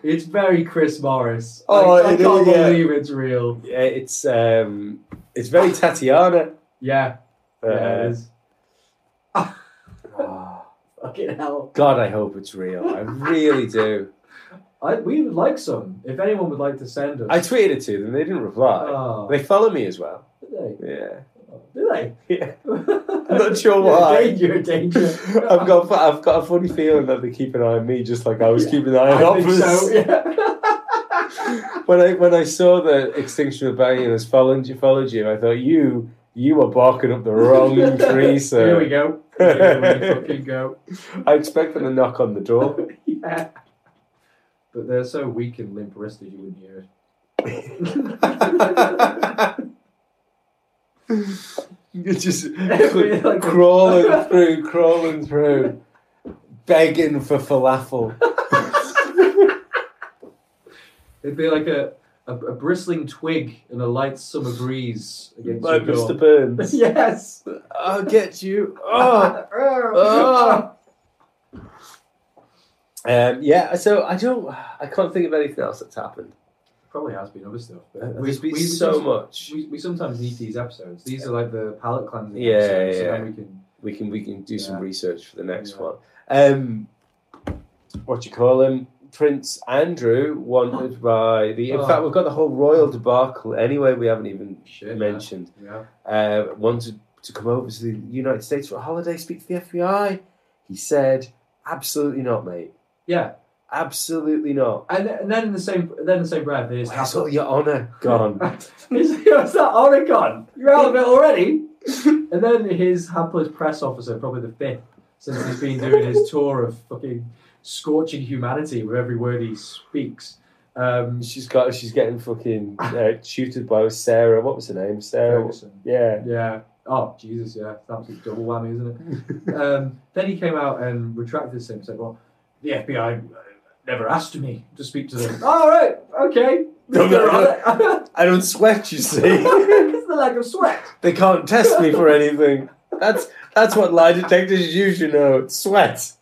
[SPEAKER 3] it's very Chris Morris.
[SPEAKER 1] Oh,
[SPEAKER 3] I, I
[SPEAKER 1] it
[SPEAKER 3] can't
[SPEAKER 1] is, yeah.
[SPEAKER 3] believe it's real.
[SPEAKER 1] Yeah, it's um, it's very Tatiana.
[SPEAKER 3] Yeah,
[SPEAKER 1] Uh,
[SPEAKER 3] yeah, it is. Fucking hell.
[SPEAKER 1] God, I hope it's real. I really do.
[SPEAKER 3] I, we would like some. If anyone would like to send us.
[SPEAKER 1] I tweeted it to them. They didn't reply.
[SPEAKER 3] Oh,
[SPEAKER 1] They follow me as well.
[SPEAKER 3] did they?
[SPEAKER 1] Yeah.
[SPEAKER 3] Did they?
[SPEAKER 1] Yeah.
[SPEAKER 3] I'm
[SPEAKER 1] not sure why.
[SPEAKER 3] You're a danger. You're a danger.
[SPEAKER 1] I've got I've got a funny feeling that they keep an eye on me just like I was
[SPEAKER 3] Yeah.
[SPEAKER 1] keeping an eye on
[SPEAKER 3] I think
[SPEAKER 1] others.
[SPEAKER 3] so. Yeah.
[SPEAKER 1] When I when I saw the Extinction Rebellion has followed you followed you, I thought you you were barking up the wrong tree,
[SPEAKER 3] Here we
[SPEAKER 1] sir.
[SPEAKER 3] go. Here we fucking go.
[SPEAKER 1] I expect them to knock on the door.
[SPEAKER 3] Yeah. But they're so weak and limp wristed you wouldn't hear it.
[SPEAKER 1] You're just
[SPEAKER 3] We're like-
[SPEAKER 1] crawling through, crawling through, begging for falafel.
[SPEAKER 3] It'd be like a, a, a bristling twig in a light summer breeze against
[SPEAKER 1] Like
[SPEAKER 3] your door.
[SPEAKER 1] Mr. Burns.
[SPEAKER 3] Yes.
[SPEAKER 1] I'll get you. Oh. Oh. Um, yeah, so I don't, I can't think of anything else that's happened. Uh,
[SPEAKER 3] Probably has been other stuff. but
[SPEAKER 1] There's been so
[SPEAKER 3] sometimes-
[SPEAKER 1] much.
[SPEAKER 3] We, we sometimes need these episodes. These are like the palate cleansing
[SPEAKER 1] Yeah,
[SPEAKER 3] episodes, so
[SPEAKER 1] yeah.
[SPEAKER 3] then we can
[SPEAKER 1] we can we can do some
[SPEAKER 3] Yeah.
[SPEAKER 1] research for the next
[SPEAKER 3] Yeah.
[SPEAKER 1] one. Um, what you call him, Prince Andrew, wanted by the. In
[SPEAKER 3] Oh.
[SPEAKER 1] fact, we've got the whole royal debacle. Anyway, we haven't even
[SPEAKER 3] shit.
[SPEAKER 1] mentioned.
[SPEAKER 3] Yeah.
[SPEAKER 1] Uh, wanted to come over to the United States for a holiday, speak to the FBI. He said, "Absolutely not, mate.
[SPEAKER 3] Yeah.
[SPEAKER 1] Absolutely not.
[SPEAKER 3] And, and then in the same then in the same breath there's
[SPEAKER 1] Where's all your honour gone?"
[SPEAKER 3] Is that Oregon? You're out of it already. and then his hapless press officer, probably the fifth, since he's been doing his tour of fucking scorching humanity with every word he speaks. Um,
[SPEAKER 1] she's got. She's getting fucking uh, tutored by Sarah. What was her name? Sarah.
[SPEAKER 3] Ferguson.
[SPEAKER 1] Yeah.
[SPEAKER 3] Yeah. Oh Jesus, yeah, it's absolute double whammy, isn't it? um, then he came out and retracted this and said, "Well, the FBI never asked me to speak to them." All right, okay.
[SPEAKER 1] No, no,
[SPEAKER 3] no.
[SPEAKER 1] I don't sweat. You see.
[SPEAKER 3] it's the lack of sweat.
[SPEAKER 1] They can't test me for anything. That's that's what lie detectors use, you know. It's sweat.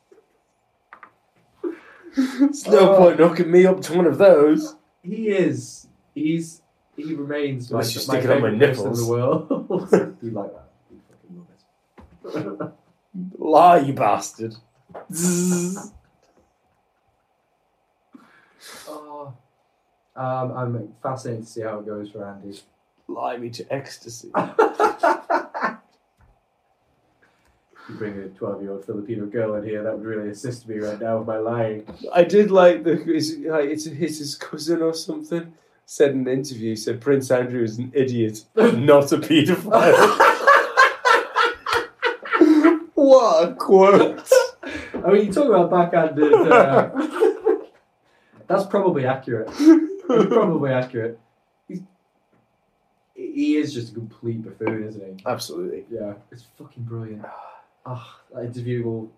[SPEAKER 1] It's no
[SPEAKER 3] Oh.
[SPEAKER 1] point hooking me up to one of those.
[SPEAKER 3] He is. He's. He remains my, my
[SPEAKER 1] Unless you stick it on my
[SPEAKER 3] favourite person in
[SPEAKER 1] nipples.
[SPEAKER 3] the world. you like that? You fucking love it.
[SPEAKER 1] Lie, you bastard. Zzz.
[SPEAKER 3] oh, um, I'm fascinated to see how it goes for Andy.
[SPEAKER 1] Lie me to ecstasy.
[SPEAKER 3] You bring a 12 year old Filipino girl in here, that would really assist me right now with my lying.
[SPEAKER 1] I did like the is, like, it's his, his cousin or something said in an interview said Prince Andrew is an idiot, not a paedophile. what a quote.
[SPEAKER 3] I mean, you talk about backhanded. Uh, that's probably accurate. That's probably accurate. He's, he is just a complete buffoon, isn't he?
[SPEAKER 1] Absolutely.
[SPEAKER 3] Yeah, it's fucking brilliant. Ah, that interview will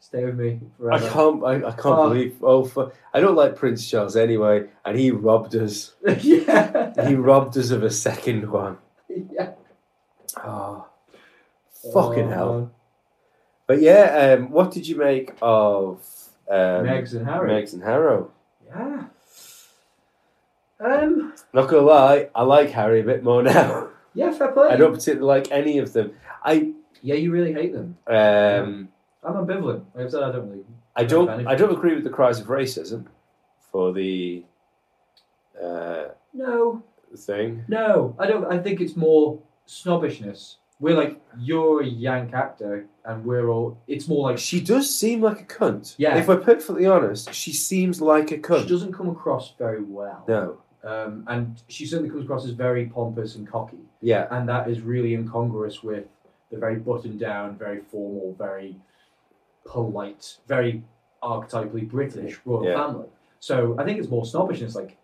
[SPEAKER 3] stay with me
[SPEAKER 1] I
[SPEAKER 3] forever.
[SPEAKER 1] can't. I, I can't
[SPEAKER 3] Oh.
[SPEAKER 1] believe. Oh, fu- I don't like Prince Charles anyway, and he robbed us.
[SPEAKER 3] yeah.
[SPEAKER 1] He robbed us of a second one.
[SPEAKER 3] yeah.
[SPEAKER 1] Oh, fucking
[SPEAKER 3] Oh,
[SPEAKER 1] hell! But yeah, um, what did you make of um,
[SPEAKER 3] Megs and Harry.
[SPEAKER 1] Megs and Harrow?
[SPEAKER 3] Yeah. Um.
[SPEAKER 1] Not gonna lie, I like Harry a bit more now.
[SPEAKER 3] Yeah, fair play.
[SPEAKER 1] I don't particularly like any of them. I
[SPEAKER 3] Yeah, you really hate them.
[SPEAKER 1] um,
[SPEAKER 3] I'm ambivalent. Like I've said, I don't really.
[SPEAKER 1] I don't
[SPEAKER 3] Kind of.
[SPEAKER 1] I don't agree with the cries of racism for the uh,
[SPEAKER 3] No,
[SPEAKER 1] thing.
[SPEAKER 3] no, I don't. I think it's more snobbishness. We're like you're a Yank actor, and we're all. It's more like
[SPEAKER 1] She does seem like a cunt.
[SPEAKER 3] Yeah.
[SPEAKER 1] If we're perfectly honest, she seems like a
[SPEAKER 3] she
[SPEAKER 1] cunt.
[SPEAKER 3] doesn't come across very well.
[SPEAKER 1] no.
[SPEAKER 3] Um, and she certainly comes across as very pompous and cocky.
[SPEAKER 1] Yeah.
[SPEAKER 3] and that is really incongruous with the very buttoned down, very formal, very polite, very archetypally British royal
[SPEAKER 1] Yeah.
[SPEAKER 3] family. So I think it's more snobbishness, like,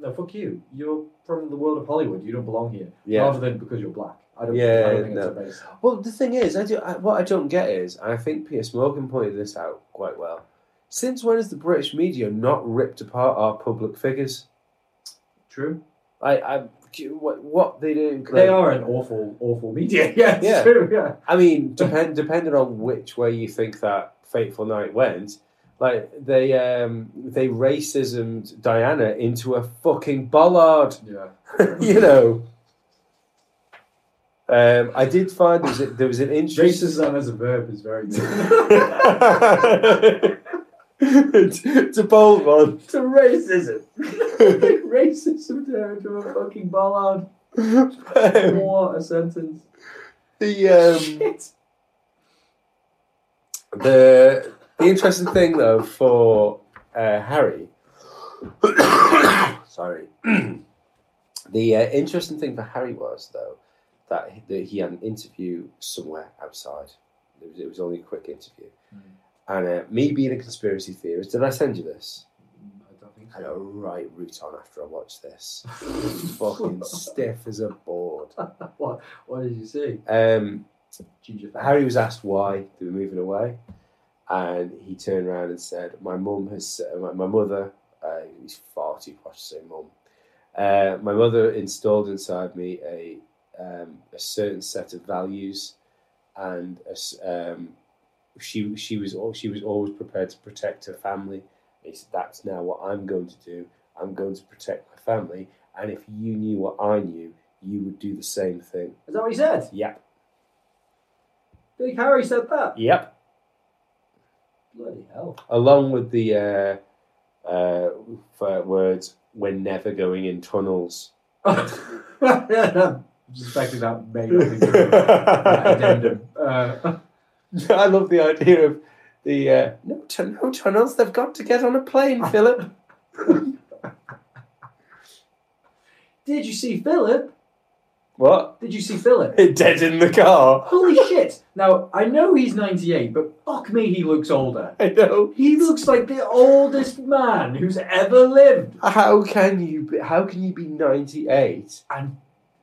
[SPEAKER 3] no, fuck you. You're from the world of Hollywood. You don't belong here.
[SPEAKER 1] Yeah.
[SPEAKER 3] Rather than because you're black. I don't, I
[SPEAKER 1] Yeah,
[SPEAKER 3] don't think
[SPEAKER 1] no.
[SPEAKER 3] it's a base.
[SPEAKER 1] Well, the thing is, I do. I, what I don't get is, and I think Piers Morgan pointed this out quite well. Since when has the British media not ripped apart our public figures?
[SPEAKER 3] True.
[SPEAKER 1] I, I what, what they do?
[SPEAKER 3] they
[SPEAKER 1] like-
[SPEAKER 3] are an awful, awful media. Yeah, it's
[SPEAKER 1] Yeah.
[SPEAKER 3] true. Yeah.
[SPEAKER 1] I mean, depend depending on which way you think that fateful night went, like they um they racismed Diana into a fucking bollard.
[SPEAKER 3] Yeah.
[SPEAKER 1] you know. Um, I did find there was, a, there was an interesting.
[SPEAKER 3] Racism as a verb is very good.
[SPEAKER 1] it's, it's a bold one.
[SPEAKER 3] to racism. racism to, to a fucking ballad.
[SPEAKER 1] Um,
[SPEAKER 3] What a sentence.
[SPEAKER 1] the um,
[SPEAKER 3] Shit.
[SPEAKER 1] the the interesting thing though for uh, Harry, sorry, the uh, interesting thing for Harry was though that he, that he had an interview somewhere outside. It was, it was only a quick interview,
[SPEAKER 3] Mm.
[SPEAKER 1] and uh, me being a conspiracy theorist, did I send you this?
[SPEAKER 3] I don't think
[SPEAKER 1] had a right root on after I watched this. Fucking stiff as a board.
[SPEAKER 3] what? What did you see?
[SPEAKER 1] Um,
[SPEAKER 3] Ginger.
[SPEAKER 1] Harry was asked why they were moving away, and he turned around and said, "My mum has uh, my, my mother. Uh, he's far too posh to say mum. Uh, my mother installed inside me a um, a certain set of values, and a s um, she she was al- she was always prepared to protect her family. And he said, "That's now what I'm going to do. I'm going to protect my family. And if you knew what I knew, you would do the same thing."
[SPEAKER 3] Is that what he said?
[SPEAKER 1] Yep.
[SPEAKER 3] Big Harry said that.
[SPEAKER 1] Yep.
[SPEAKER 3] Bloody hell.
[SPEAKER 1] along with the uh, uh, f- words "we're never going in tunnels."
[SPEAKER 3] I'm suspecting that may not be true. That
[SPEAKER 1] I
[SPEAKER 3] addendum. Uh,
[SPEAKER 1] love the idea of the uh, no, tun- no tunnels. They've got to get on a plane, Philip.
[SPEAKER 3] did you see Philip?
[SPEAKER 1] what?
[SPEAKER 3] Did you see Philip?
[SPEAKER 1] Dead in the car.
[SPEAKER 3] Holy shit! Now I know he's 98, but fuck me, he looks older.
[SPEAKER 1] I know.
[SPEAKER 3] He looks like the oldest man who's ever lived.
[SPEAKER 1] How can you? Be, how can you be ninety-eight
[SPEAKER 3] And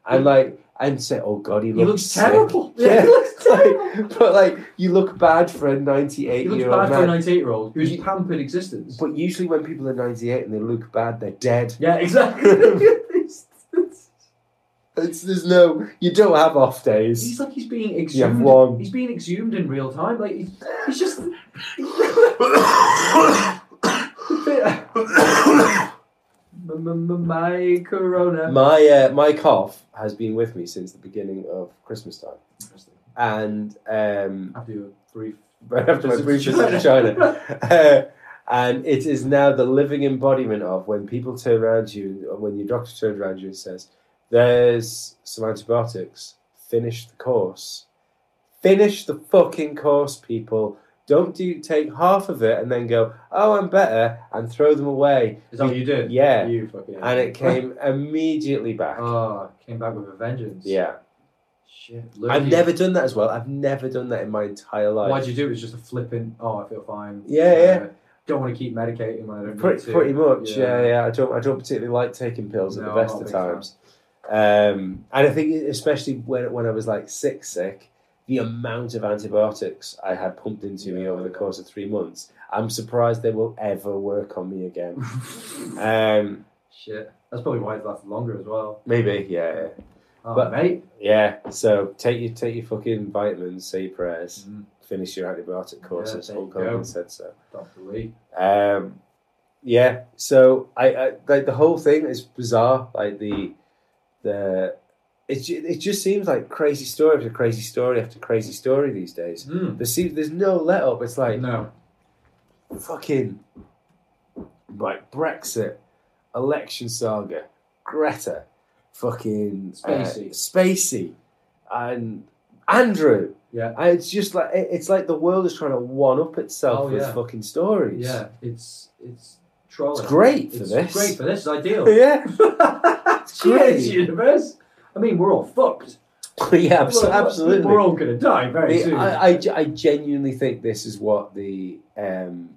[SPEAKER 1] and like and say, "Oh God, he
[SPEAKER 3] he
[SPEAKER 1] looks,
[SPEAKER 3] looks
[SPEAKER 1] sick."
[SPEAKER 3] terrible.
[SPEAKER 1] Yeah,
[SPEAKER 3] he looks
[SPEAKER 1] it's like-
[SPEAKER 3] terrible.
[SPEAKER 1] but like you look bad for a
[SPEAKER 3] He looks
[SPEAKER 1] ninety-eight-year-old
[SPEAKER 3] bad for a
[SPEAKER 1] man.
[SPEAKER 3] 98 year old who's
[SPEAKER 1] You-
[SPEAKER 3] pampered existence.
[SPEAKER 1] But usually, when people are ninety-eight and they look bad, they're dead.
[SPEAKER 3] Yeah, exactly. It's- it's-
[SPEAKER 1] It's, there's no. You don't have off days.
[SPEAKER 3] he's like he's being
[SPEAKER 1] You have
[SPEAKER 3] exhumed.
[SPEAKER 1] one.
[SPEAKER 3] He's being exhumed in real time. Like he's, he's just. M- m- m- My corona.
[SPEAKER 1] My uh, my cough has been with me since the beginning of Christmas time, and um,
[SPEAKER 3] After your brief.
[SPEAKER 1] right after my
[SPEAKER 3] Visit
[SPEAKER 1] brief
[SPEAKER 3] to
[SPEAKER 1] visit to China, uh, and it is now the living embodiment of when people turn around you, or when your doctor turns around you and says, "There's some antibiotics. Finish the course. Finish the fucking course, people." Don't do take half of it and then go, "Oh, I'm better," and throw them away.
[SPEAKER 3] Is that what you did?
[SPEAKER 1] Yeah.
[SPEAKER 3] You fucking.
[SPEAKER 1] and it came immediately back.
[SPEAKER 3] Oh, came back with a vengeance.
[SPEAKER 1] yeah,
[SPEAKER 3] Shit.
[SPEAKER 1] I've
[SPEAKER 3] lucky.
[SPEAKER 1] never done that as well. I've never done that in my entire life.
[SPEAKER 3] Why'd you do it? It's just a flipping. Oh, I feel fine.
[SPEAKER 1] Yeah, yeah.
[SPEAKER 3] Don't want to keep medicating when I don't need
[SPEAKER 1] pretty,
[SPEAKER 3] to.
[SPEAKER 1] pretty much, yeah.
[SPEAKER 3] Yeah.
[SPEAKER 1] yeah, I don't, I don't particularly like taking pills at
[SPEAKER 3] No,
[SPEAKER 1] the
[SPEAKER 3] I'm
[SPEAKER 1] best
[SPEAKER 3] not a
[SPEAKER 1] of
[SPEAKER 3] big fan.
[SPEAKER 1] times. Um, and I think, especially when when I was like sick, sick, the amount of antibiotics I had pumped into me
[SPEAKER 3] Yeah,
[SPEAKER 1] over the
[SPEAKER 3] yeah.
[SPEAKER 1] course of three months, I'm surprised they will ever work on me again. um,
[SPEAKER 3] Shit. That's probably why it lasted longer as well.
[SPEAKER 1] maybe, yeah,
[SPEAKER 3] Oh,
[SPEAKER 1] But-
[SPEAKER 3] mate.
[SPEAKER 1] yeah. So take your take your fucking vitamins, say your prayers,
[SPEAKER 3] Mm,
[SPEAKER 1] finish your antibiotic courses.
[SPEAKER 3] there you
[SPEAKER 1] Hulk Hogan
[SPEAKER 3] go.
[SPEAKER 1] said so.
[SPEAKER 3] Dr. Lee.
[SPEAKER 1] Um, yeah, so I, I like the whole thing is bizarre. Like the the it ju- it just seems like crazy story after crazy story after crazy story these days.
[SPEAKER 3] Mm.
[SPEAKER 1] There seems there's no let up. It's like
[SPEAKER 3] No.
[SPEAKER 1] fucking like Brexit, election saga, Greta, fucking uh,
[SPEAKER 3] Spacey.
[SPEAKER 1] Spacey, and Andrew.
[SPEAKER 3] Yeah.
[SPEAKER 1] And it's just like it- it's like the world is trying to one up itself
[SPEAKER 3] Oh,
[SPEAKER 1] with
[SPEAKER 3] yeah.
[SPEAKER 1] fucking stories.
[SPEAKER 3] Yeah. It's it's trolling.
[SPEAKER 1] It's great for
[SPEAKER 3] It's
[SPEAKER 1] this.
[SPEAKER 3] great for this. It's ideal.
[SPEAKER 1] yeah, great.
[SPEAKER 3] Cheers, universe. I mean, we're all fucked.
[SPEAKER 1] yeah, abso-
[SPEAKER 3] We're-
[SPEAKER 1] absolutely.
[SPEAKER 3] We're all gonna die very
[SPEAKER 1] The-
[SPEAKER 3] soon.
[SPEAKER 1] I, I ge- I genuinely think this is what the um,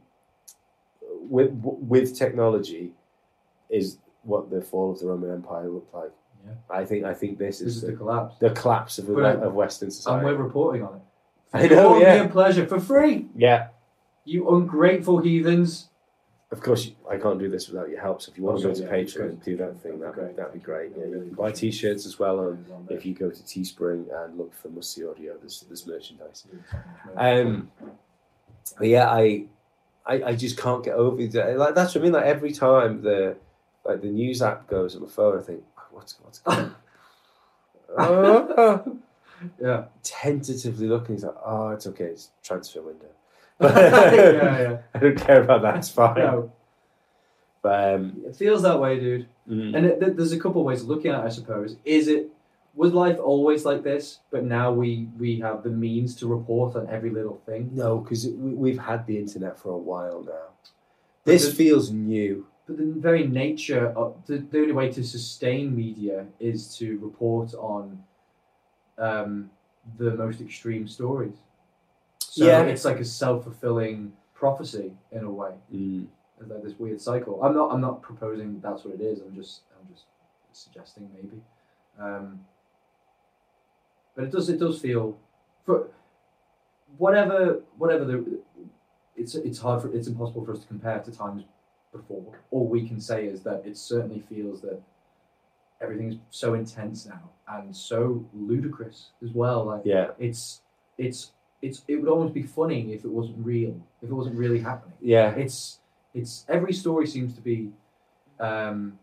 [SPEAKER 1] with with technology is what the fall of the Roman Empire looked like.
[SPEAKER 3] Yeah.
[SPEAKER 1] I think I think this
[SPEAKER 3] this
[SPEAKER 1] is
[SPEAKER 3] is the
[SPEAKER 1] the,
[SPEAKER 3] collapse,
[SPEAKER 1] the collapse of, the,
[SPEAKER 3] But I-
[SPEAKER 1] of Western
[SPEAKER 3] and we're
[SPEAKER 1] society.
[SPEAKER 3] reporting on it.
[SPEAKER 1] I know,
[SPEAKER 3] Your
[SPEAKER 1] yeah.
[SPEAKER 3] mere pleasure for free.
[SPEAKER 1] Yeah,
[SPEAKER 3] You ungrateful heathens.
[SPEAKER 1] of course you, I can't do this without your help. So if you want to
[SPEAKER 3] Also,
[SPEAKER 1] go to
[SPEAKER 3] yeah,
[SPEAKER 1] Patreon
[SPEAKER 3] great.
[SPEAKER 1] and do that thing, that
[SPEAKER 3] That'd be
[SPEAKER 1] would
[SPEAKER 3] great.
[SPEAKER 1] that'd be great. Yeah,
[SPEAKER 3] Yeah,
[SPEAKER 1] you
[SPEAKER 3] really
[SPEAKER 1] can buy
[SPEAKER 3] appreciate it.
[SPEAKER 1] t-shirts as well. And if
[SPEAKER 3] If
[SPEAKER 1] you go to Teespring and look for Musty Audio, there's there's merchandise. Um, but yeah, I, I, I just can't get over it. Like that's what I mean. Like every time the, like the news app goes on my phone, I think "Oh, what's what's going. on? Oh,
[SPEAKER 3] yeah.
[SPEAKER 1] tentatively looking, it's like, oh, it's okay, it's transfer window.
[SPEAKER 3] yeah, yeah.
[SPEAKER 1] I don't care about that. It's fine.
[SPEAKER 3] No,
[SPEAKER 1] But um,
[SPEAKER 3] it feels that way, dude.
[SPEAKER 1] mm,
[SPEAKER 3] And it, th- there's a couple of ways of looking at it, I suppose. Is it was life always like this, but now we we have the means to report on every little thing?
[SPEAKER 1] no, because we, we've had the internet for a while now.
[SPEAKER 3] But
[SPEAKER 1] This
[SPEAKER 3] the-
[SPEAKER 1] feels new.
[SPEAKER 3] But the very nature of the, the only way to sustain media is to report on um, the most extreme stories. So
[SPEAKER 1] Yeah. Mm,
[SPEAKER 3] it's like a self fulfilling prophecy in a way. It's like this weird cycle. I'm not. I'm not proposing that that's what it is. I'm just. I'm just suggesting maybe. Um, but it does. It does feel for whatever. Whatever the. It's it's hard for. It's impossible for us to compare to times before. All we can say is that it certainly feels that everything's so intense now and so ludicrous as well. Like
[SPEAKER 1] Yeah,
[SPEAKER 3] it's it's it's it would almost be funny if it wasn't real, if it wasn't really happening.
[SPEAKER 1] yeah,
[SPEAKER 3] It's it's every story seems to be um,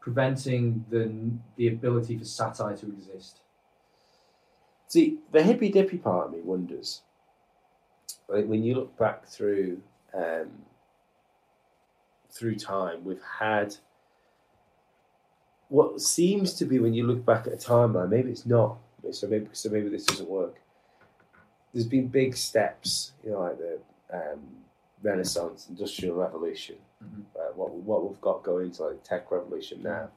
[SPEAKER 3] preventing the the ability for satire to exist.
[SPEAKER 1] See, the hippy dippy part of me wonders. Like when you look back through um, through time, we've had what seems to be when you look back at a timeline. Maybe it's not. So maybe so maybe this doesn't work. There's been big steps, you know, like the um, Renaissance, Industrial Revolution,
[SPEAKER 3] Mhm.
[SPEAKER 1] uh, what what we've got going to like tech revolution now.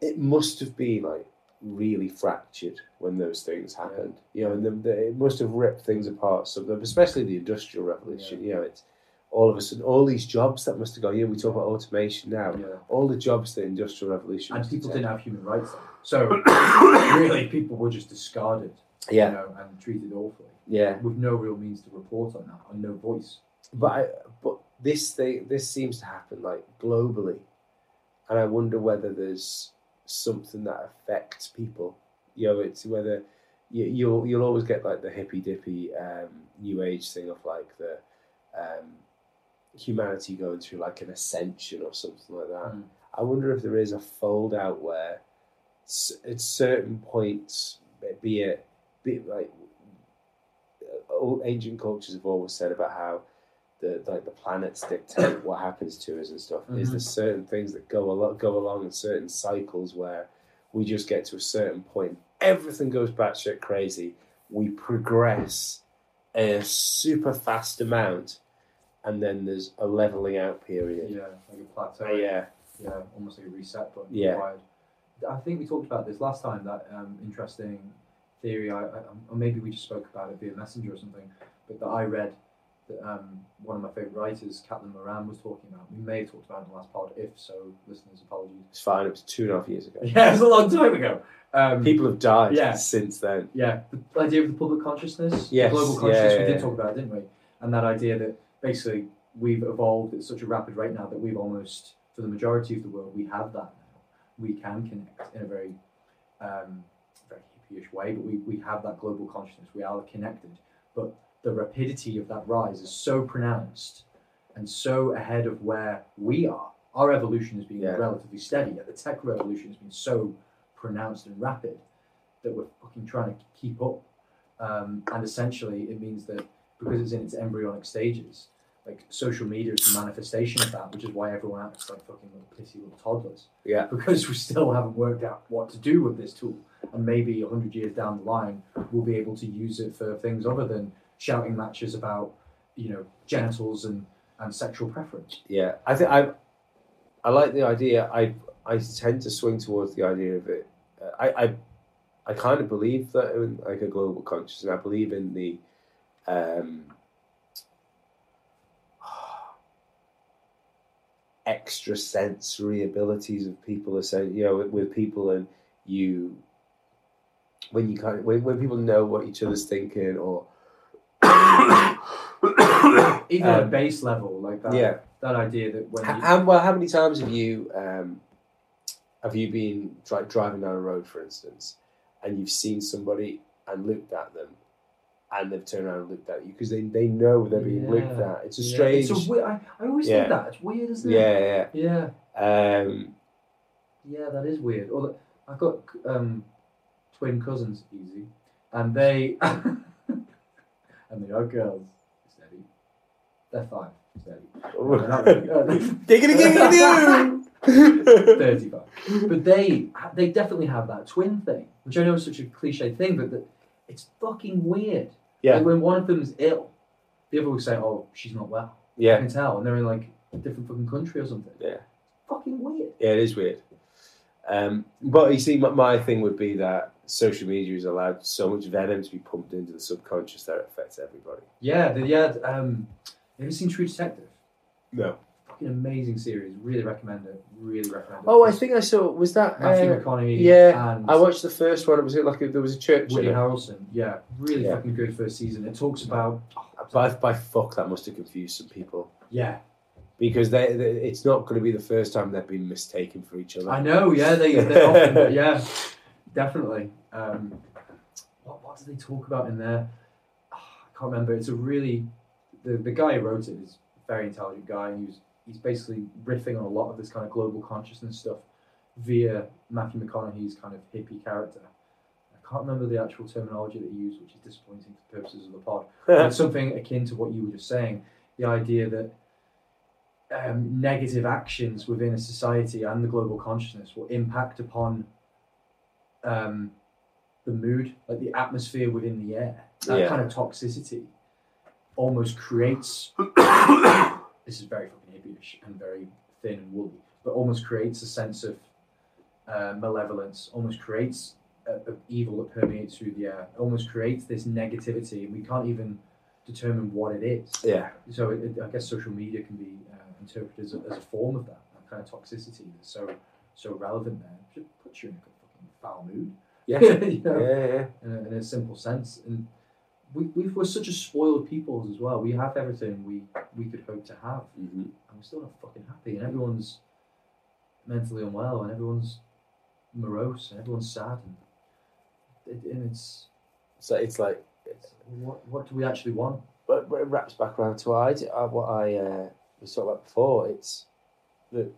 [SPEAKER 1] It must have been like really fractured when those things happened. You know, and the, the, it must have ripped things apart. So, the- especially the industrial revolution. You know, it's all of a sudden all these jobs that must have gone. You know, we talk about automation now.
[SPEAKER 3] Yeah.
[SPEAKER 1] All the jobs the industrial revolution.
[SPEAKER 3] And
[SPEAKER 1] must
[SPEAKER 3] people
[SPEAKER 1] have
[SPEAKER 3] didn't have human rights, then. so
[SPEAKER 1] taken.
[SPEAKER 3] really people were just discarded, you
[SPEAKER 1] yeah,
[SPEAKER 3] know, and treated awfully
[SPEAKER 1] yeah.
[SPEAKER 3] with no real means to report on that, and no voice.
[SPEAKER 1] But I, but this thing this seems to happen like globally, and I wonder whether there's something that affects people. You know, it's whether you, you'll you'll always get like the hippy dippy um, new age thing of like the um, humanity going through like an ascension or something like that.
[SPEAKER 3] Mm.
[SPEAKER 1] I wonder if there is a fold out where s- at certain points, be it, be it like all ancient cultures have always said about how the like the planets dictate what happens to us and stuff. Is there certain things that go a lot go along in certain cycles where we just get to a certain point, everything goes batshit crazy. We progress a super fast amount, and then there's a leveling out period.
[SPEAKER 3] Yeah, like a plateau.
[SPEAKER 1] Yeah, yeah,
[SPEAKER 3] yeah, almost like a reset button
[SPEAKER 1] Yeah.
[SPEAKER 3] required. I think we talked about this last time. That um, interesting theory, I, I, or maybe we just spoke about it via messenger or something, but that I read that um, one of my favorite writers, Catelyn Moran, was talking about. We may have talked about it in the last pod. If so, listeners, apologies.
[SPEAKER 1] it's fine. It was two and a half years ago.
[SPEAKER 3] Yeah, it was a long time ago. Um,
[SPEAKER 1] People have died
[SPEAKER 3] Yeah.
[SPEAKER 1] since then.
[SPEAKER 3] yeah, the idea of the public consciousness, the
[SPEAKER 1] Yes,
[SPEAKER 3] global
[SPEAKER 1] yeah,
[SPEAKER 3] consciousness, we
[SPEAKER 1] yeah,
[SPEAKER 3] did
[SPEAKER 1] yeah.
[SPEAKER 3] talk about, it, didn't we? And that idea that basically we've evolved at such a rapid rate now that we've almost, for the majority of the world, we have that now. We can connect in a very, um, very hippie-ish way, but we, we have that global consciousness. We are connected, but the rapidity of that rise is so pronounced and so ahead of where we are. Our evolution has been
[SPEAKER 1] Yeah.
[SPEAKER 3] relatively steady. Yet the tech revolution has been so pronounced and rapid that we're fucking trying to keep up. Um, and essentially, it means that because it's in its embryonic stages, like social media is a manifestation of that, which is why everyone acts like fucking little pissy little toddlers.
[SPEAKER 1] Yeah.
[SPEAKER 3] Because we still haven't worked out what to do with this tool. And maybe 100 years down the line, we'll be able to use it for things other than shouting matches about, you know, genitals and, and sexual preference.
[SPEAKER 1] Yeah, I think I, I like the idea. I I tend to swing towards the idea of it. Uh, I I, I kind of believe that in like a global consciousness. I believe in the, um, extra sensory abilities of people. So you know, with, with people and you. When you kind of, when, when people know what each other's thinking or
[SPEAKER 3] Even at a
[SPEAKER 1] Um,
[SPEAKER 3] base level, like that,
[SPEAKER 1] yeah
[SPEAKER 3] that idea that when
[SPEAKER 1] How,
[SPEAKER 3] you,
[SPEAKER 1] how- well, how many times have you um, have you been dri- driving down a road, for instance, and you've seen somebody and looked at them, and they've turned around and looked at you because they, they know they're being
[SPEAKER 3] Yeah.
[SPEAKER 1] looked at. It's a
[SPEAKER 3] Yeah.
[SPEAKER 1] strange,
[SPEAKER 3] It's a weird, I, I always
[SPEAKER 1] Yeah.
[SPEAKER 3] think that. It's weird, isn't it?
[SPEAKER 1] yeah, yeah.
[SPEAKER 3] Yeah.
[SPEAKER 1] Um,
[SPEAKER 3] Yeah, that is weird. Or the- I've got um, twin cousins, easy, and they and they are girls, steady. They're five, steady. They're not really- uh, they're
[SPEAKER 1] Giggity, giggity, doo.
[SPEAKER 3] Thirty-five, but they they definitely have that twin thing, which I know is such a cliche thing, but that it's fucking weird.
[SPEAKER 1] Yeah.
[SPEAKER 3] Like when one of them is ill, the other will say, "Oh, she's not well." I
[SPEAKER 1] yeah,
[SPEAKER 3] can tell, and they're in like a different fucking country or something.
[SPEAKER 1] Yeah.
[SPEAKER 3] Fucking weird.
[SPEAKER 1] yeah, it is weird. Um, but you see, my, my thing would be that social media has allowed so much venom to be pumped into the subconscious that it affects everybody.
[SPEAKER 3] Yeah, the, yeah. Um, have you seen True Detective?
[SPEAKER 1] No.
[SPEAKER 3] Fucking amazing series. Really recommend it. Really recommend it.
[SPEAKER 1] Oh, I think I saw. Was that?
[SPEAKER 3] Matthew
[SPEAKER 1] uh,
[SPEAKER 3] McConaughey.
[SPEAKER 1] yeah,
[SPEAKER 3] and
[SPEAKER 1] I watched the first one. It was like a, there was a church.
[SPEAKER 3] Woody
[SPEAKER 1] In it.
[SPEAKER 3] Harrelson. Yeah, really
[SPEAKER 1] Yeah.
[SPEAKER 3] fucking good first season. It talks about
[SPEAKER 1] By, by fuck, that must have confused some people
[SPEAKER 3] yeah.
[SPEAKER 1] because they, they, it's not going to be the first time they've been mistaken for each other.
[SPEAKER 3] I know. Yeah, they they often but yeah, definitely. Um, what what do they talk about in there? Ah, I can't remember. It's a really the the guy who wrote it is a very intelligent guy. and He's he's basically riffing on a lot of this kind of global consciousness stuff via Matthew McConaughey's kind of hippie character. I can't remember the actual terminology that he used, which is disappointing for purposes of the pod. But it's something akin to what you were just saying the idea that um, negative actions within a society and the global consciousness will impact upon um, the mood, like the atmosphere within the air. That
[SPEAKER 1] Yeah.
[SPEAKER 3] kind of toxicity almost creates. this is very fucking hippyish and very thin and woolly, but almost creates a sense of uh, malevolence, almost creates a, of evil that permeates through the air, almost creates this negativity. We can't even determine what it is.
[SPEAKER 1] yeah,
[SPEAKER 3] So it, it- I guess social media can be uh, interpreted as a, as a form of that, that kind of toxicity that's so so relevant there. It just puts you in a fucking foul mood.
[SPEAKER 1] yeah, yeah,
[SPEAKER 3] you know?
[SPEAKER 1] yeah. yeah.
[SPEAKER 3] in a, in a simple sense. And we, we we're such a spoiled peoples as well. We have everything we, we could hope to have,
[SPEAKER 1] hmm
[SPEAKER 3] and we're still not fucking happy. And everyone's mentally unwell, and everyone's morose, and everyone's sad. And, it, and it's,
[SPEAKER 1] So it's like,
[SPEAKER 3] it's what what do we actually want?
[SPEAKER 1] but, but it wraps back around to what I, d- uh, what I uh, was talking about before. It's that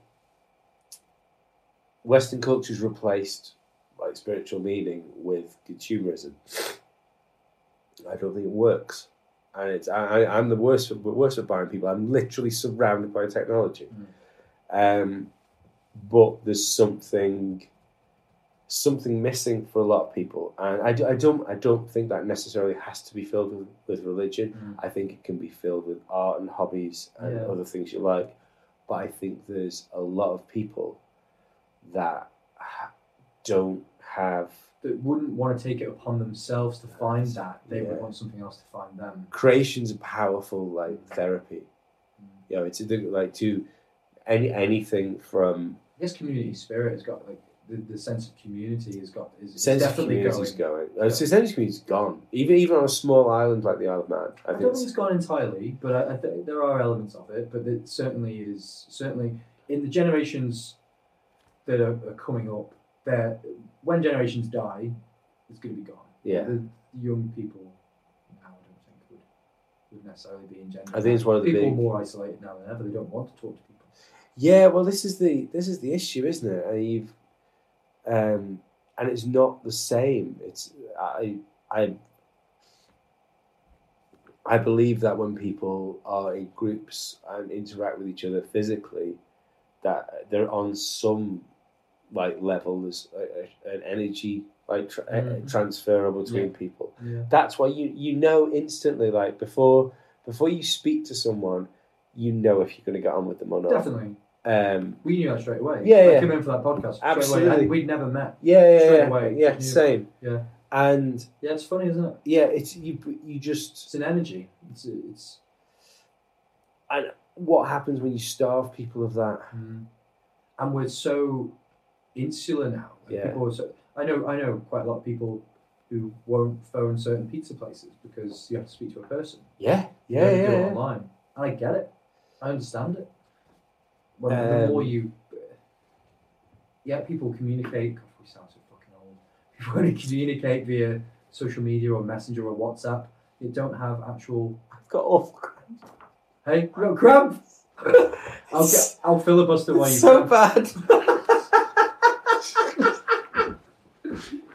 [SPEAKER 1] Western culture's replaced like spiritual meaning with consumerism. I don't think it works, and it's I, I, I'm the worst for, worst at buying people. I'm literally surrounded by technology, um, but there's something something missing for a lot of people, and I, d- I don't I don't think that necessarily has to be filled with, with religion. I think it can be filled with art and hobbies and
[SPEAKER 3] Yeah.
[SPEAKER 1] other things you like. But I think there's a lot of people that ha- don't have
[SPEAKER 3] that wouldn't want to take it upon themselves to find that. They
[SPEAKER 1] Yeah.
[SPEAKER 3] would want something else to find them.
[SPEAKER 1] creation's a powerful like therapy. You know, it's a thing, like to any anything from
[SPEAKER 3] I guess community spirit has got like the, the sense of community has got is is
[SPEAKER 1] sense of
[SPEAKER 3] definitely going.
[SPEAKER 1] community's going. Uh, so sense of community's gone. Even even on a small island like the Isle of Man, I,
[SPEAKER 3] I
[SPEAKER 1] think
[SPEAKER 3] don't
[SPEAKER 1] it's-
[SPEAKER 3] think it's gone entirely, but I, I th- there are elements of it. But it certainly is certainly in the generations that are, are coming up. There, when generations die, it's going to be gone.
[SPEAKER 1] yeah.
[SPEAKER 3] The young people now, I don't think would would necessarily be in general.
[SPEAKER 1] I think it's one of the
[SPEAKER 3] people
[SPEAKER 1] big
[SPEAKER 3] are more isolated now than ever. They don't want to talk to people.
[SPEAKER 1] Yeah, well, this is the this is the issue, isn't it? And you've, um, and it's not the same. It's I I I believe that when people are in groups and interact with each other physically, that they're on some like level there's a, a, an energy like tra- eh,
[SPEAKER 3] Mhm.
[SPEAKER 1] transfer between people
[SPEAKER 3] Yeah.
[SPEAKER 1] that's why you you know instantly like before before you speak to someone you know if you're going to get on with them or not
[SPEAKER 3] Definitely.
[SPEAKER 1] um
[SPEAKER 3] We knew that straight away.
[SPEAKER 1] Yeah,
[SPEAKER 3] I
[SPEAKER 1] yeah.
[SPEAKER 3] came in for that podcast. straight away,
[SPEAKER 1] Absolutely.
[SPEAKER 3] and We'd never met.
[SPEAKER 1] yeah yeah
[SPEAKER 3] Straight
[SPEAKER 1] yeah,
[SPEAKER 3] away,
[SPEAKER 1] yeah
[SPEAKER 3] you-
[SPEAKER 1] same
[SPEAKER 3] yeah.
[SPEAKER 1] and
[SPEAKER 3] Yeah, it's funny, isn't it?
[SPEAKER 1] yeah it's you you just
[SPEAKER 3] It's an energy. It's, it's
[SPEAKER 1] what happens when you starve people of that
[SPEAKER 3] mm. and we're so insular now. Like,
[SPEAKER 1] Yeah.
[SPEAKER 3] People are so, I know. I know quite a lot of people who won't phone certain pizza places because you have to speak to a person.
[SPEAKER 1] yeah
[SPEAKER 3] You
[SPEAKER 1] yeah
[SPEAKER 3] don't do
[SPEAKER 1] yeah,
[SPEAKER 3] it
[SPEAKER 1] yeah.
[SPEAKER 3] online, and I get it. I understand it. When the
[SPEAKER 1] Um,
[SPEAKER 3] more you, yeah, people communicate. God, we sound so fucking old. People only communicate via social media or messenger or WhatsApp. You don't have actual.
[SPEAKER 1] I've got awful
[SPEAKER 3] Hey, you got cramp. I'll, get, I'll filibuster while you.
[SPEAKER 1] it's so bad
[SPEAKER 3] I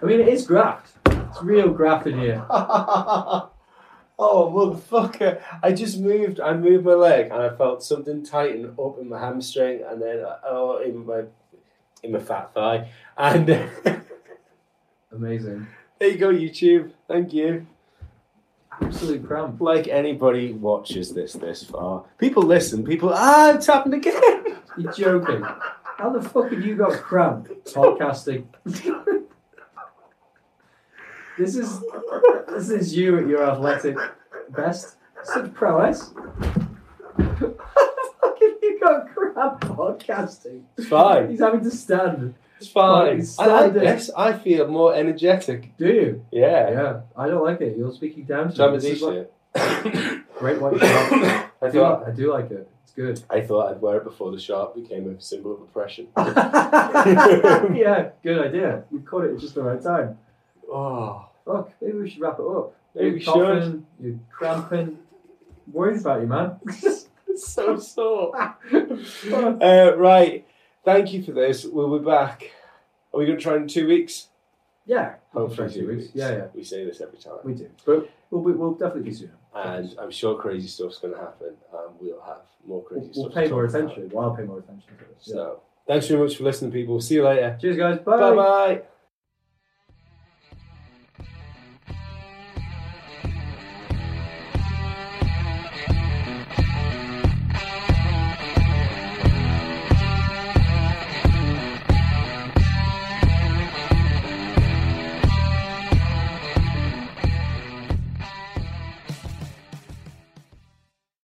[SPEAKER 3] mean, it is graft. It's real graft in here.
[SPEAKER 1] oh motherfucker! I just moved. I moved my leg, and I felt something tighten up in my hamstring, and then uh, oh, in my in my fat thigh. And there
[SPEAKER 3] Amazing.
[SPEAKER 1] you go, YouTube. Thank you.
[SPEAKER 3] Absolute cramp.
[SPEAKER 1] Like anybody watches this this far, people listen. People, ah, it's happened again.
[SPEAKER 3] You're joking. How the fuck have you got cramp? Podcasting. this is this is you at your athletic best. Such prowess. Fucking I'm podcasting.
[SPEAKER 1] It's fine.
[SPEAKER 3] He's having to stand.
[SPEAKER 1] It's fine.
[SPEAKER 3] It's
[SPEAKER 1] I like
[SPEAKER 3] standard.
[SPEAKER 1] this. I feel more energetic.
[SPEAKER 3] Do you?
[SPEAKER 1] Yeah.
[SPEAKER 3] Yeah. I don't like it. You're speaking down
[SPEAKER 1] Should I
[SPEAKER 3] to
[SPEAKER 1] have a
[SPEAKER 3] me. This is like-
[SPEAKER 1] t-shirt? I
[SPEAKER 3] Great white shark. I do,
[SPEAKER 1] thought
[SPEAKER 3] I do like it. It's good.
[SPEAKER 1] I thought I'd wear it before the shark became a symbol of oppression.
[SPEAKER 3] yeah, good idea. You caught it at just the right time.
[SPEAKER 1] Oh,
[SPEAKER 3] Fuck, maybe we should wrap it up.
[SPEAKER 1] maybe
[SPEAKER 3] you're
[SPEAKER 1] we should.
[SPEAKER 3] coughing, You're cramping. Worried about you, man.
[SPEAKER 1] It's so sore. uh, right. Thank you for this. We'll be back. Are we going to try in two weeks?
[SPEAKER 3] yeah.
[SPEAKER 1] Hopefully, two weeks.
[SPEAKER 3] Yeah, yeah.
[SPEAKER 1] We say this every time.
[SPEAKER 3] We do. But we'll, be, we'll definitely be soon.
[SPEAKER 1] and I'm sure crazy stuff's going to happen, and we'll have more crazy
[SPEAKER 3] We'll,
[SPEAKER 1] stuff.
[SPEAKER 3] we'll
[SPEAKER 1] to
[SPEAKER 3] pay more
[SPEAKER 1] talk about.
[SPEAKER 3] attention. Well, I'll pay more attention to it. Yeah.
[SPEAKER 1] So, thanks very much for listening, people. See you later.
[SPEAKER 3] Cheers, guys.
[SPEAKER 1] Bye bye.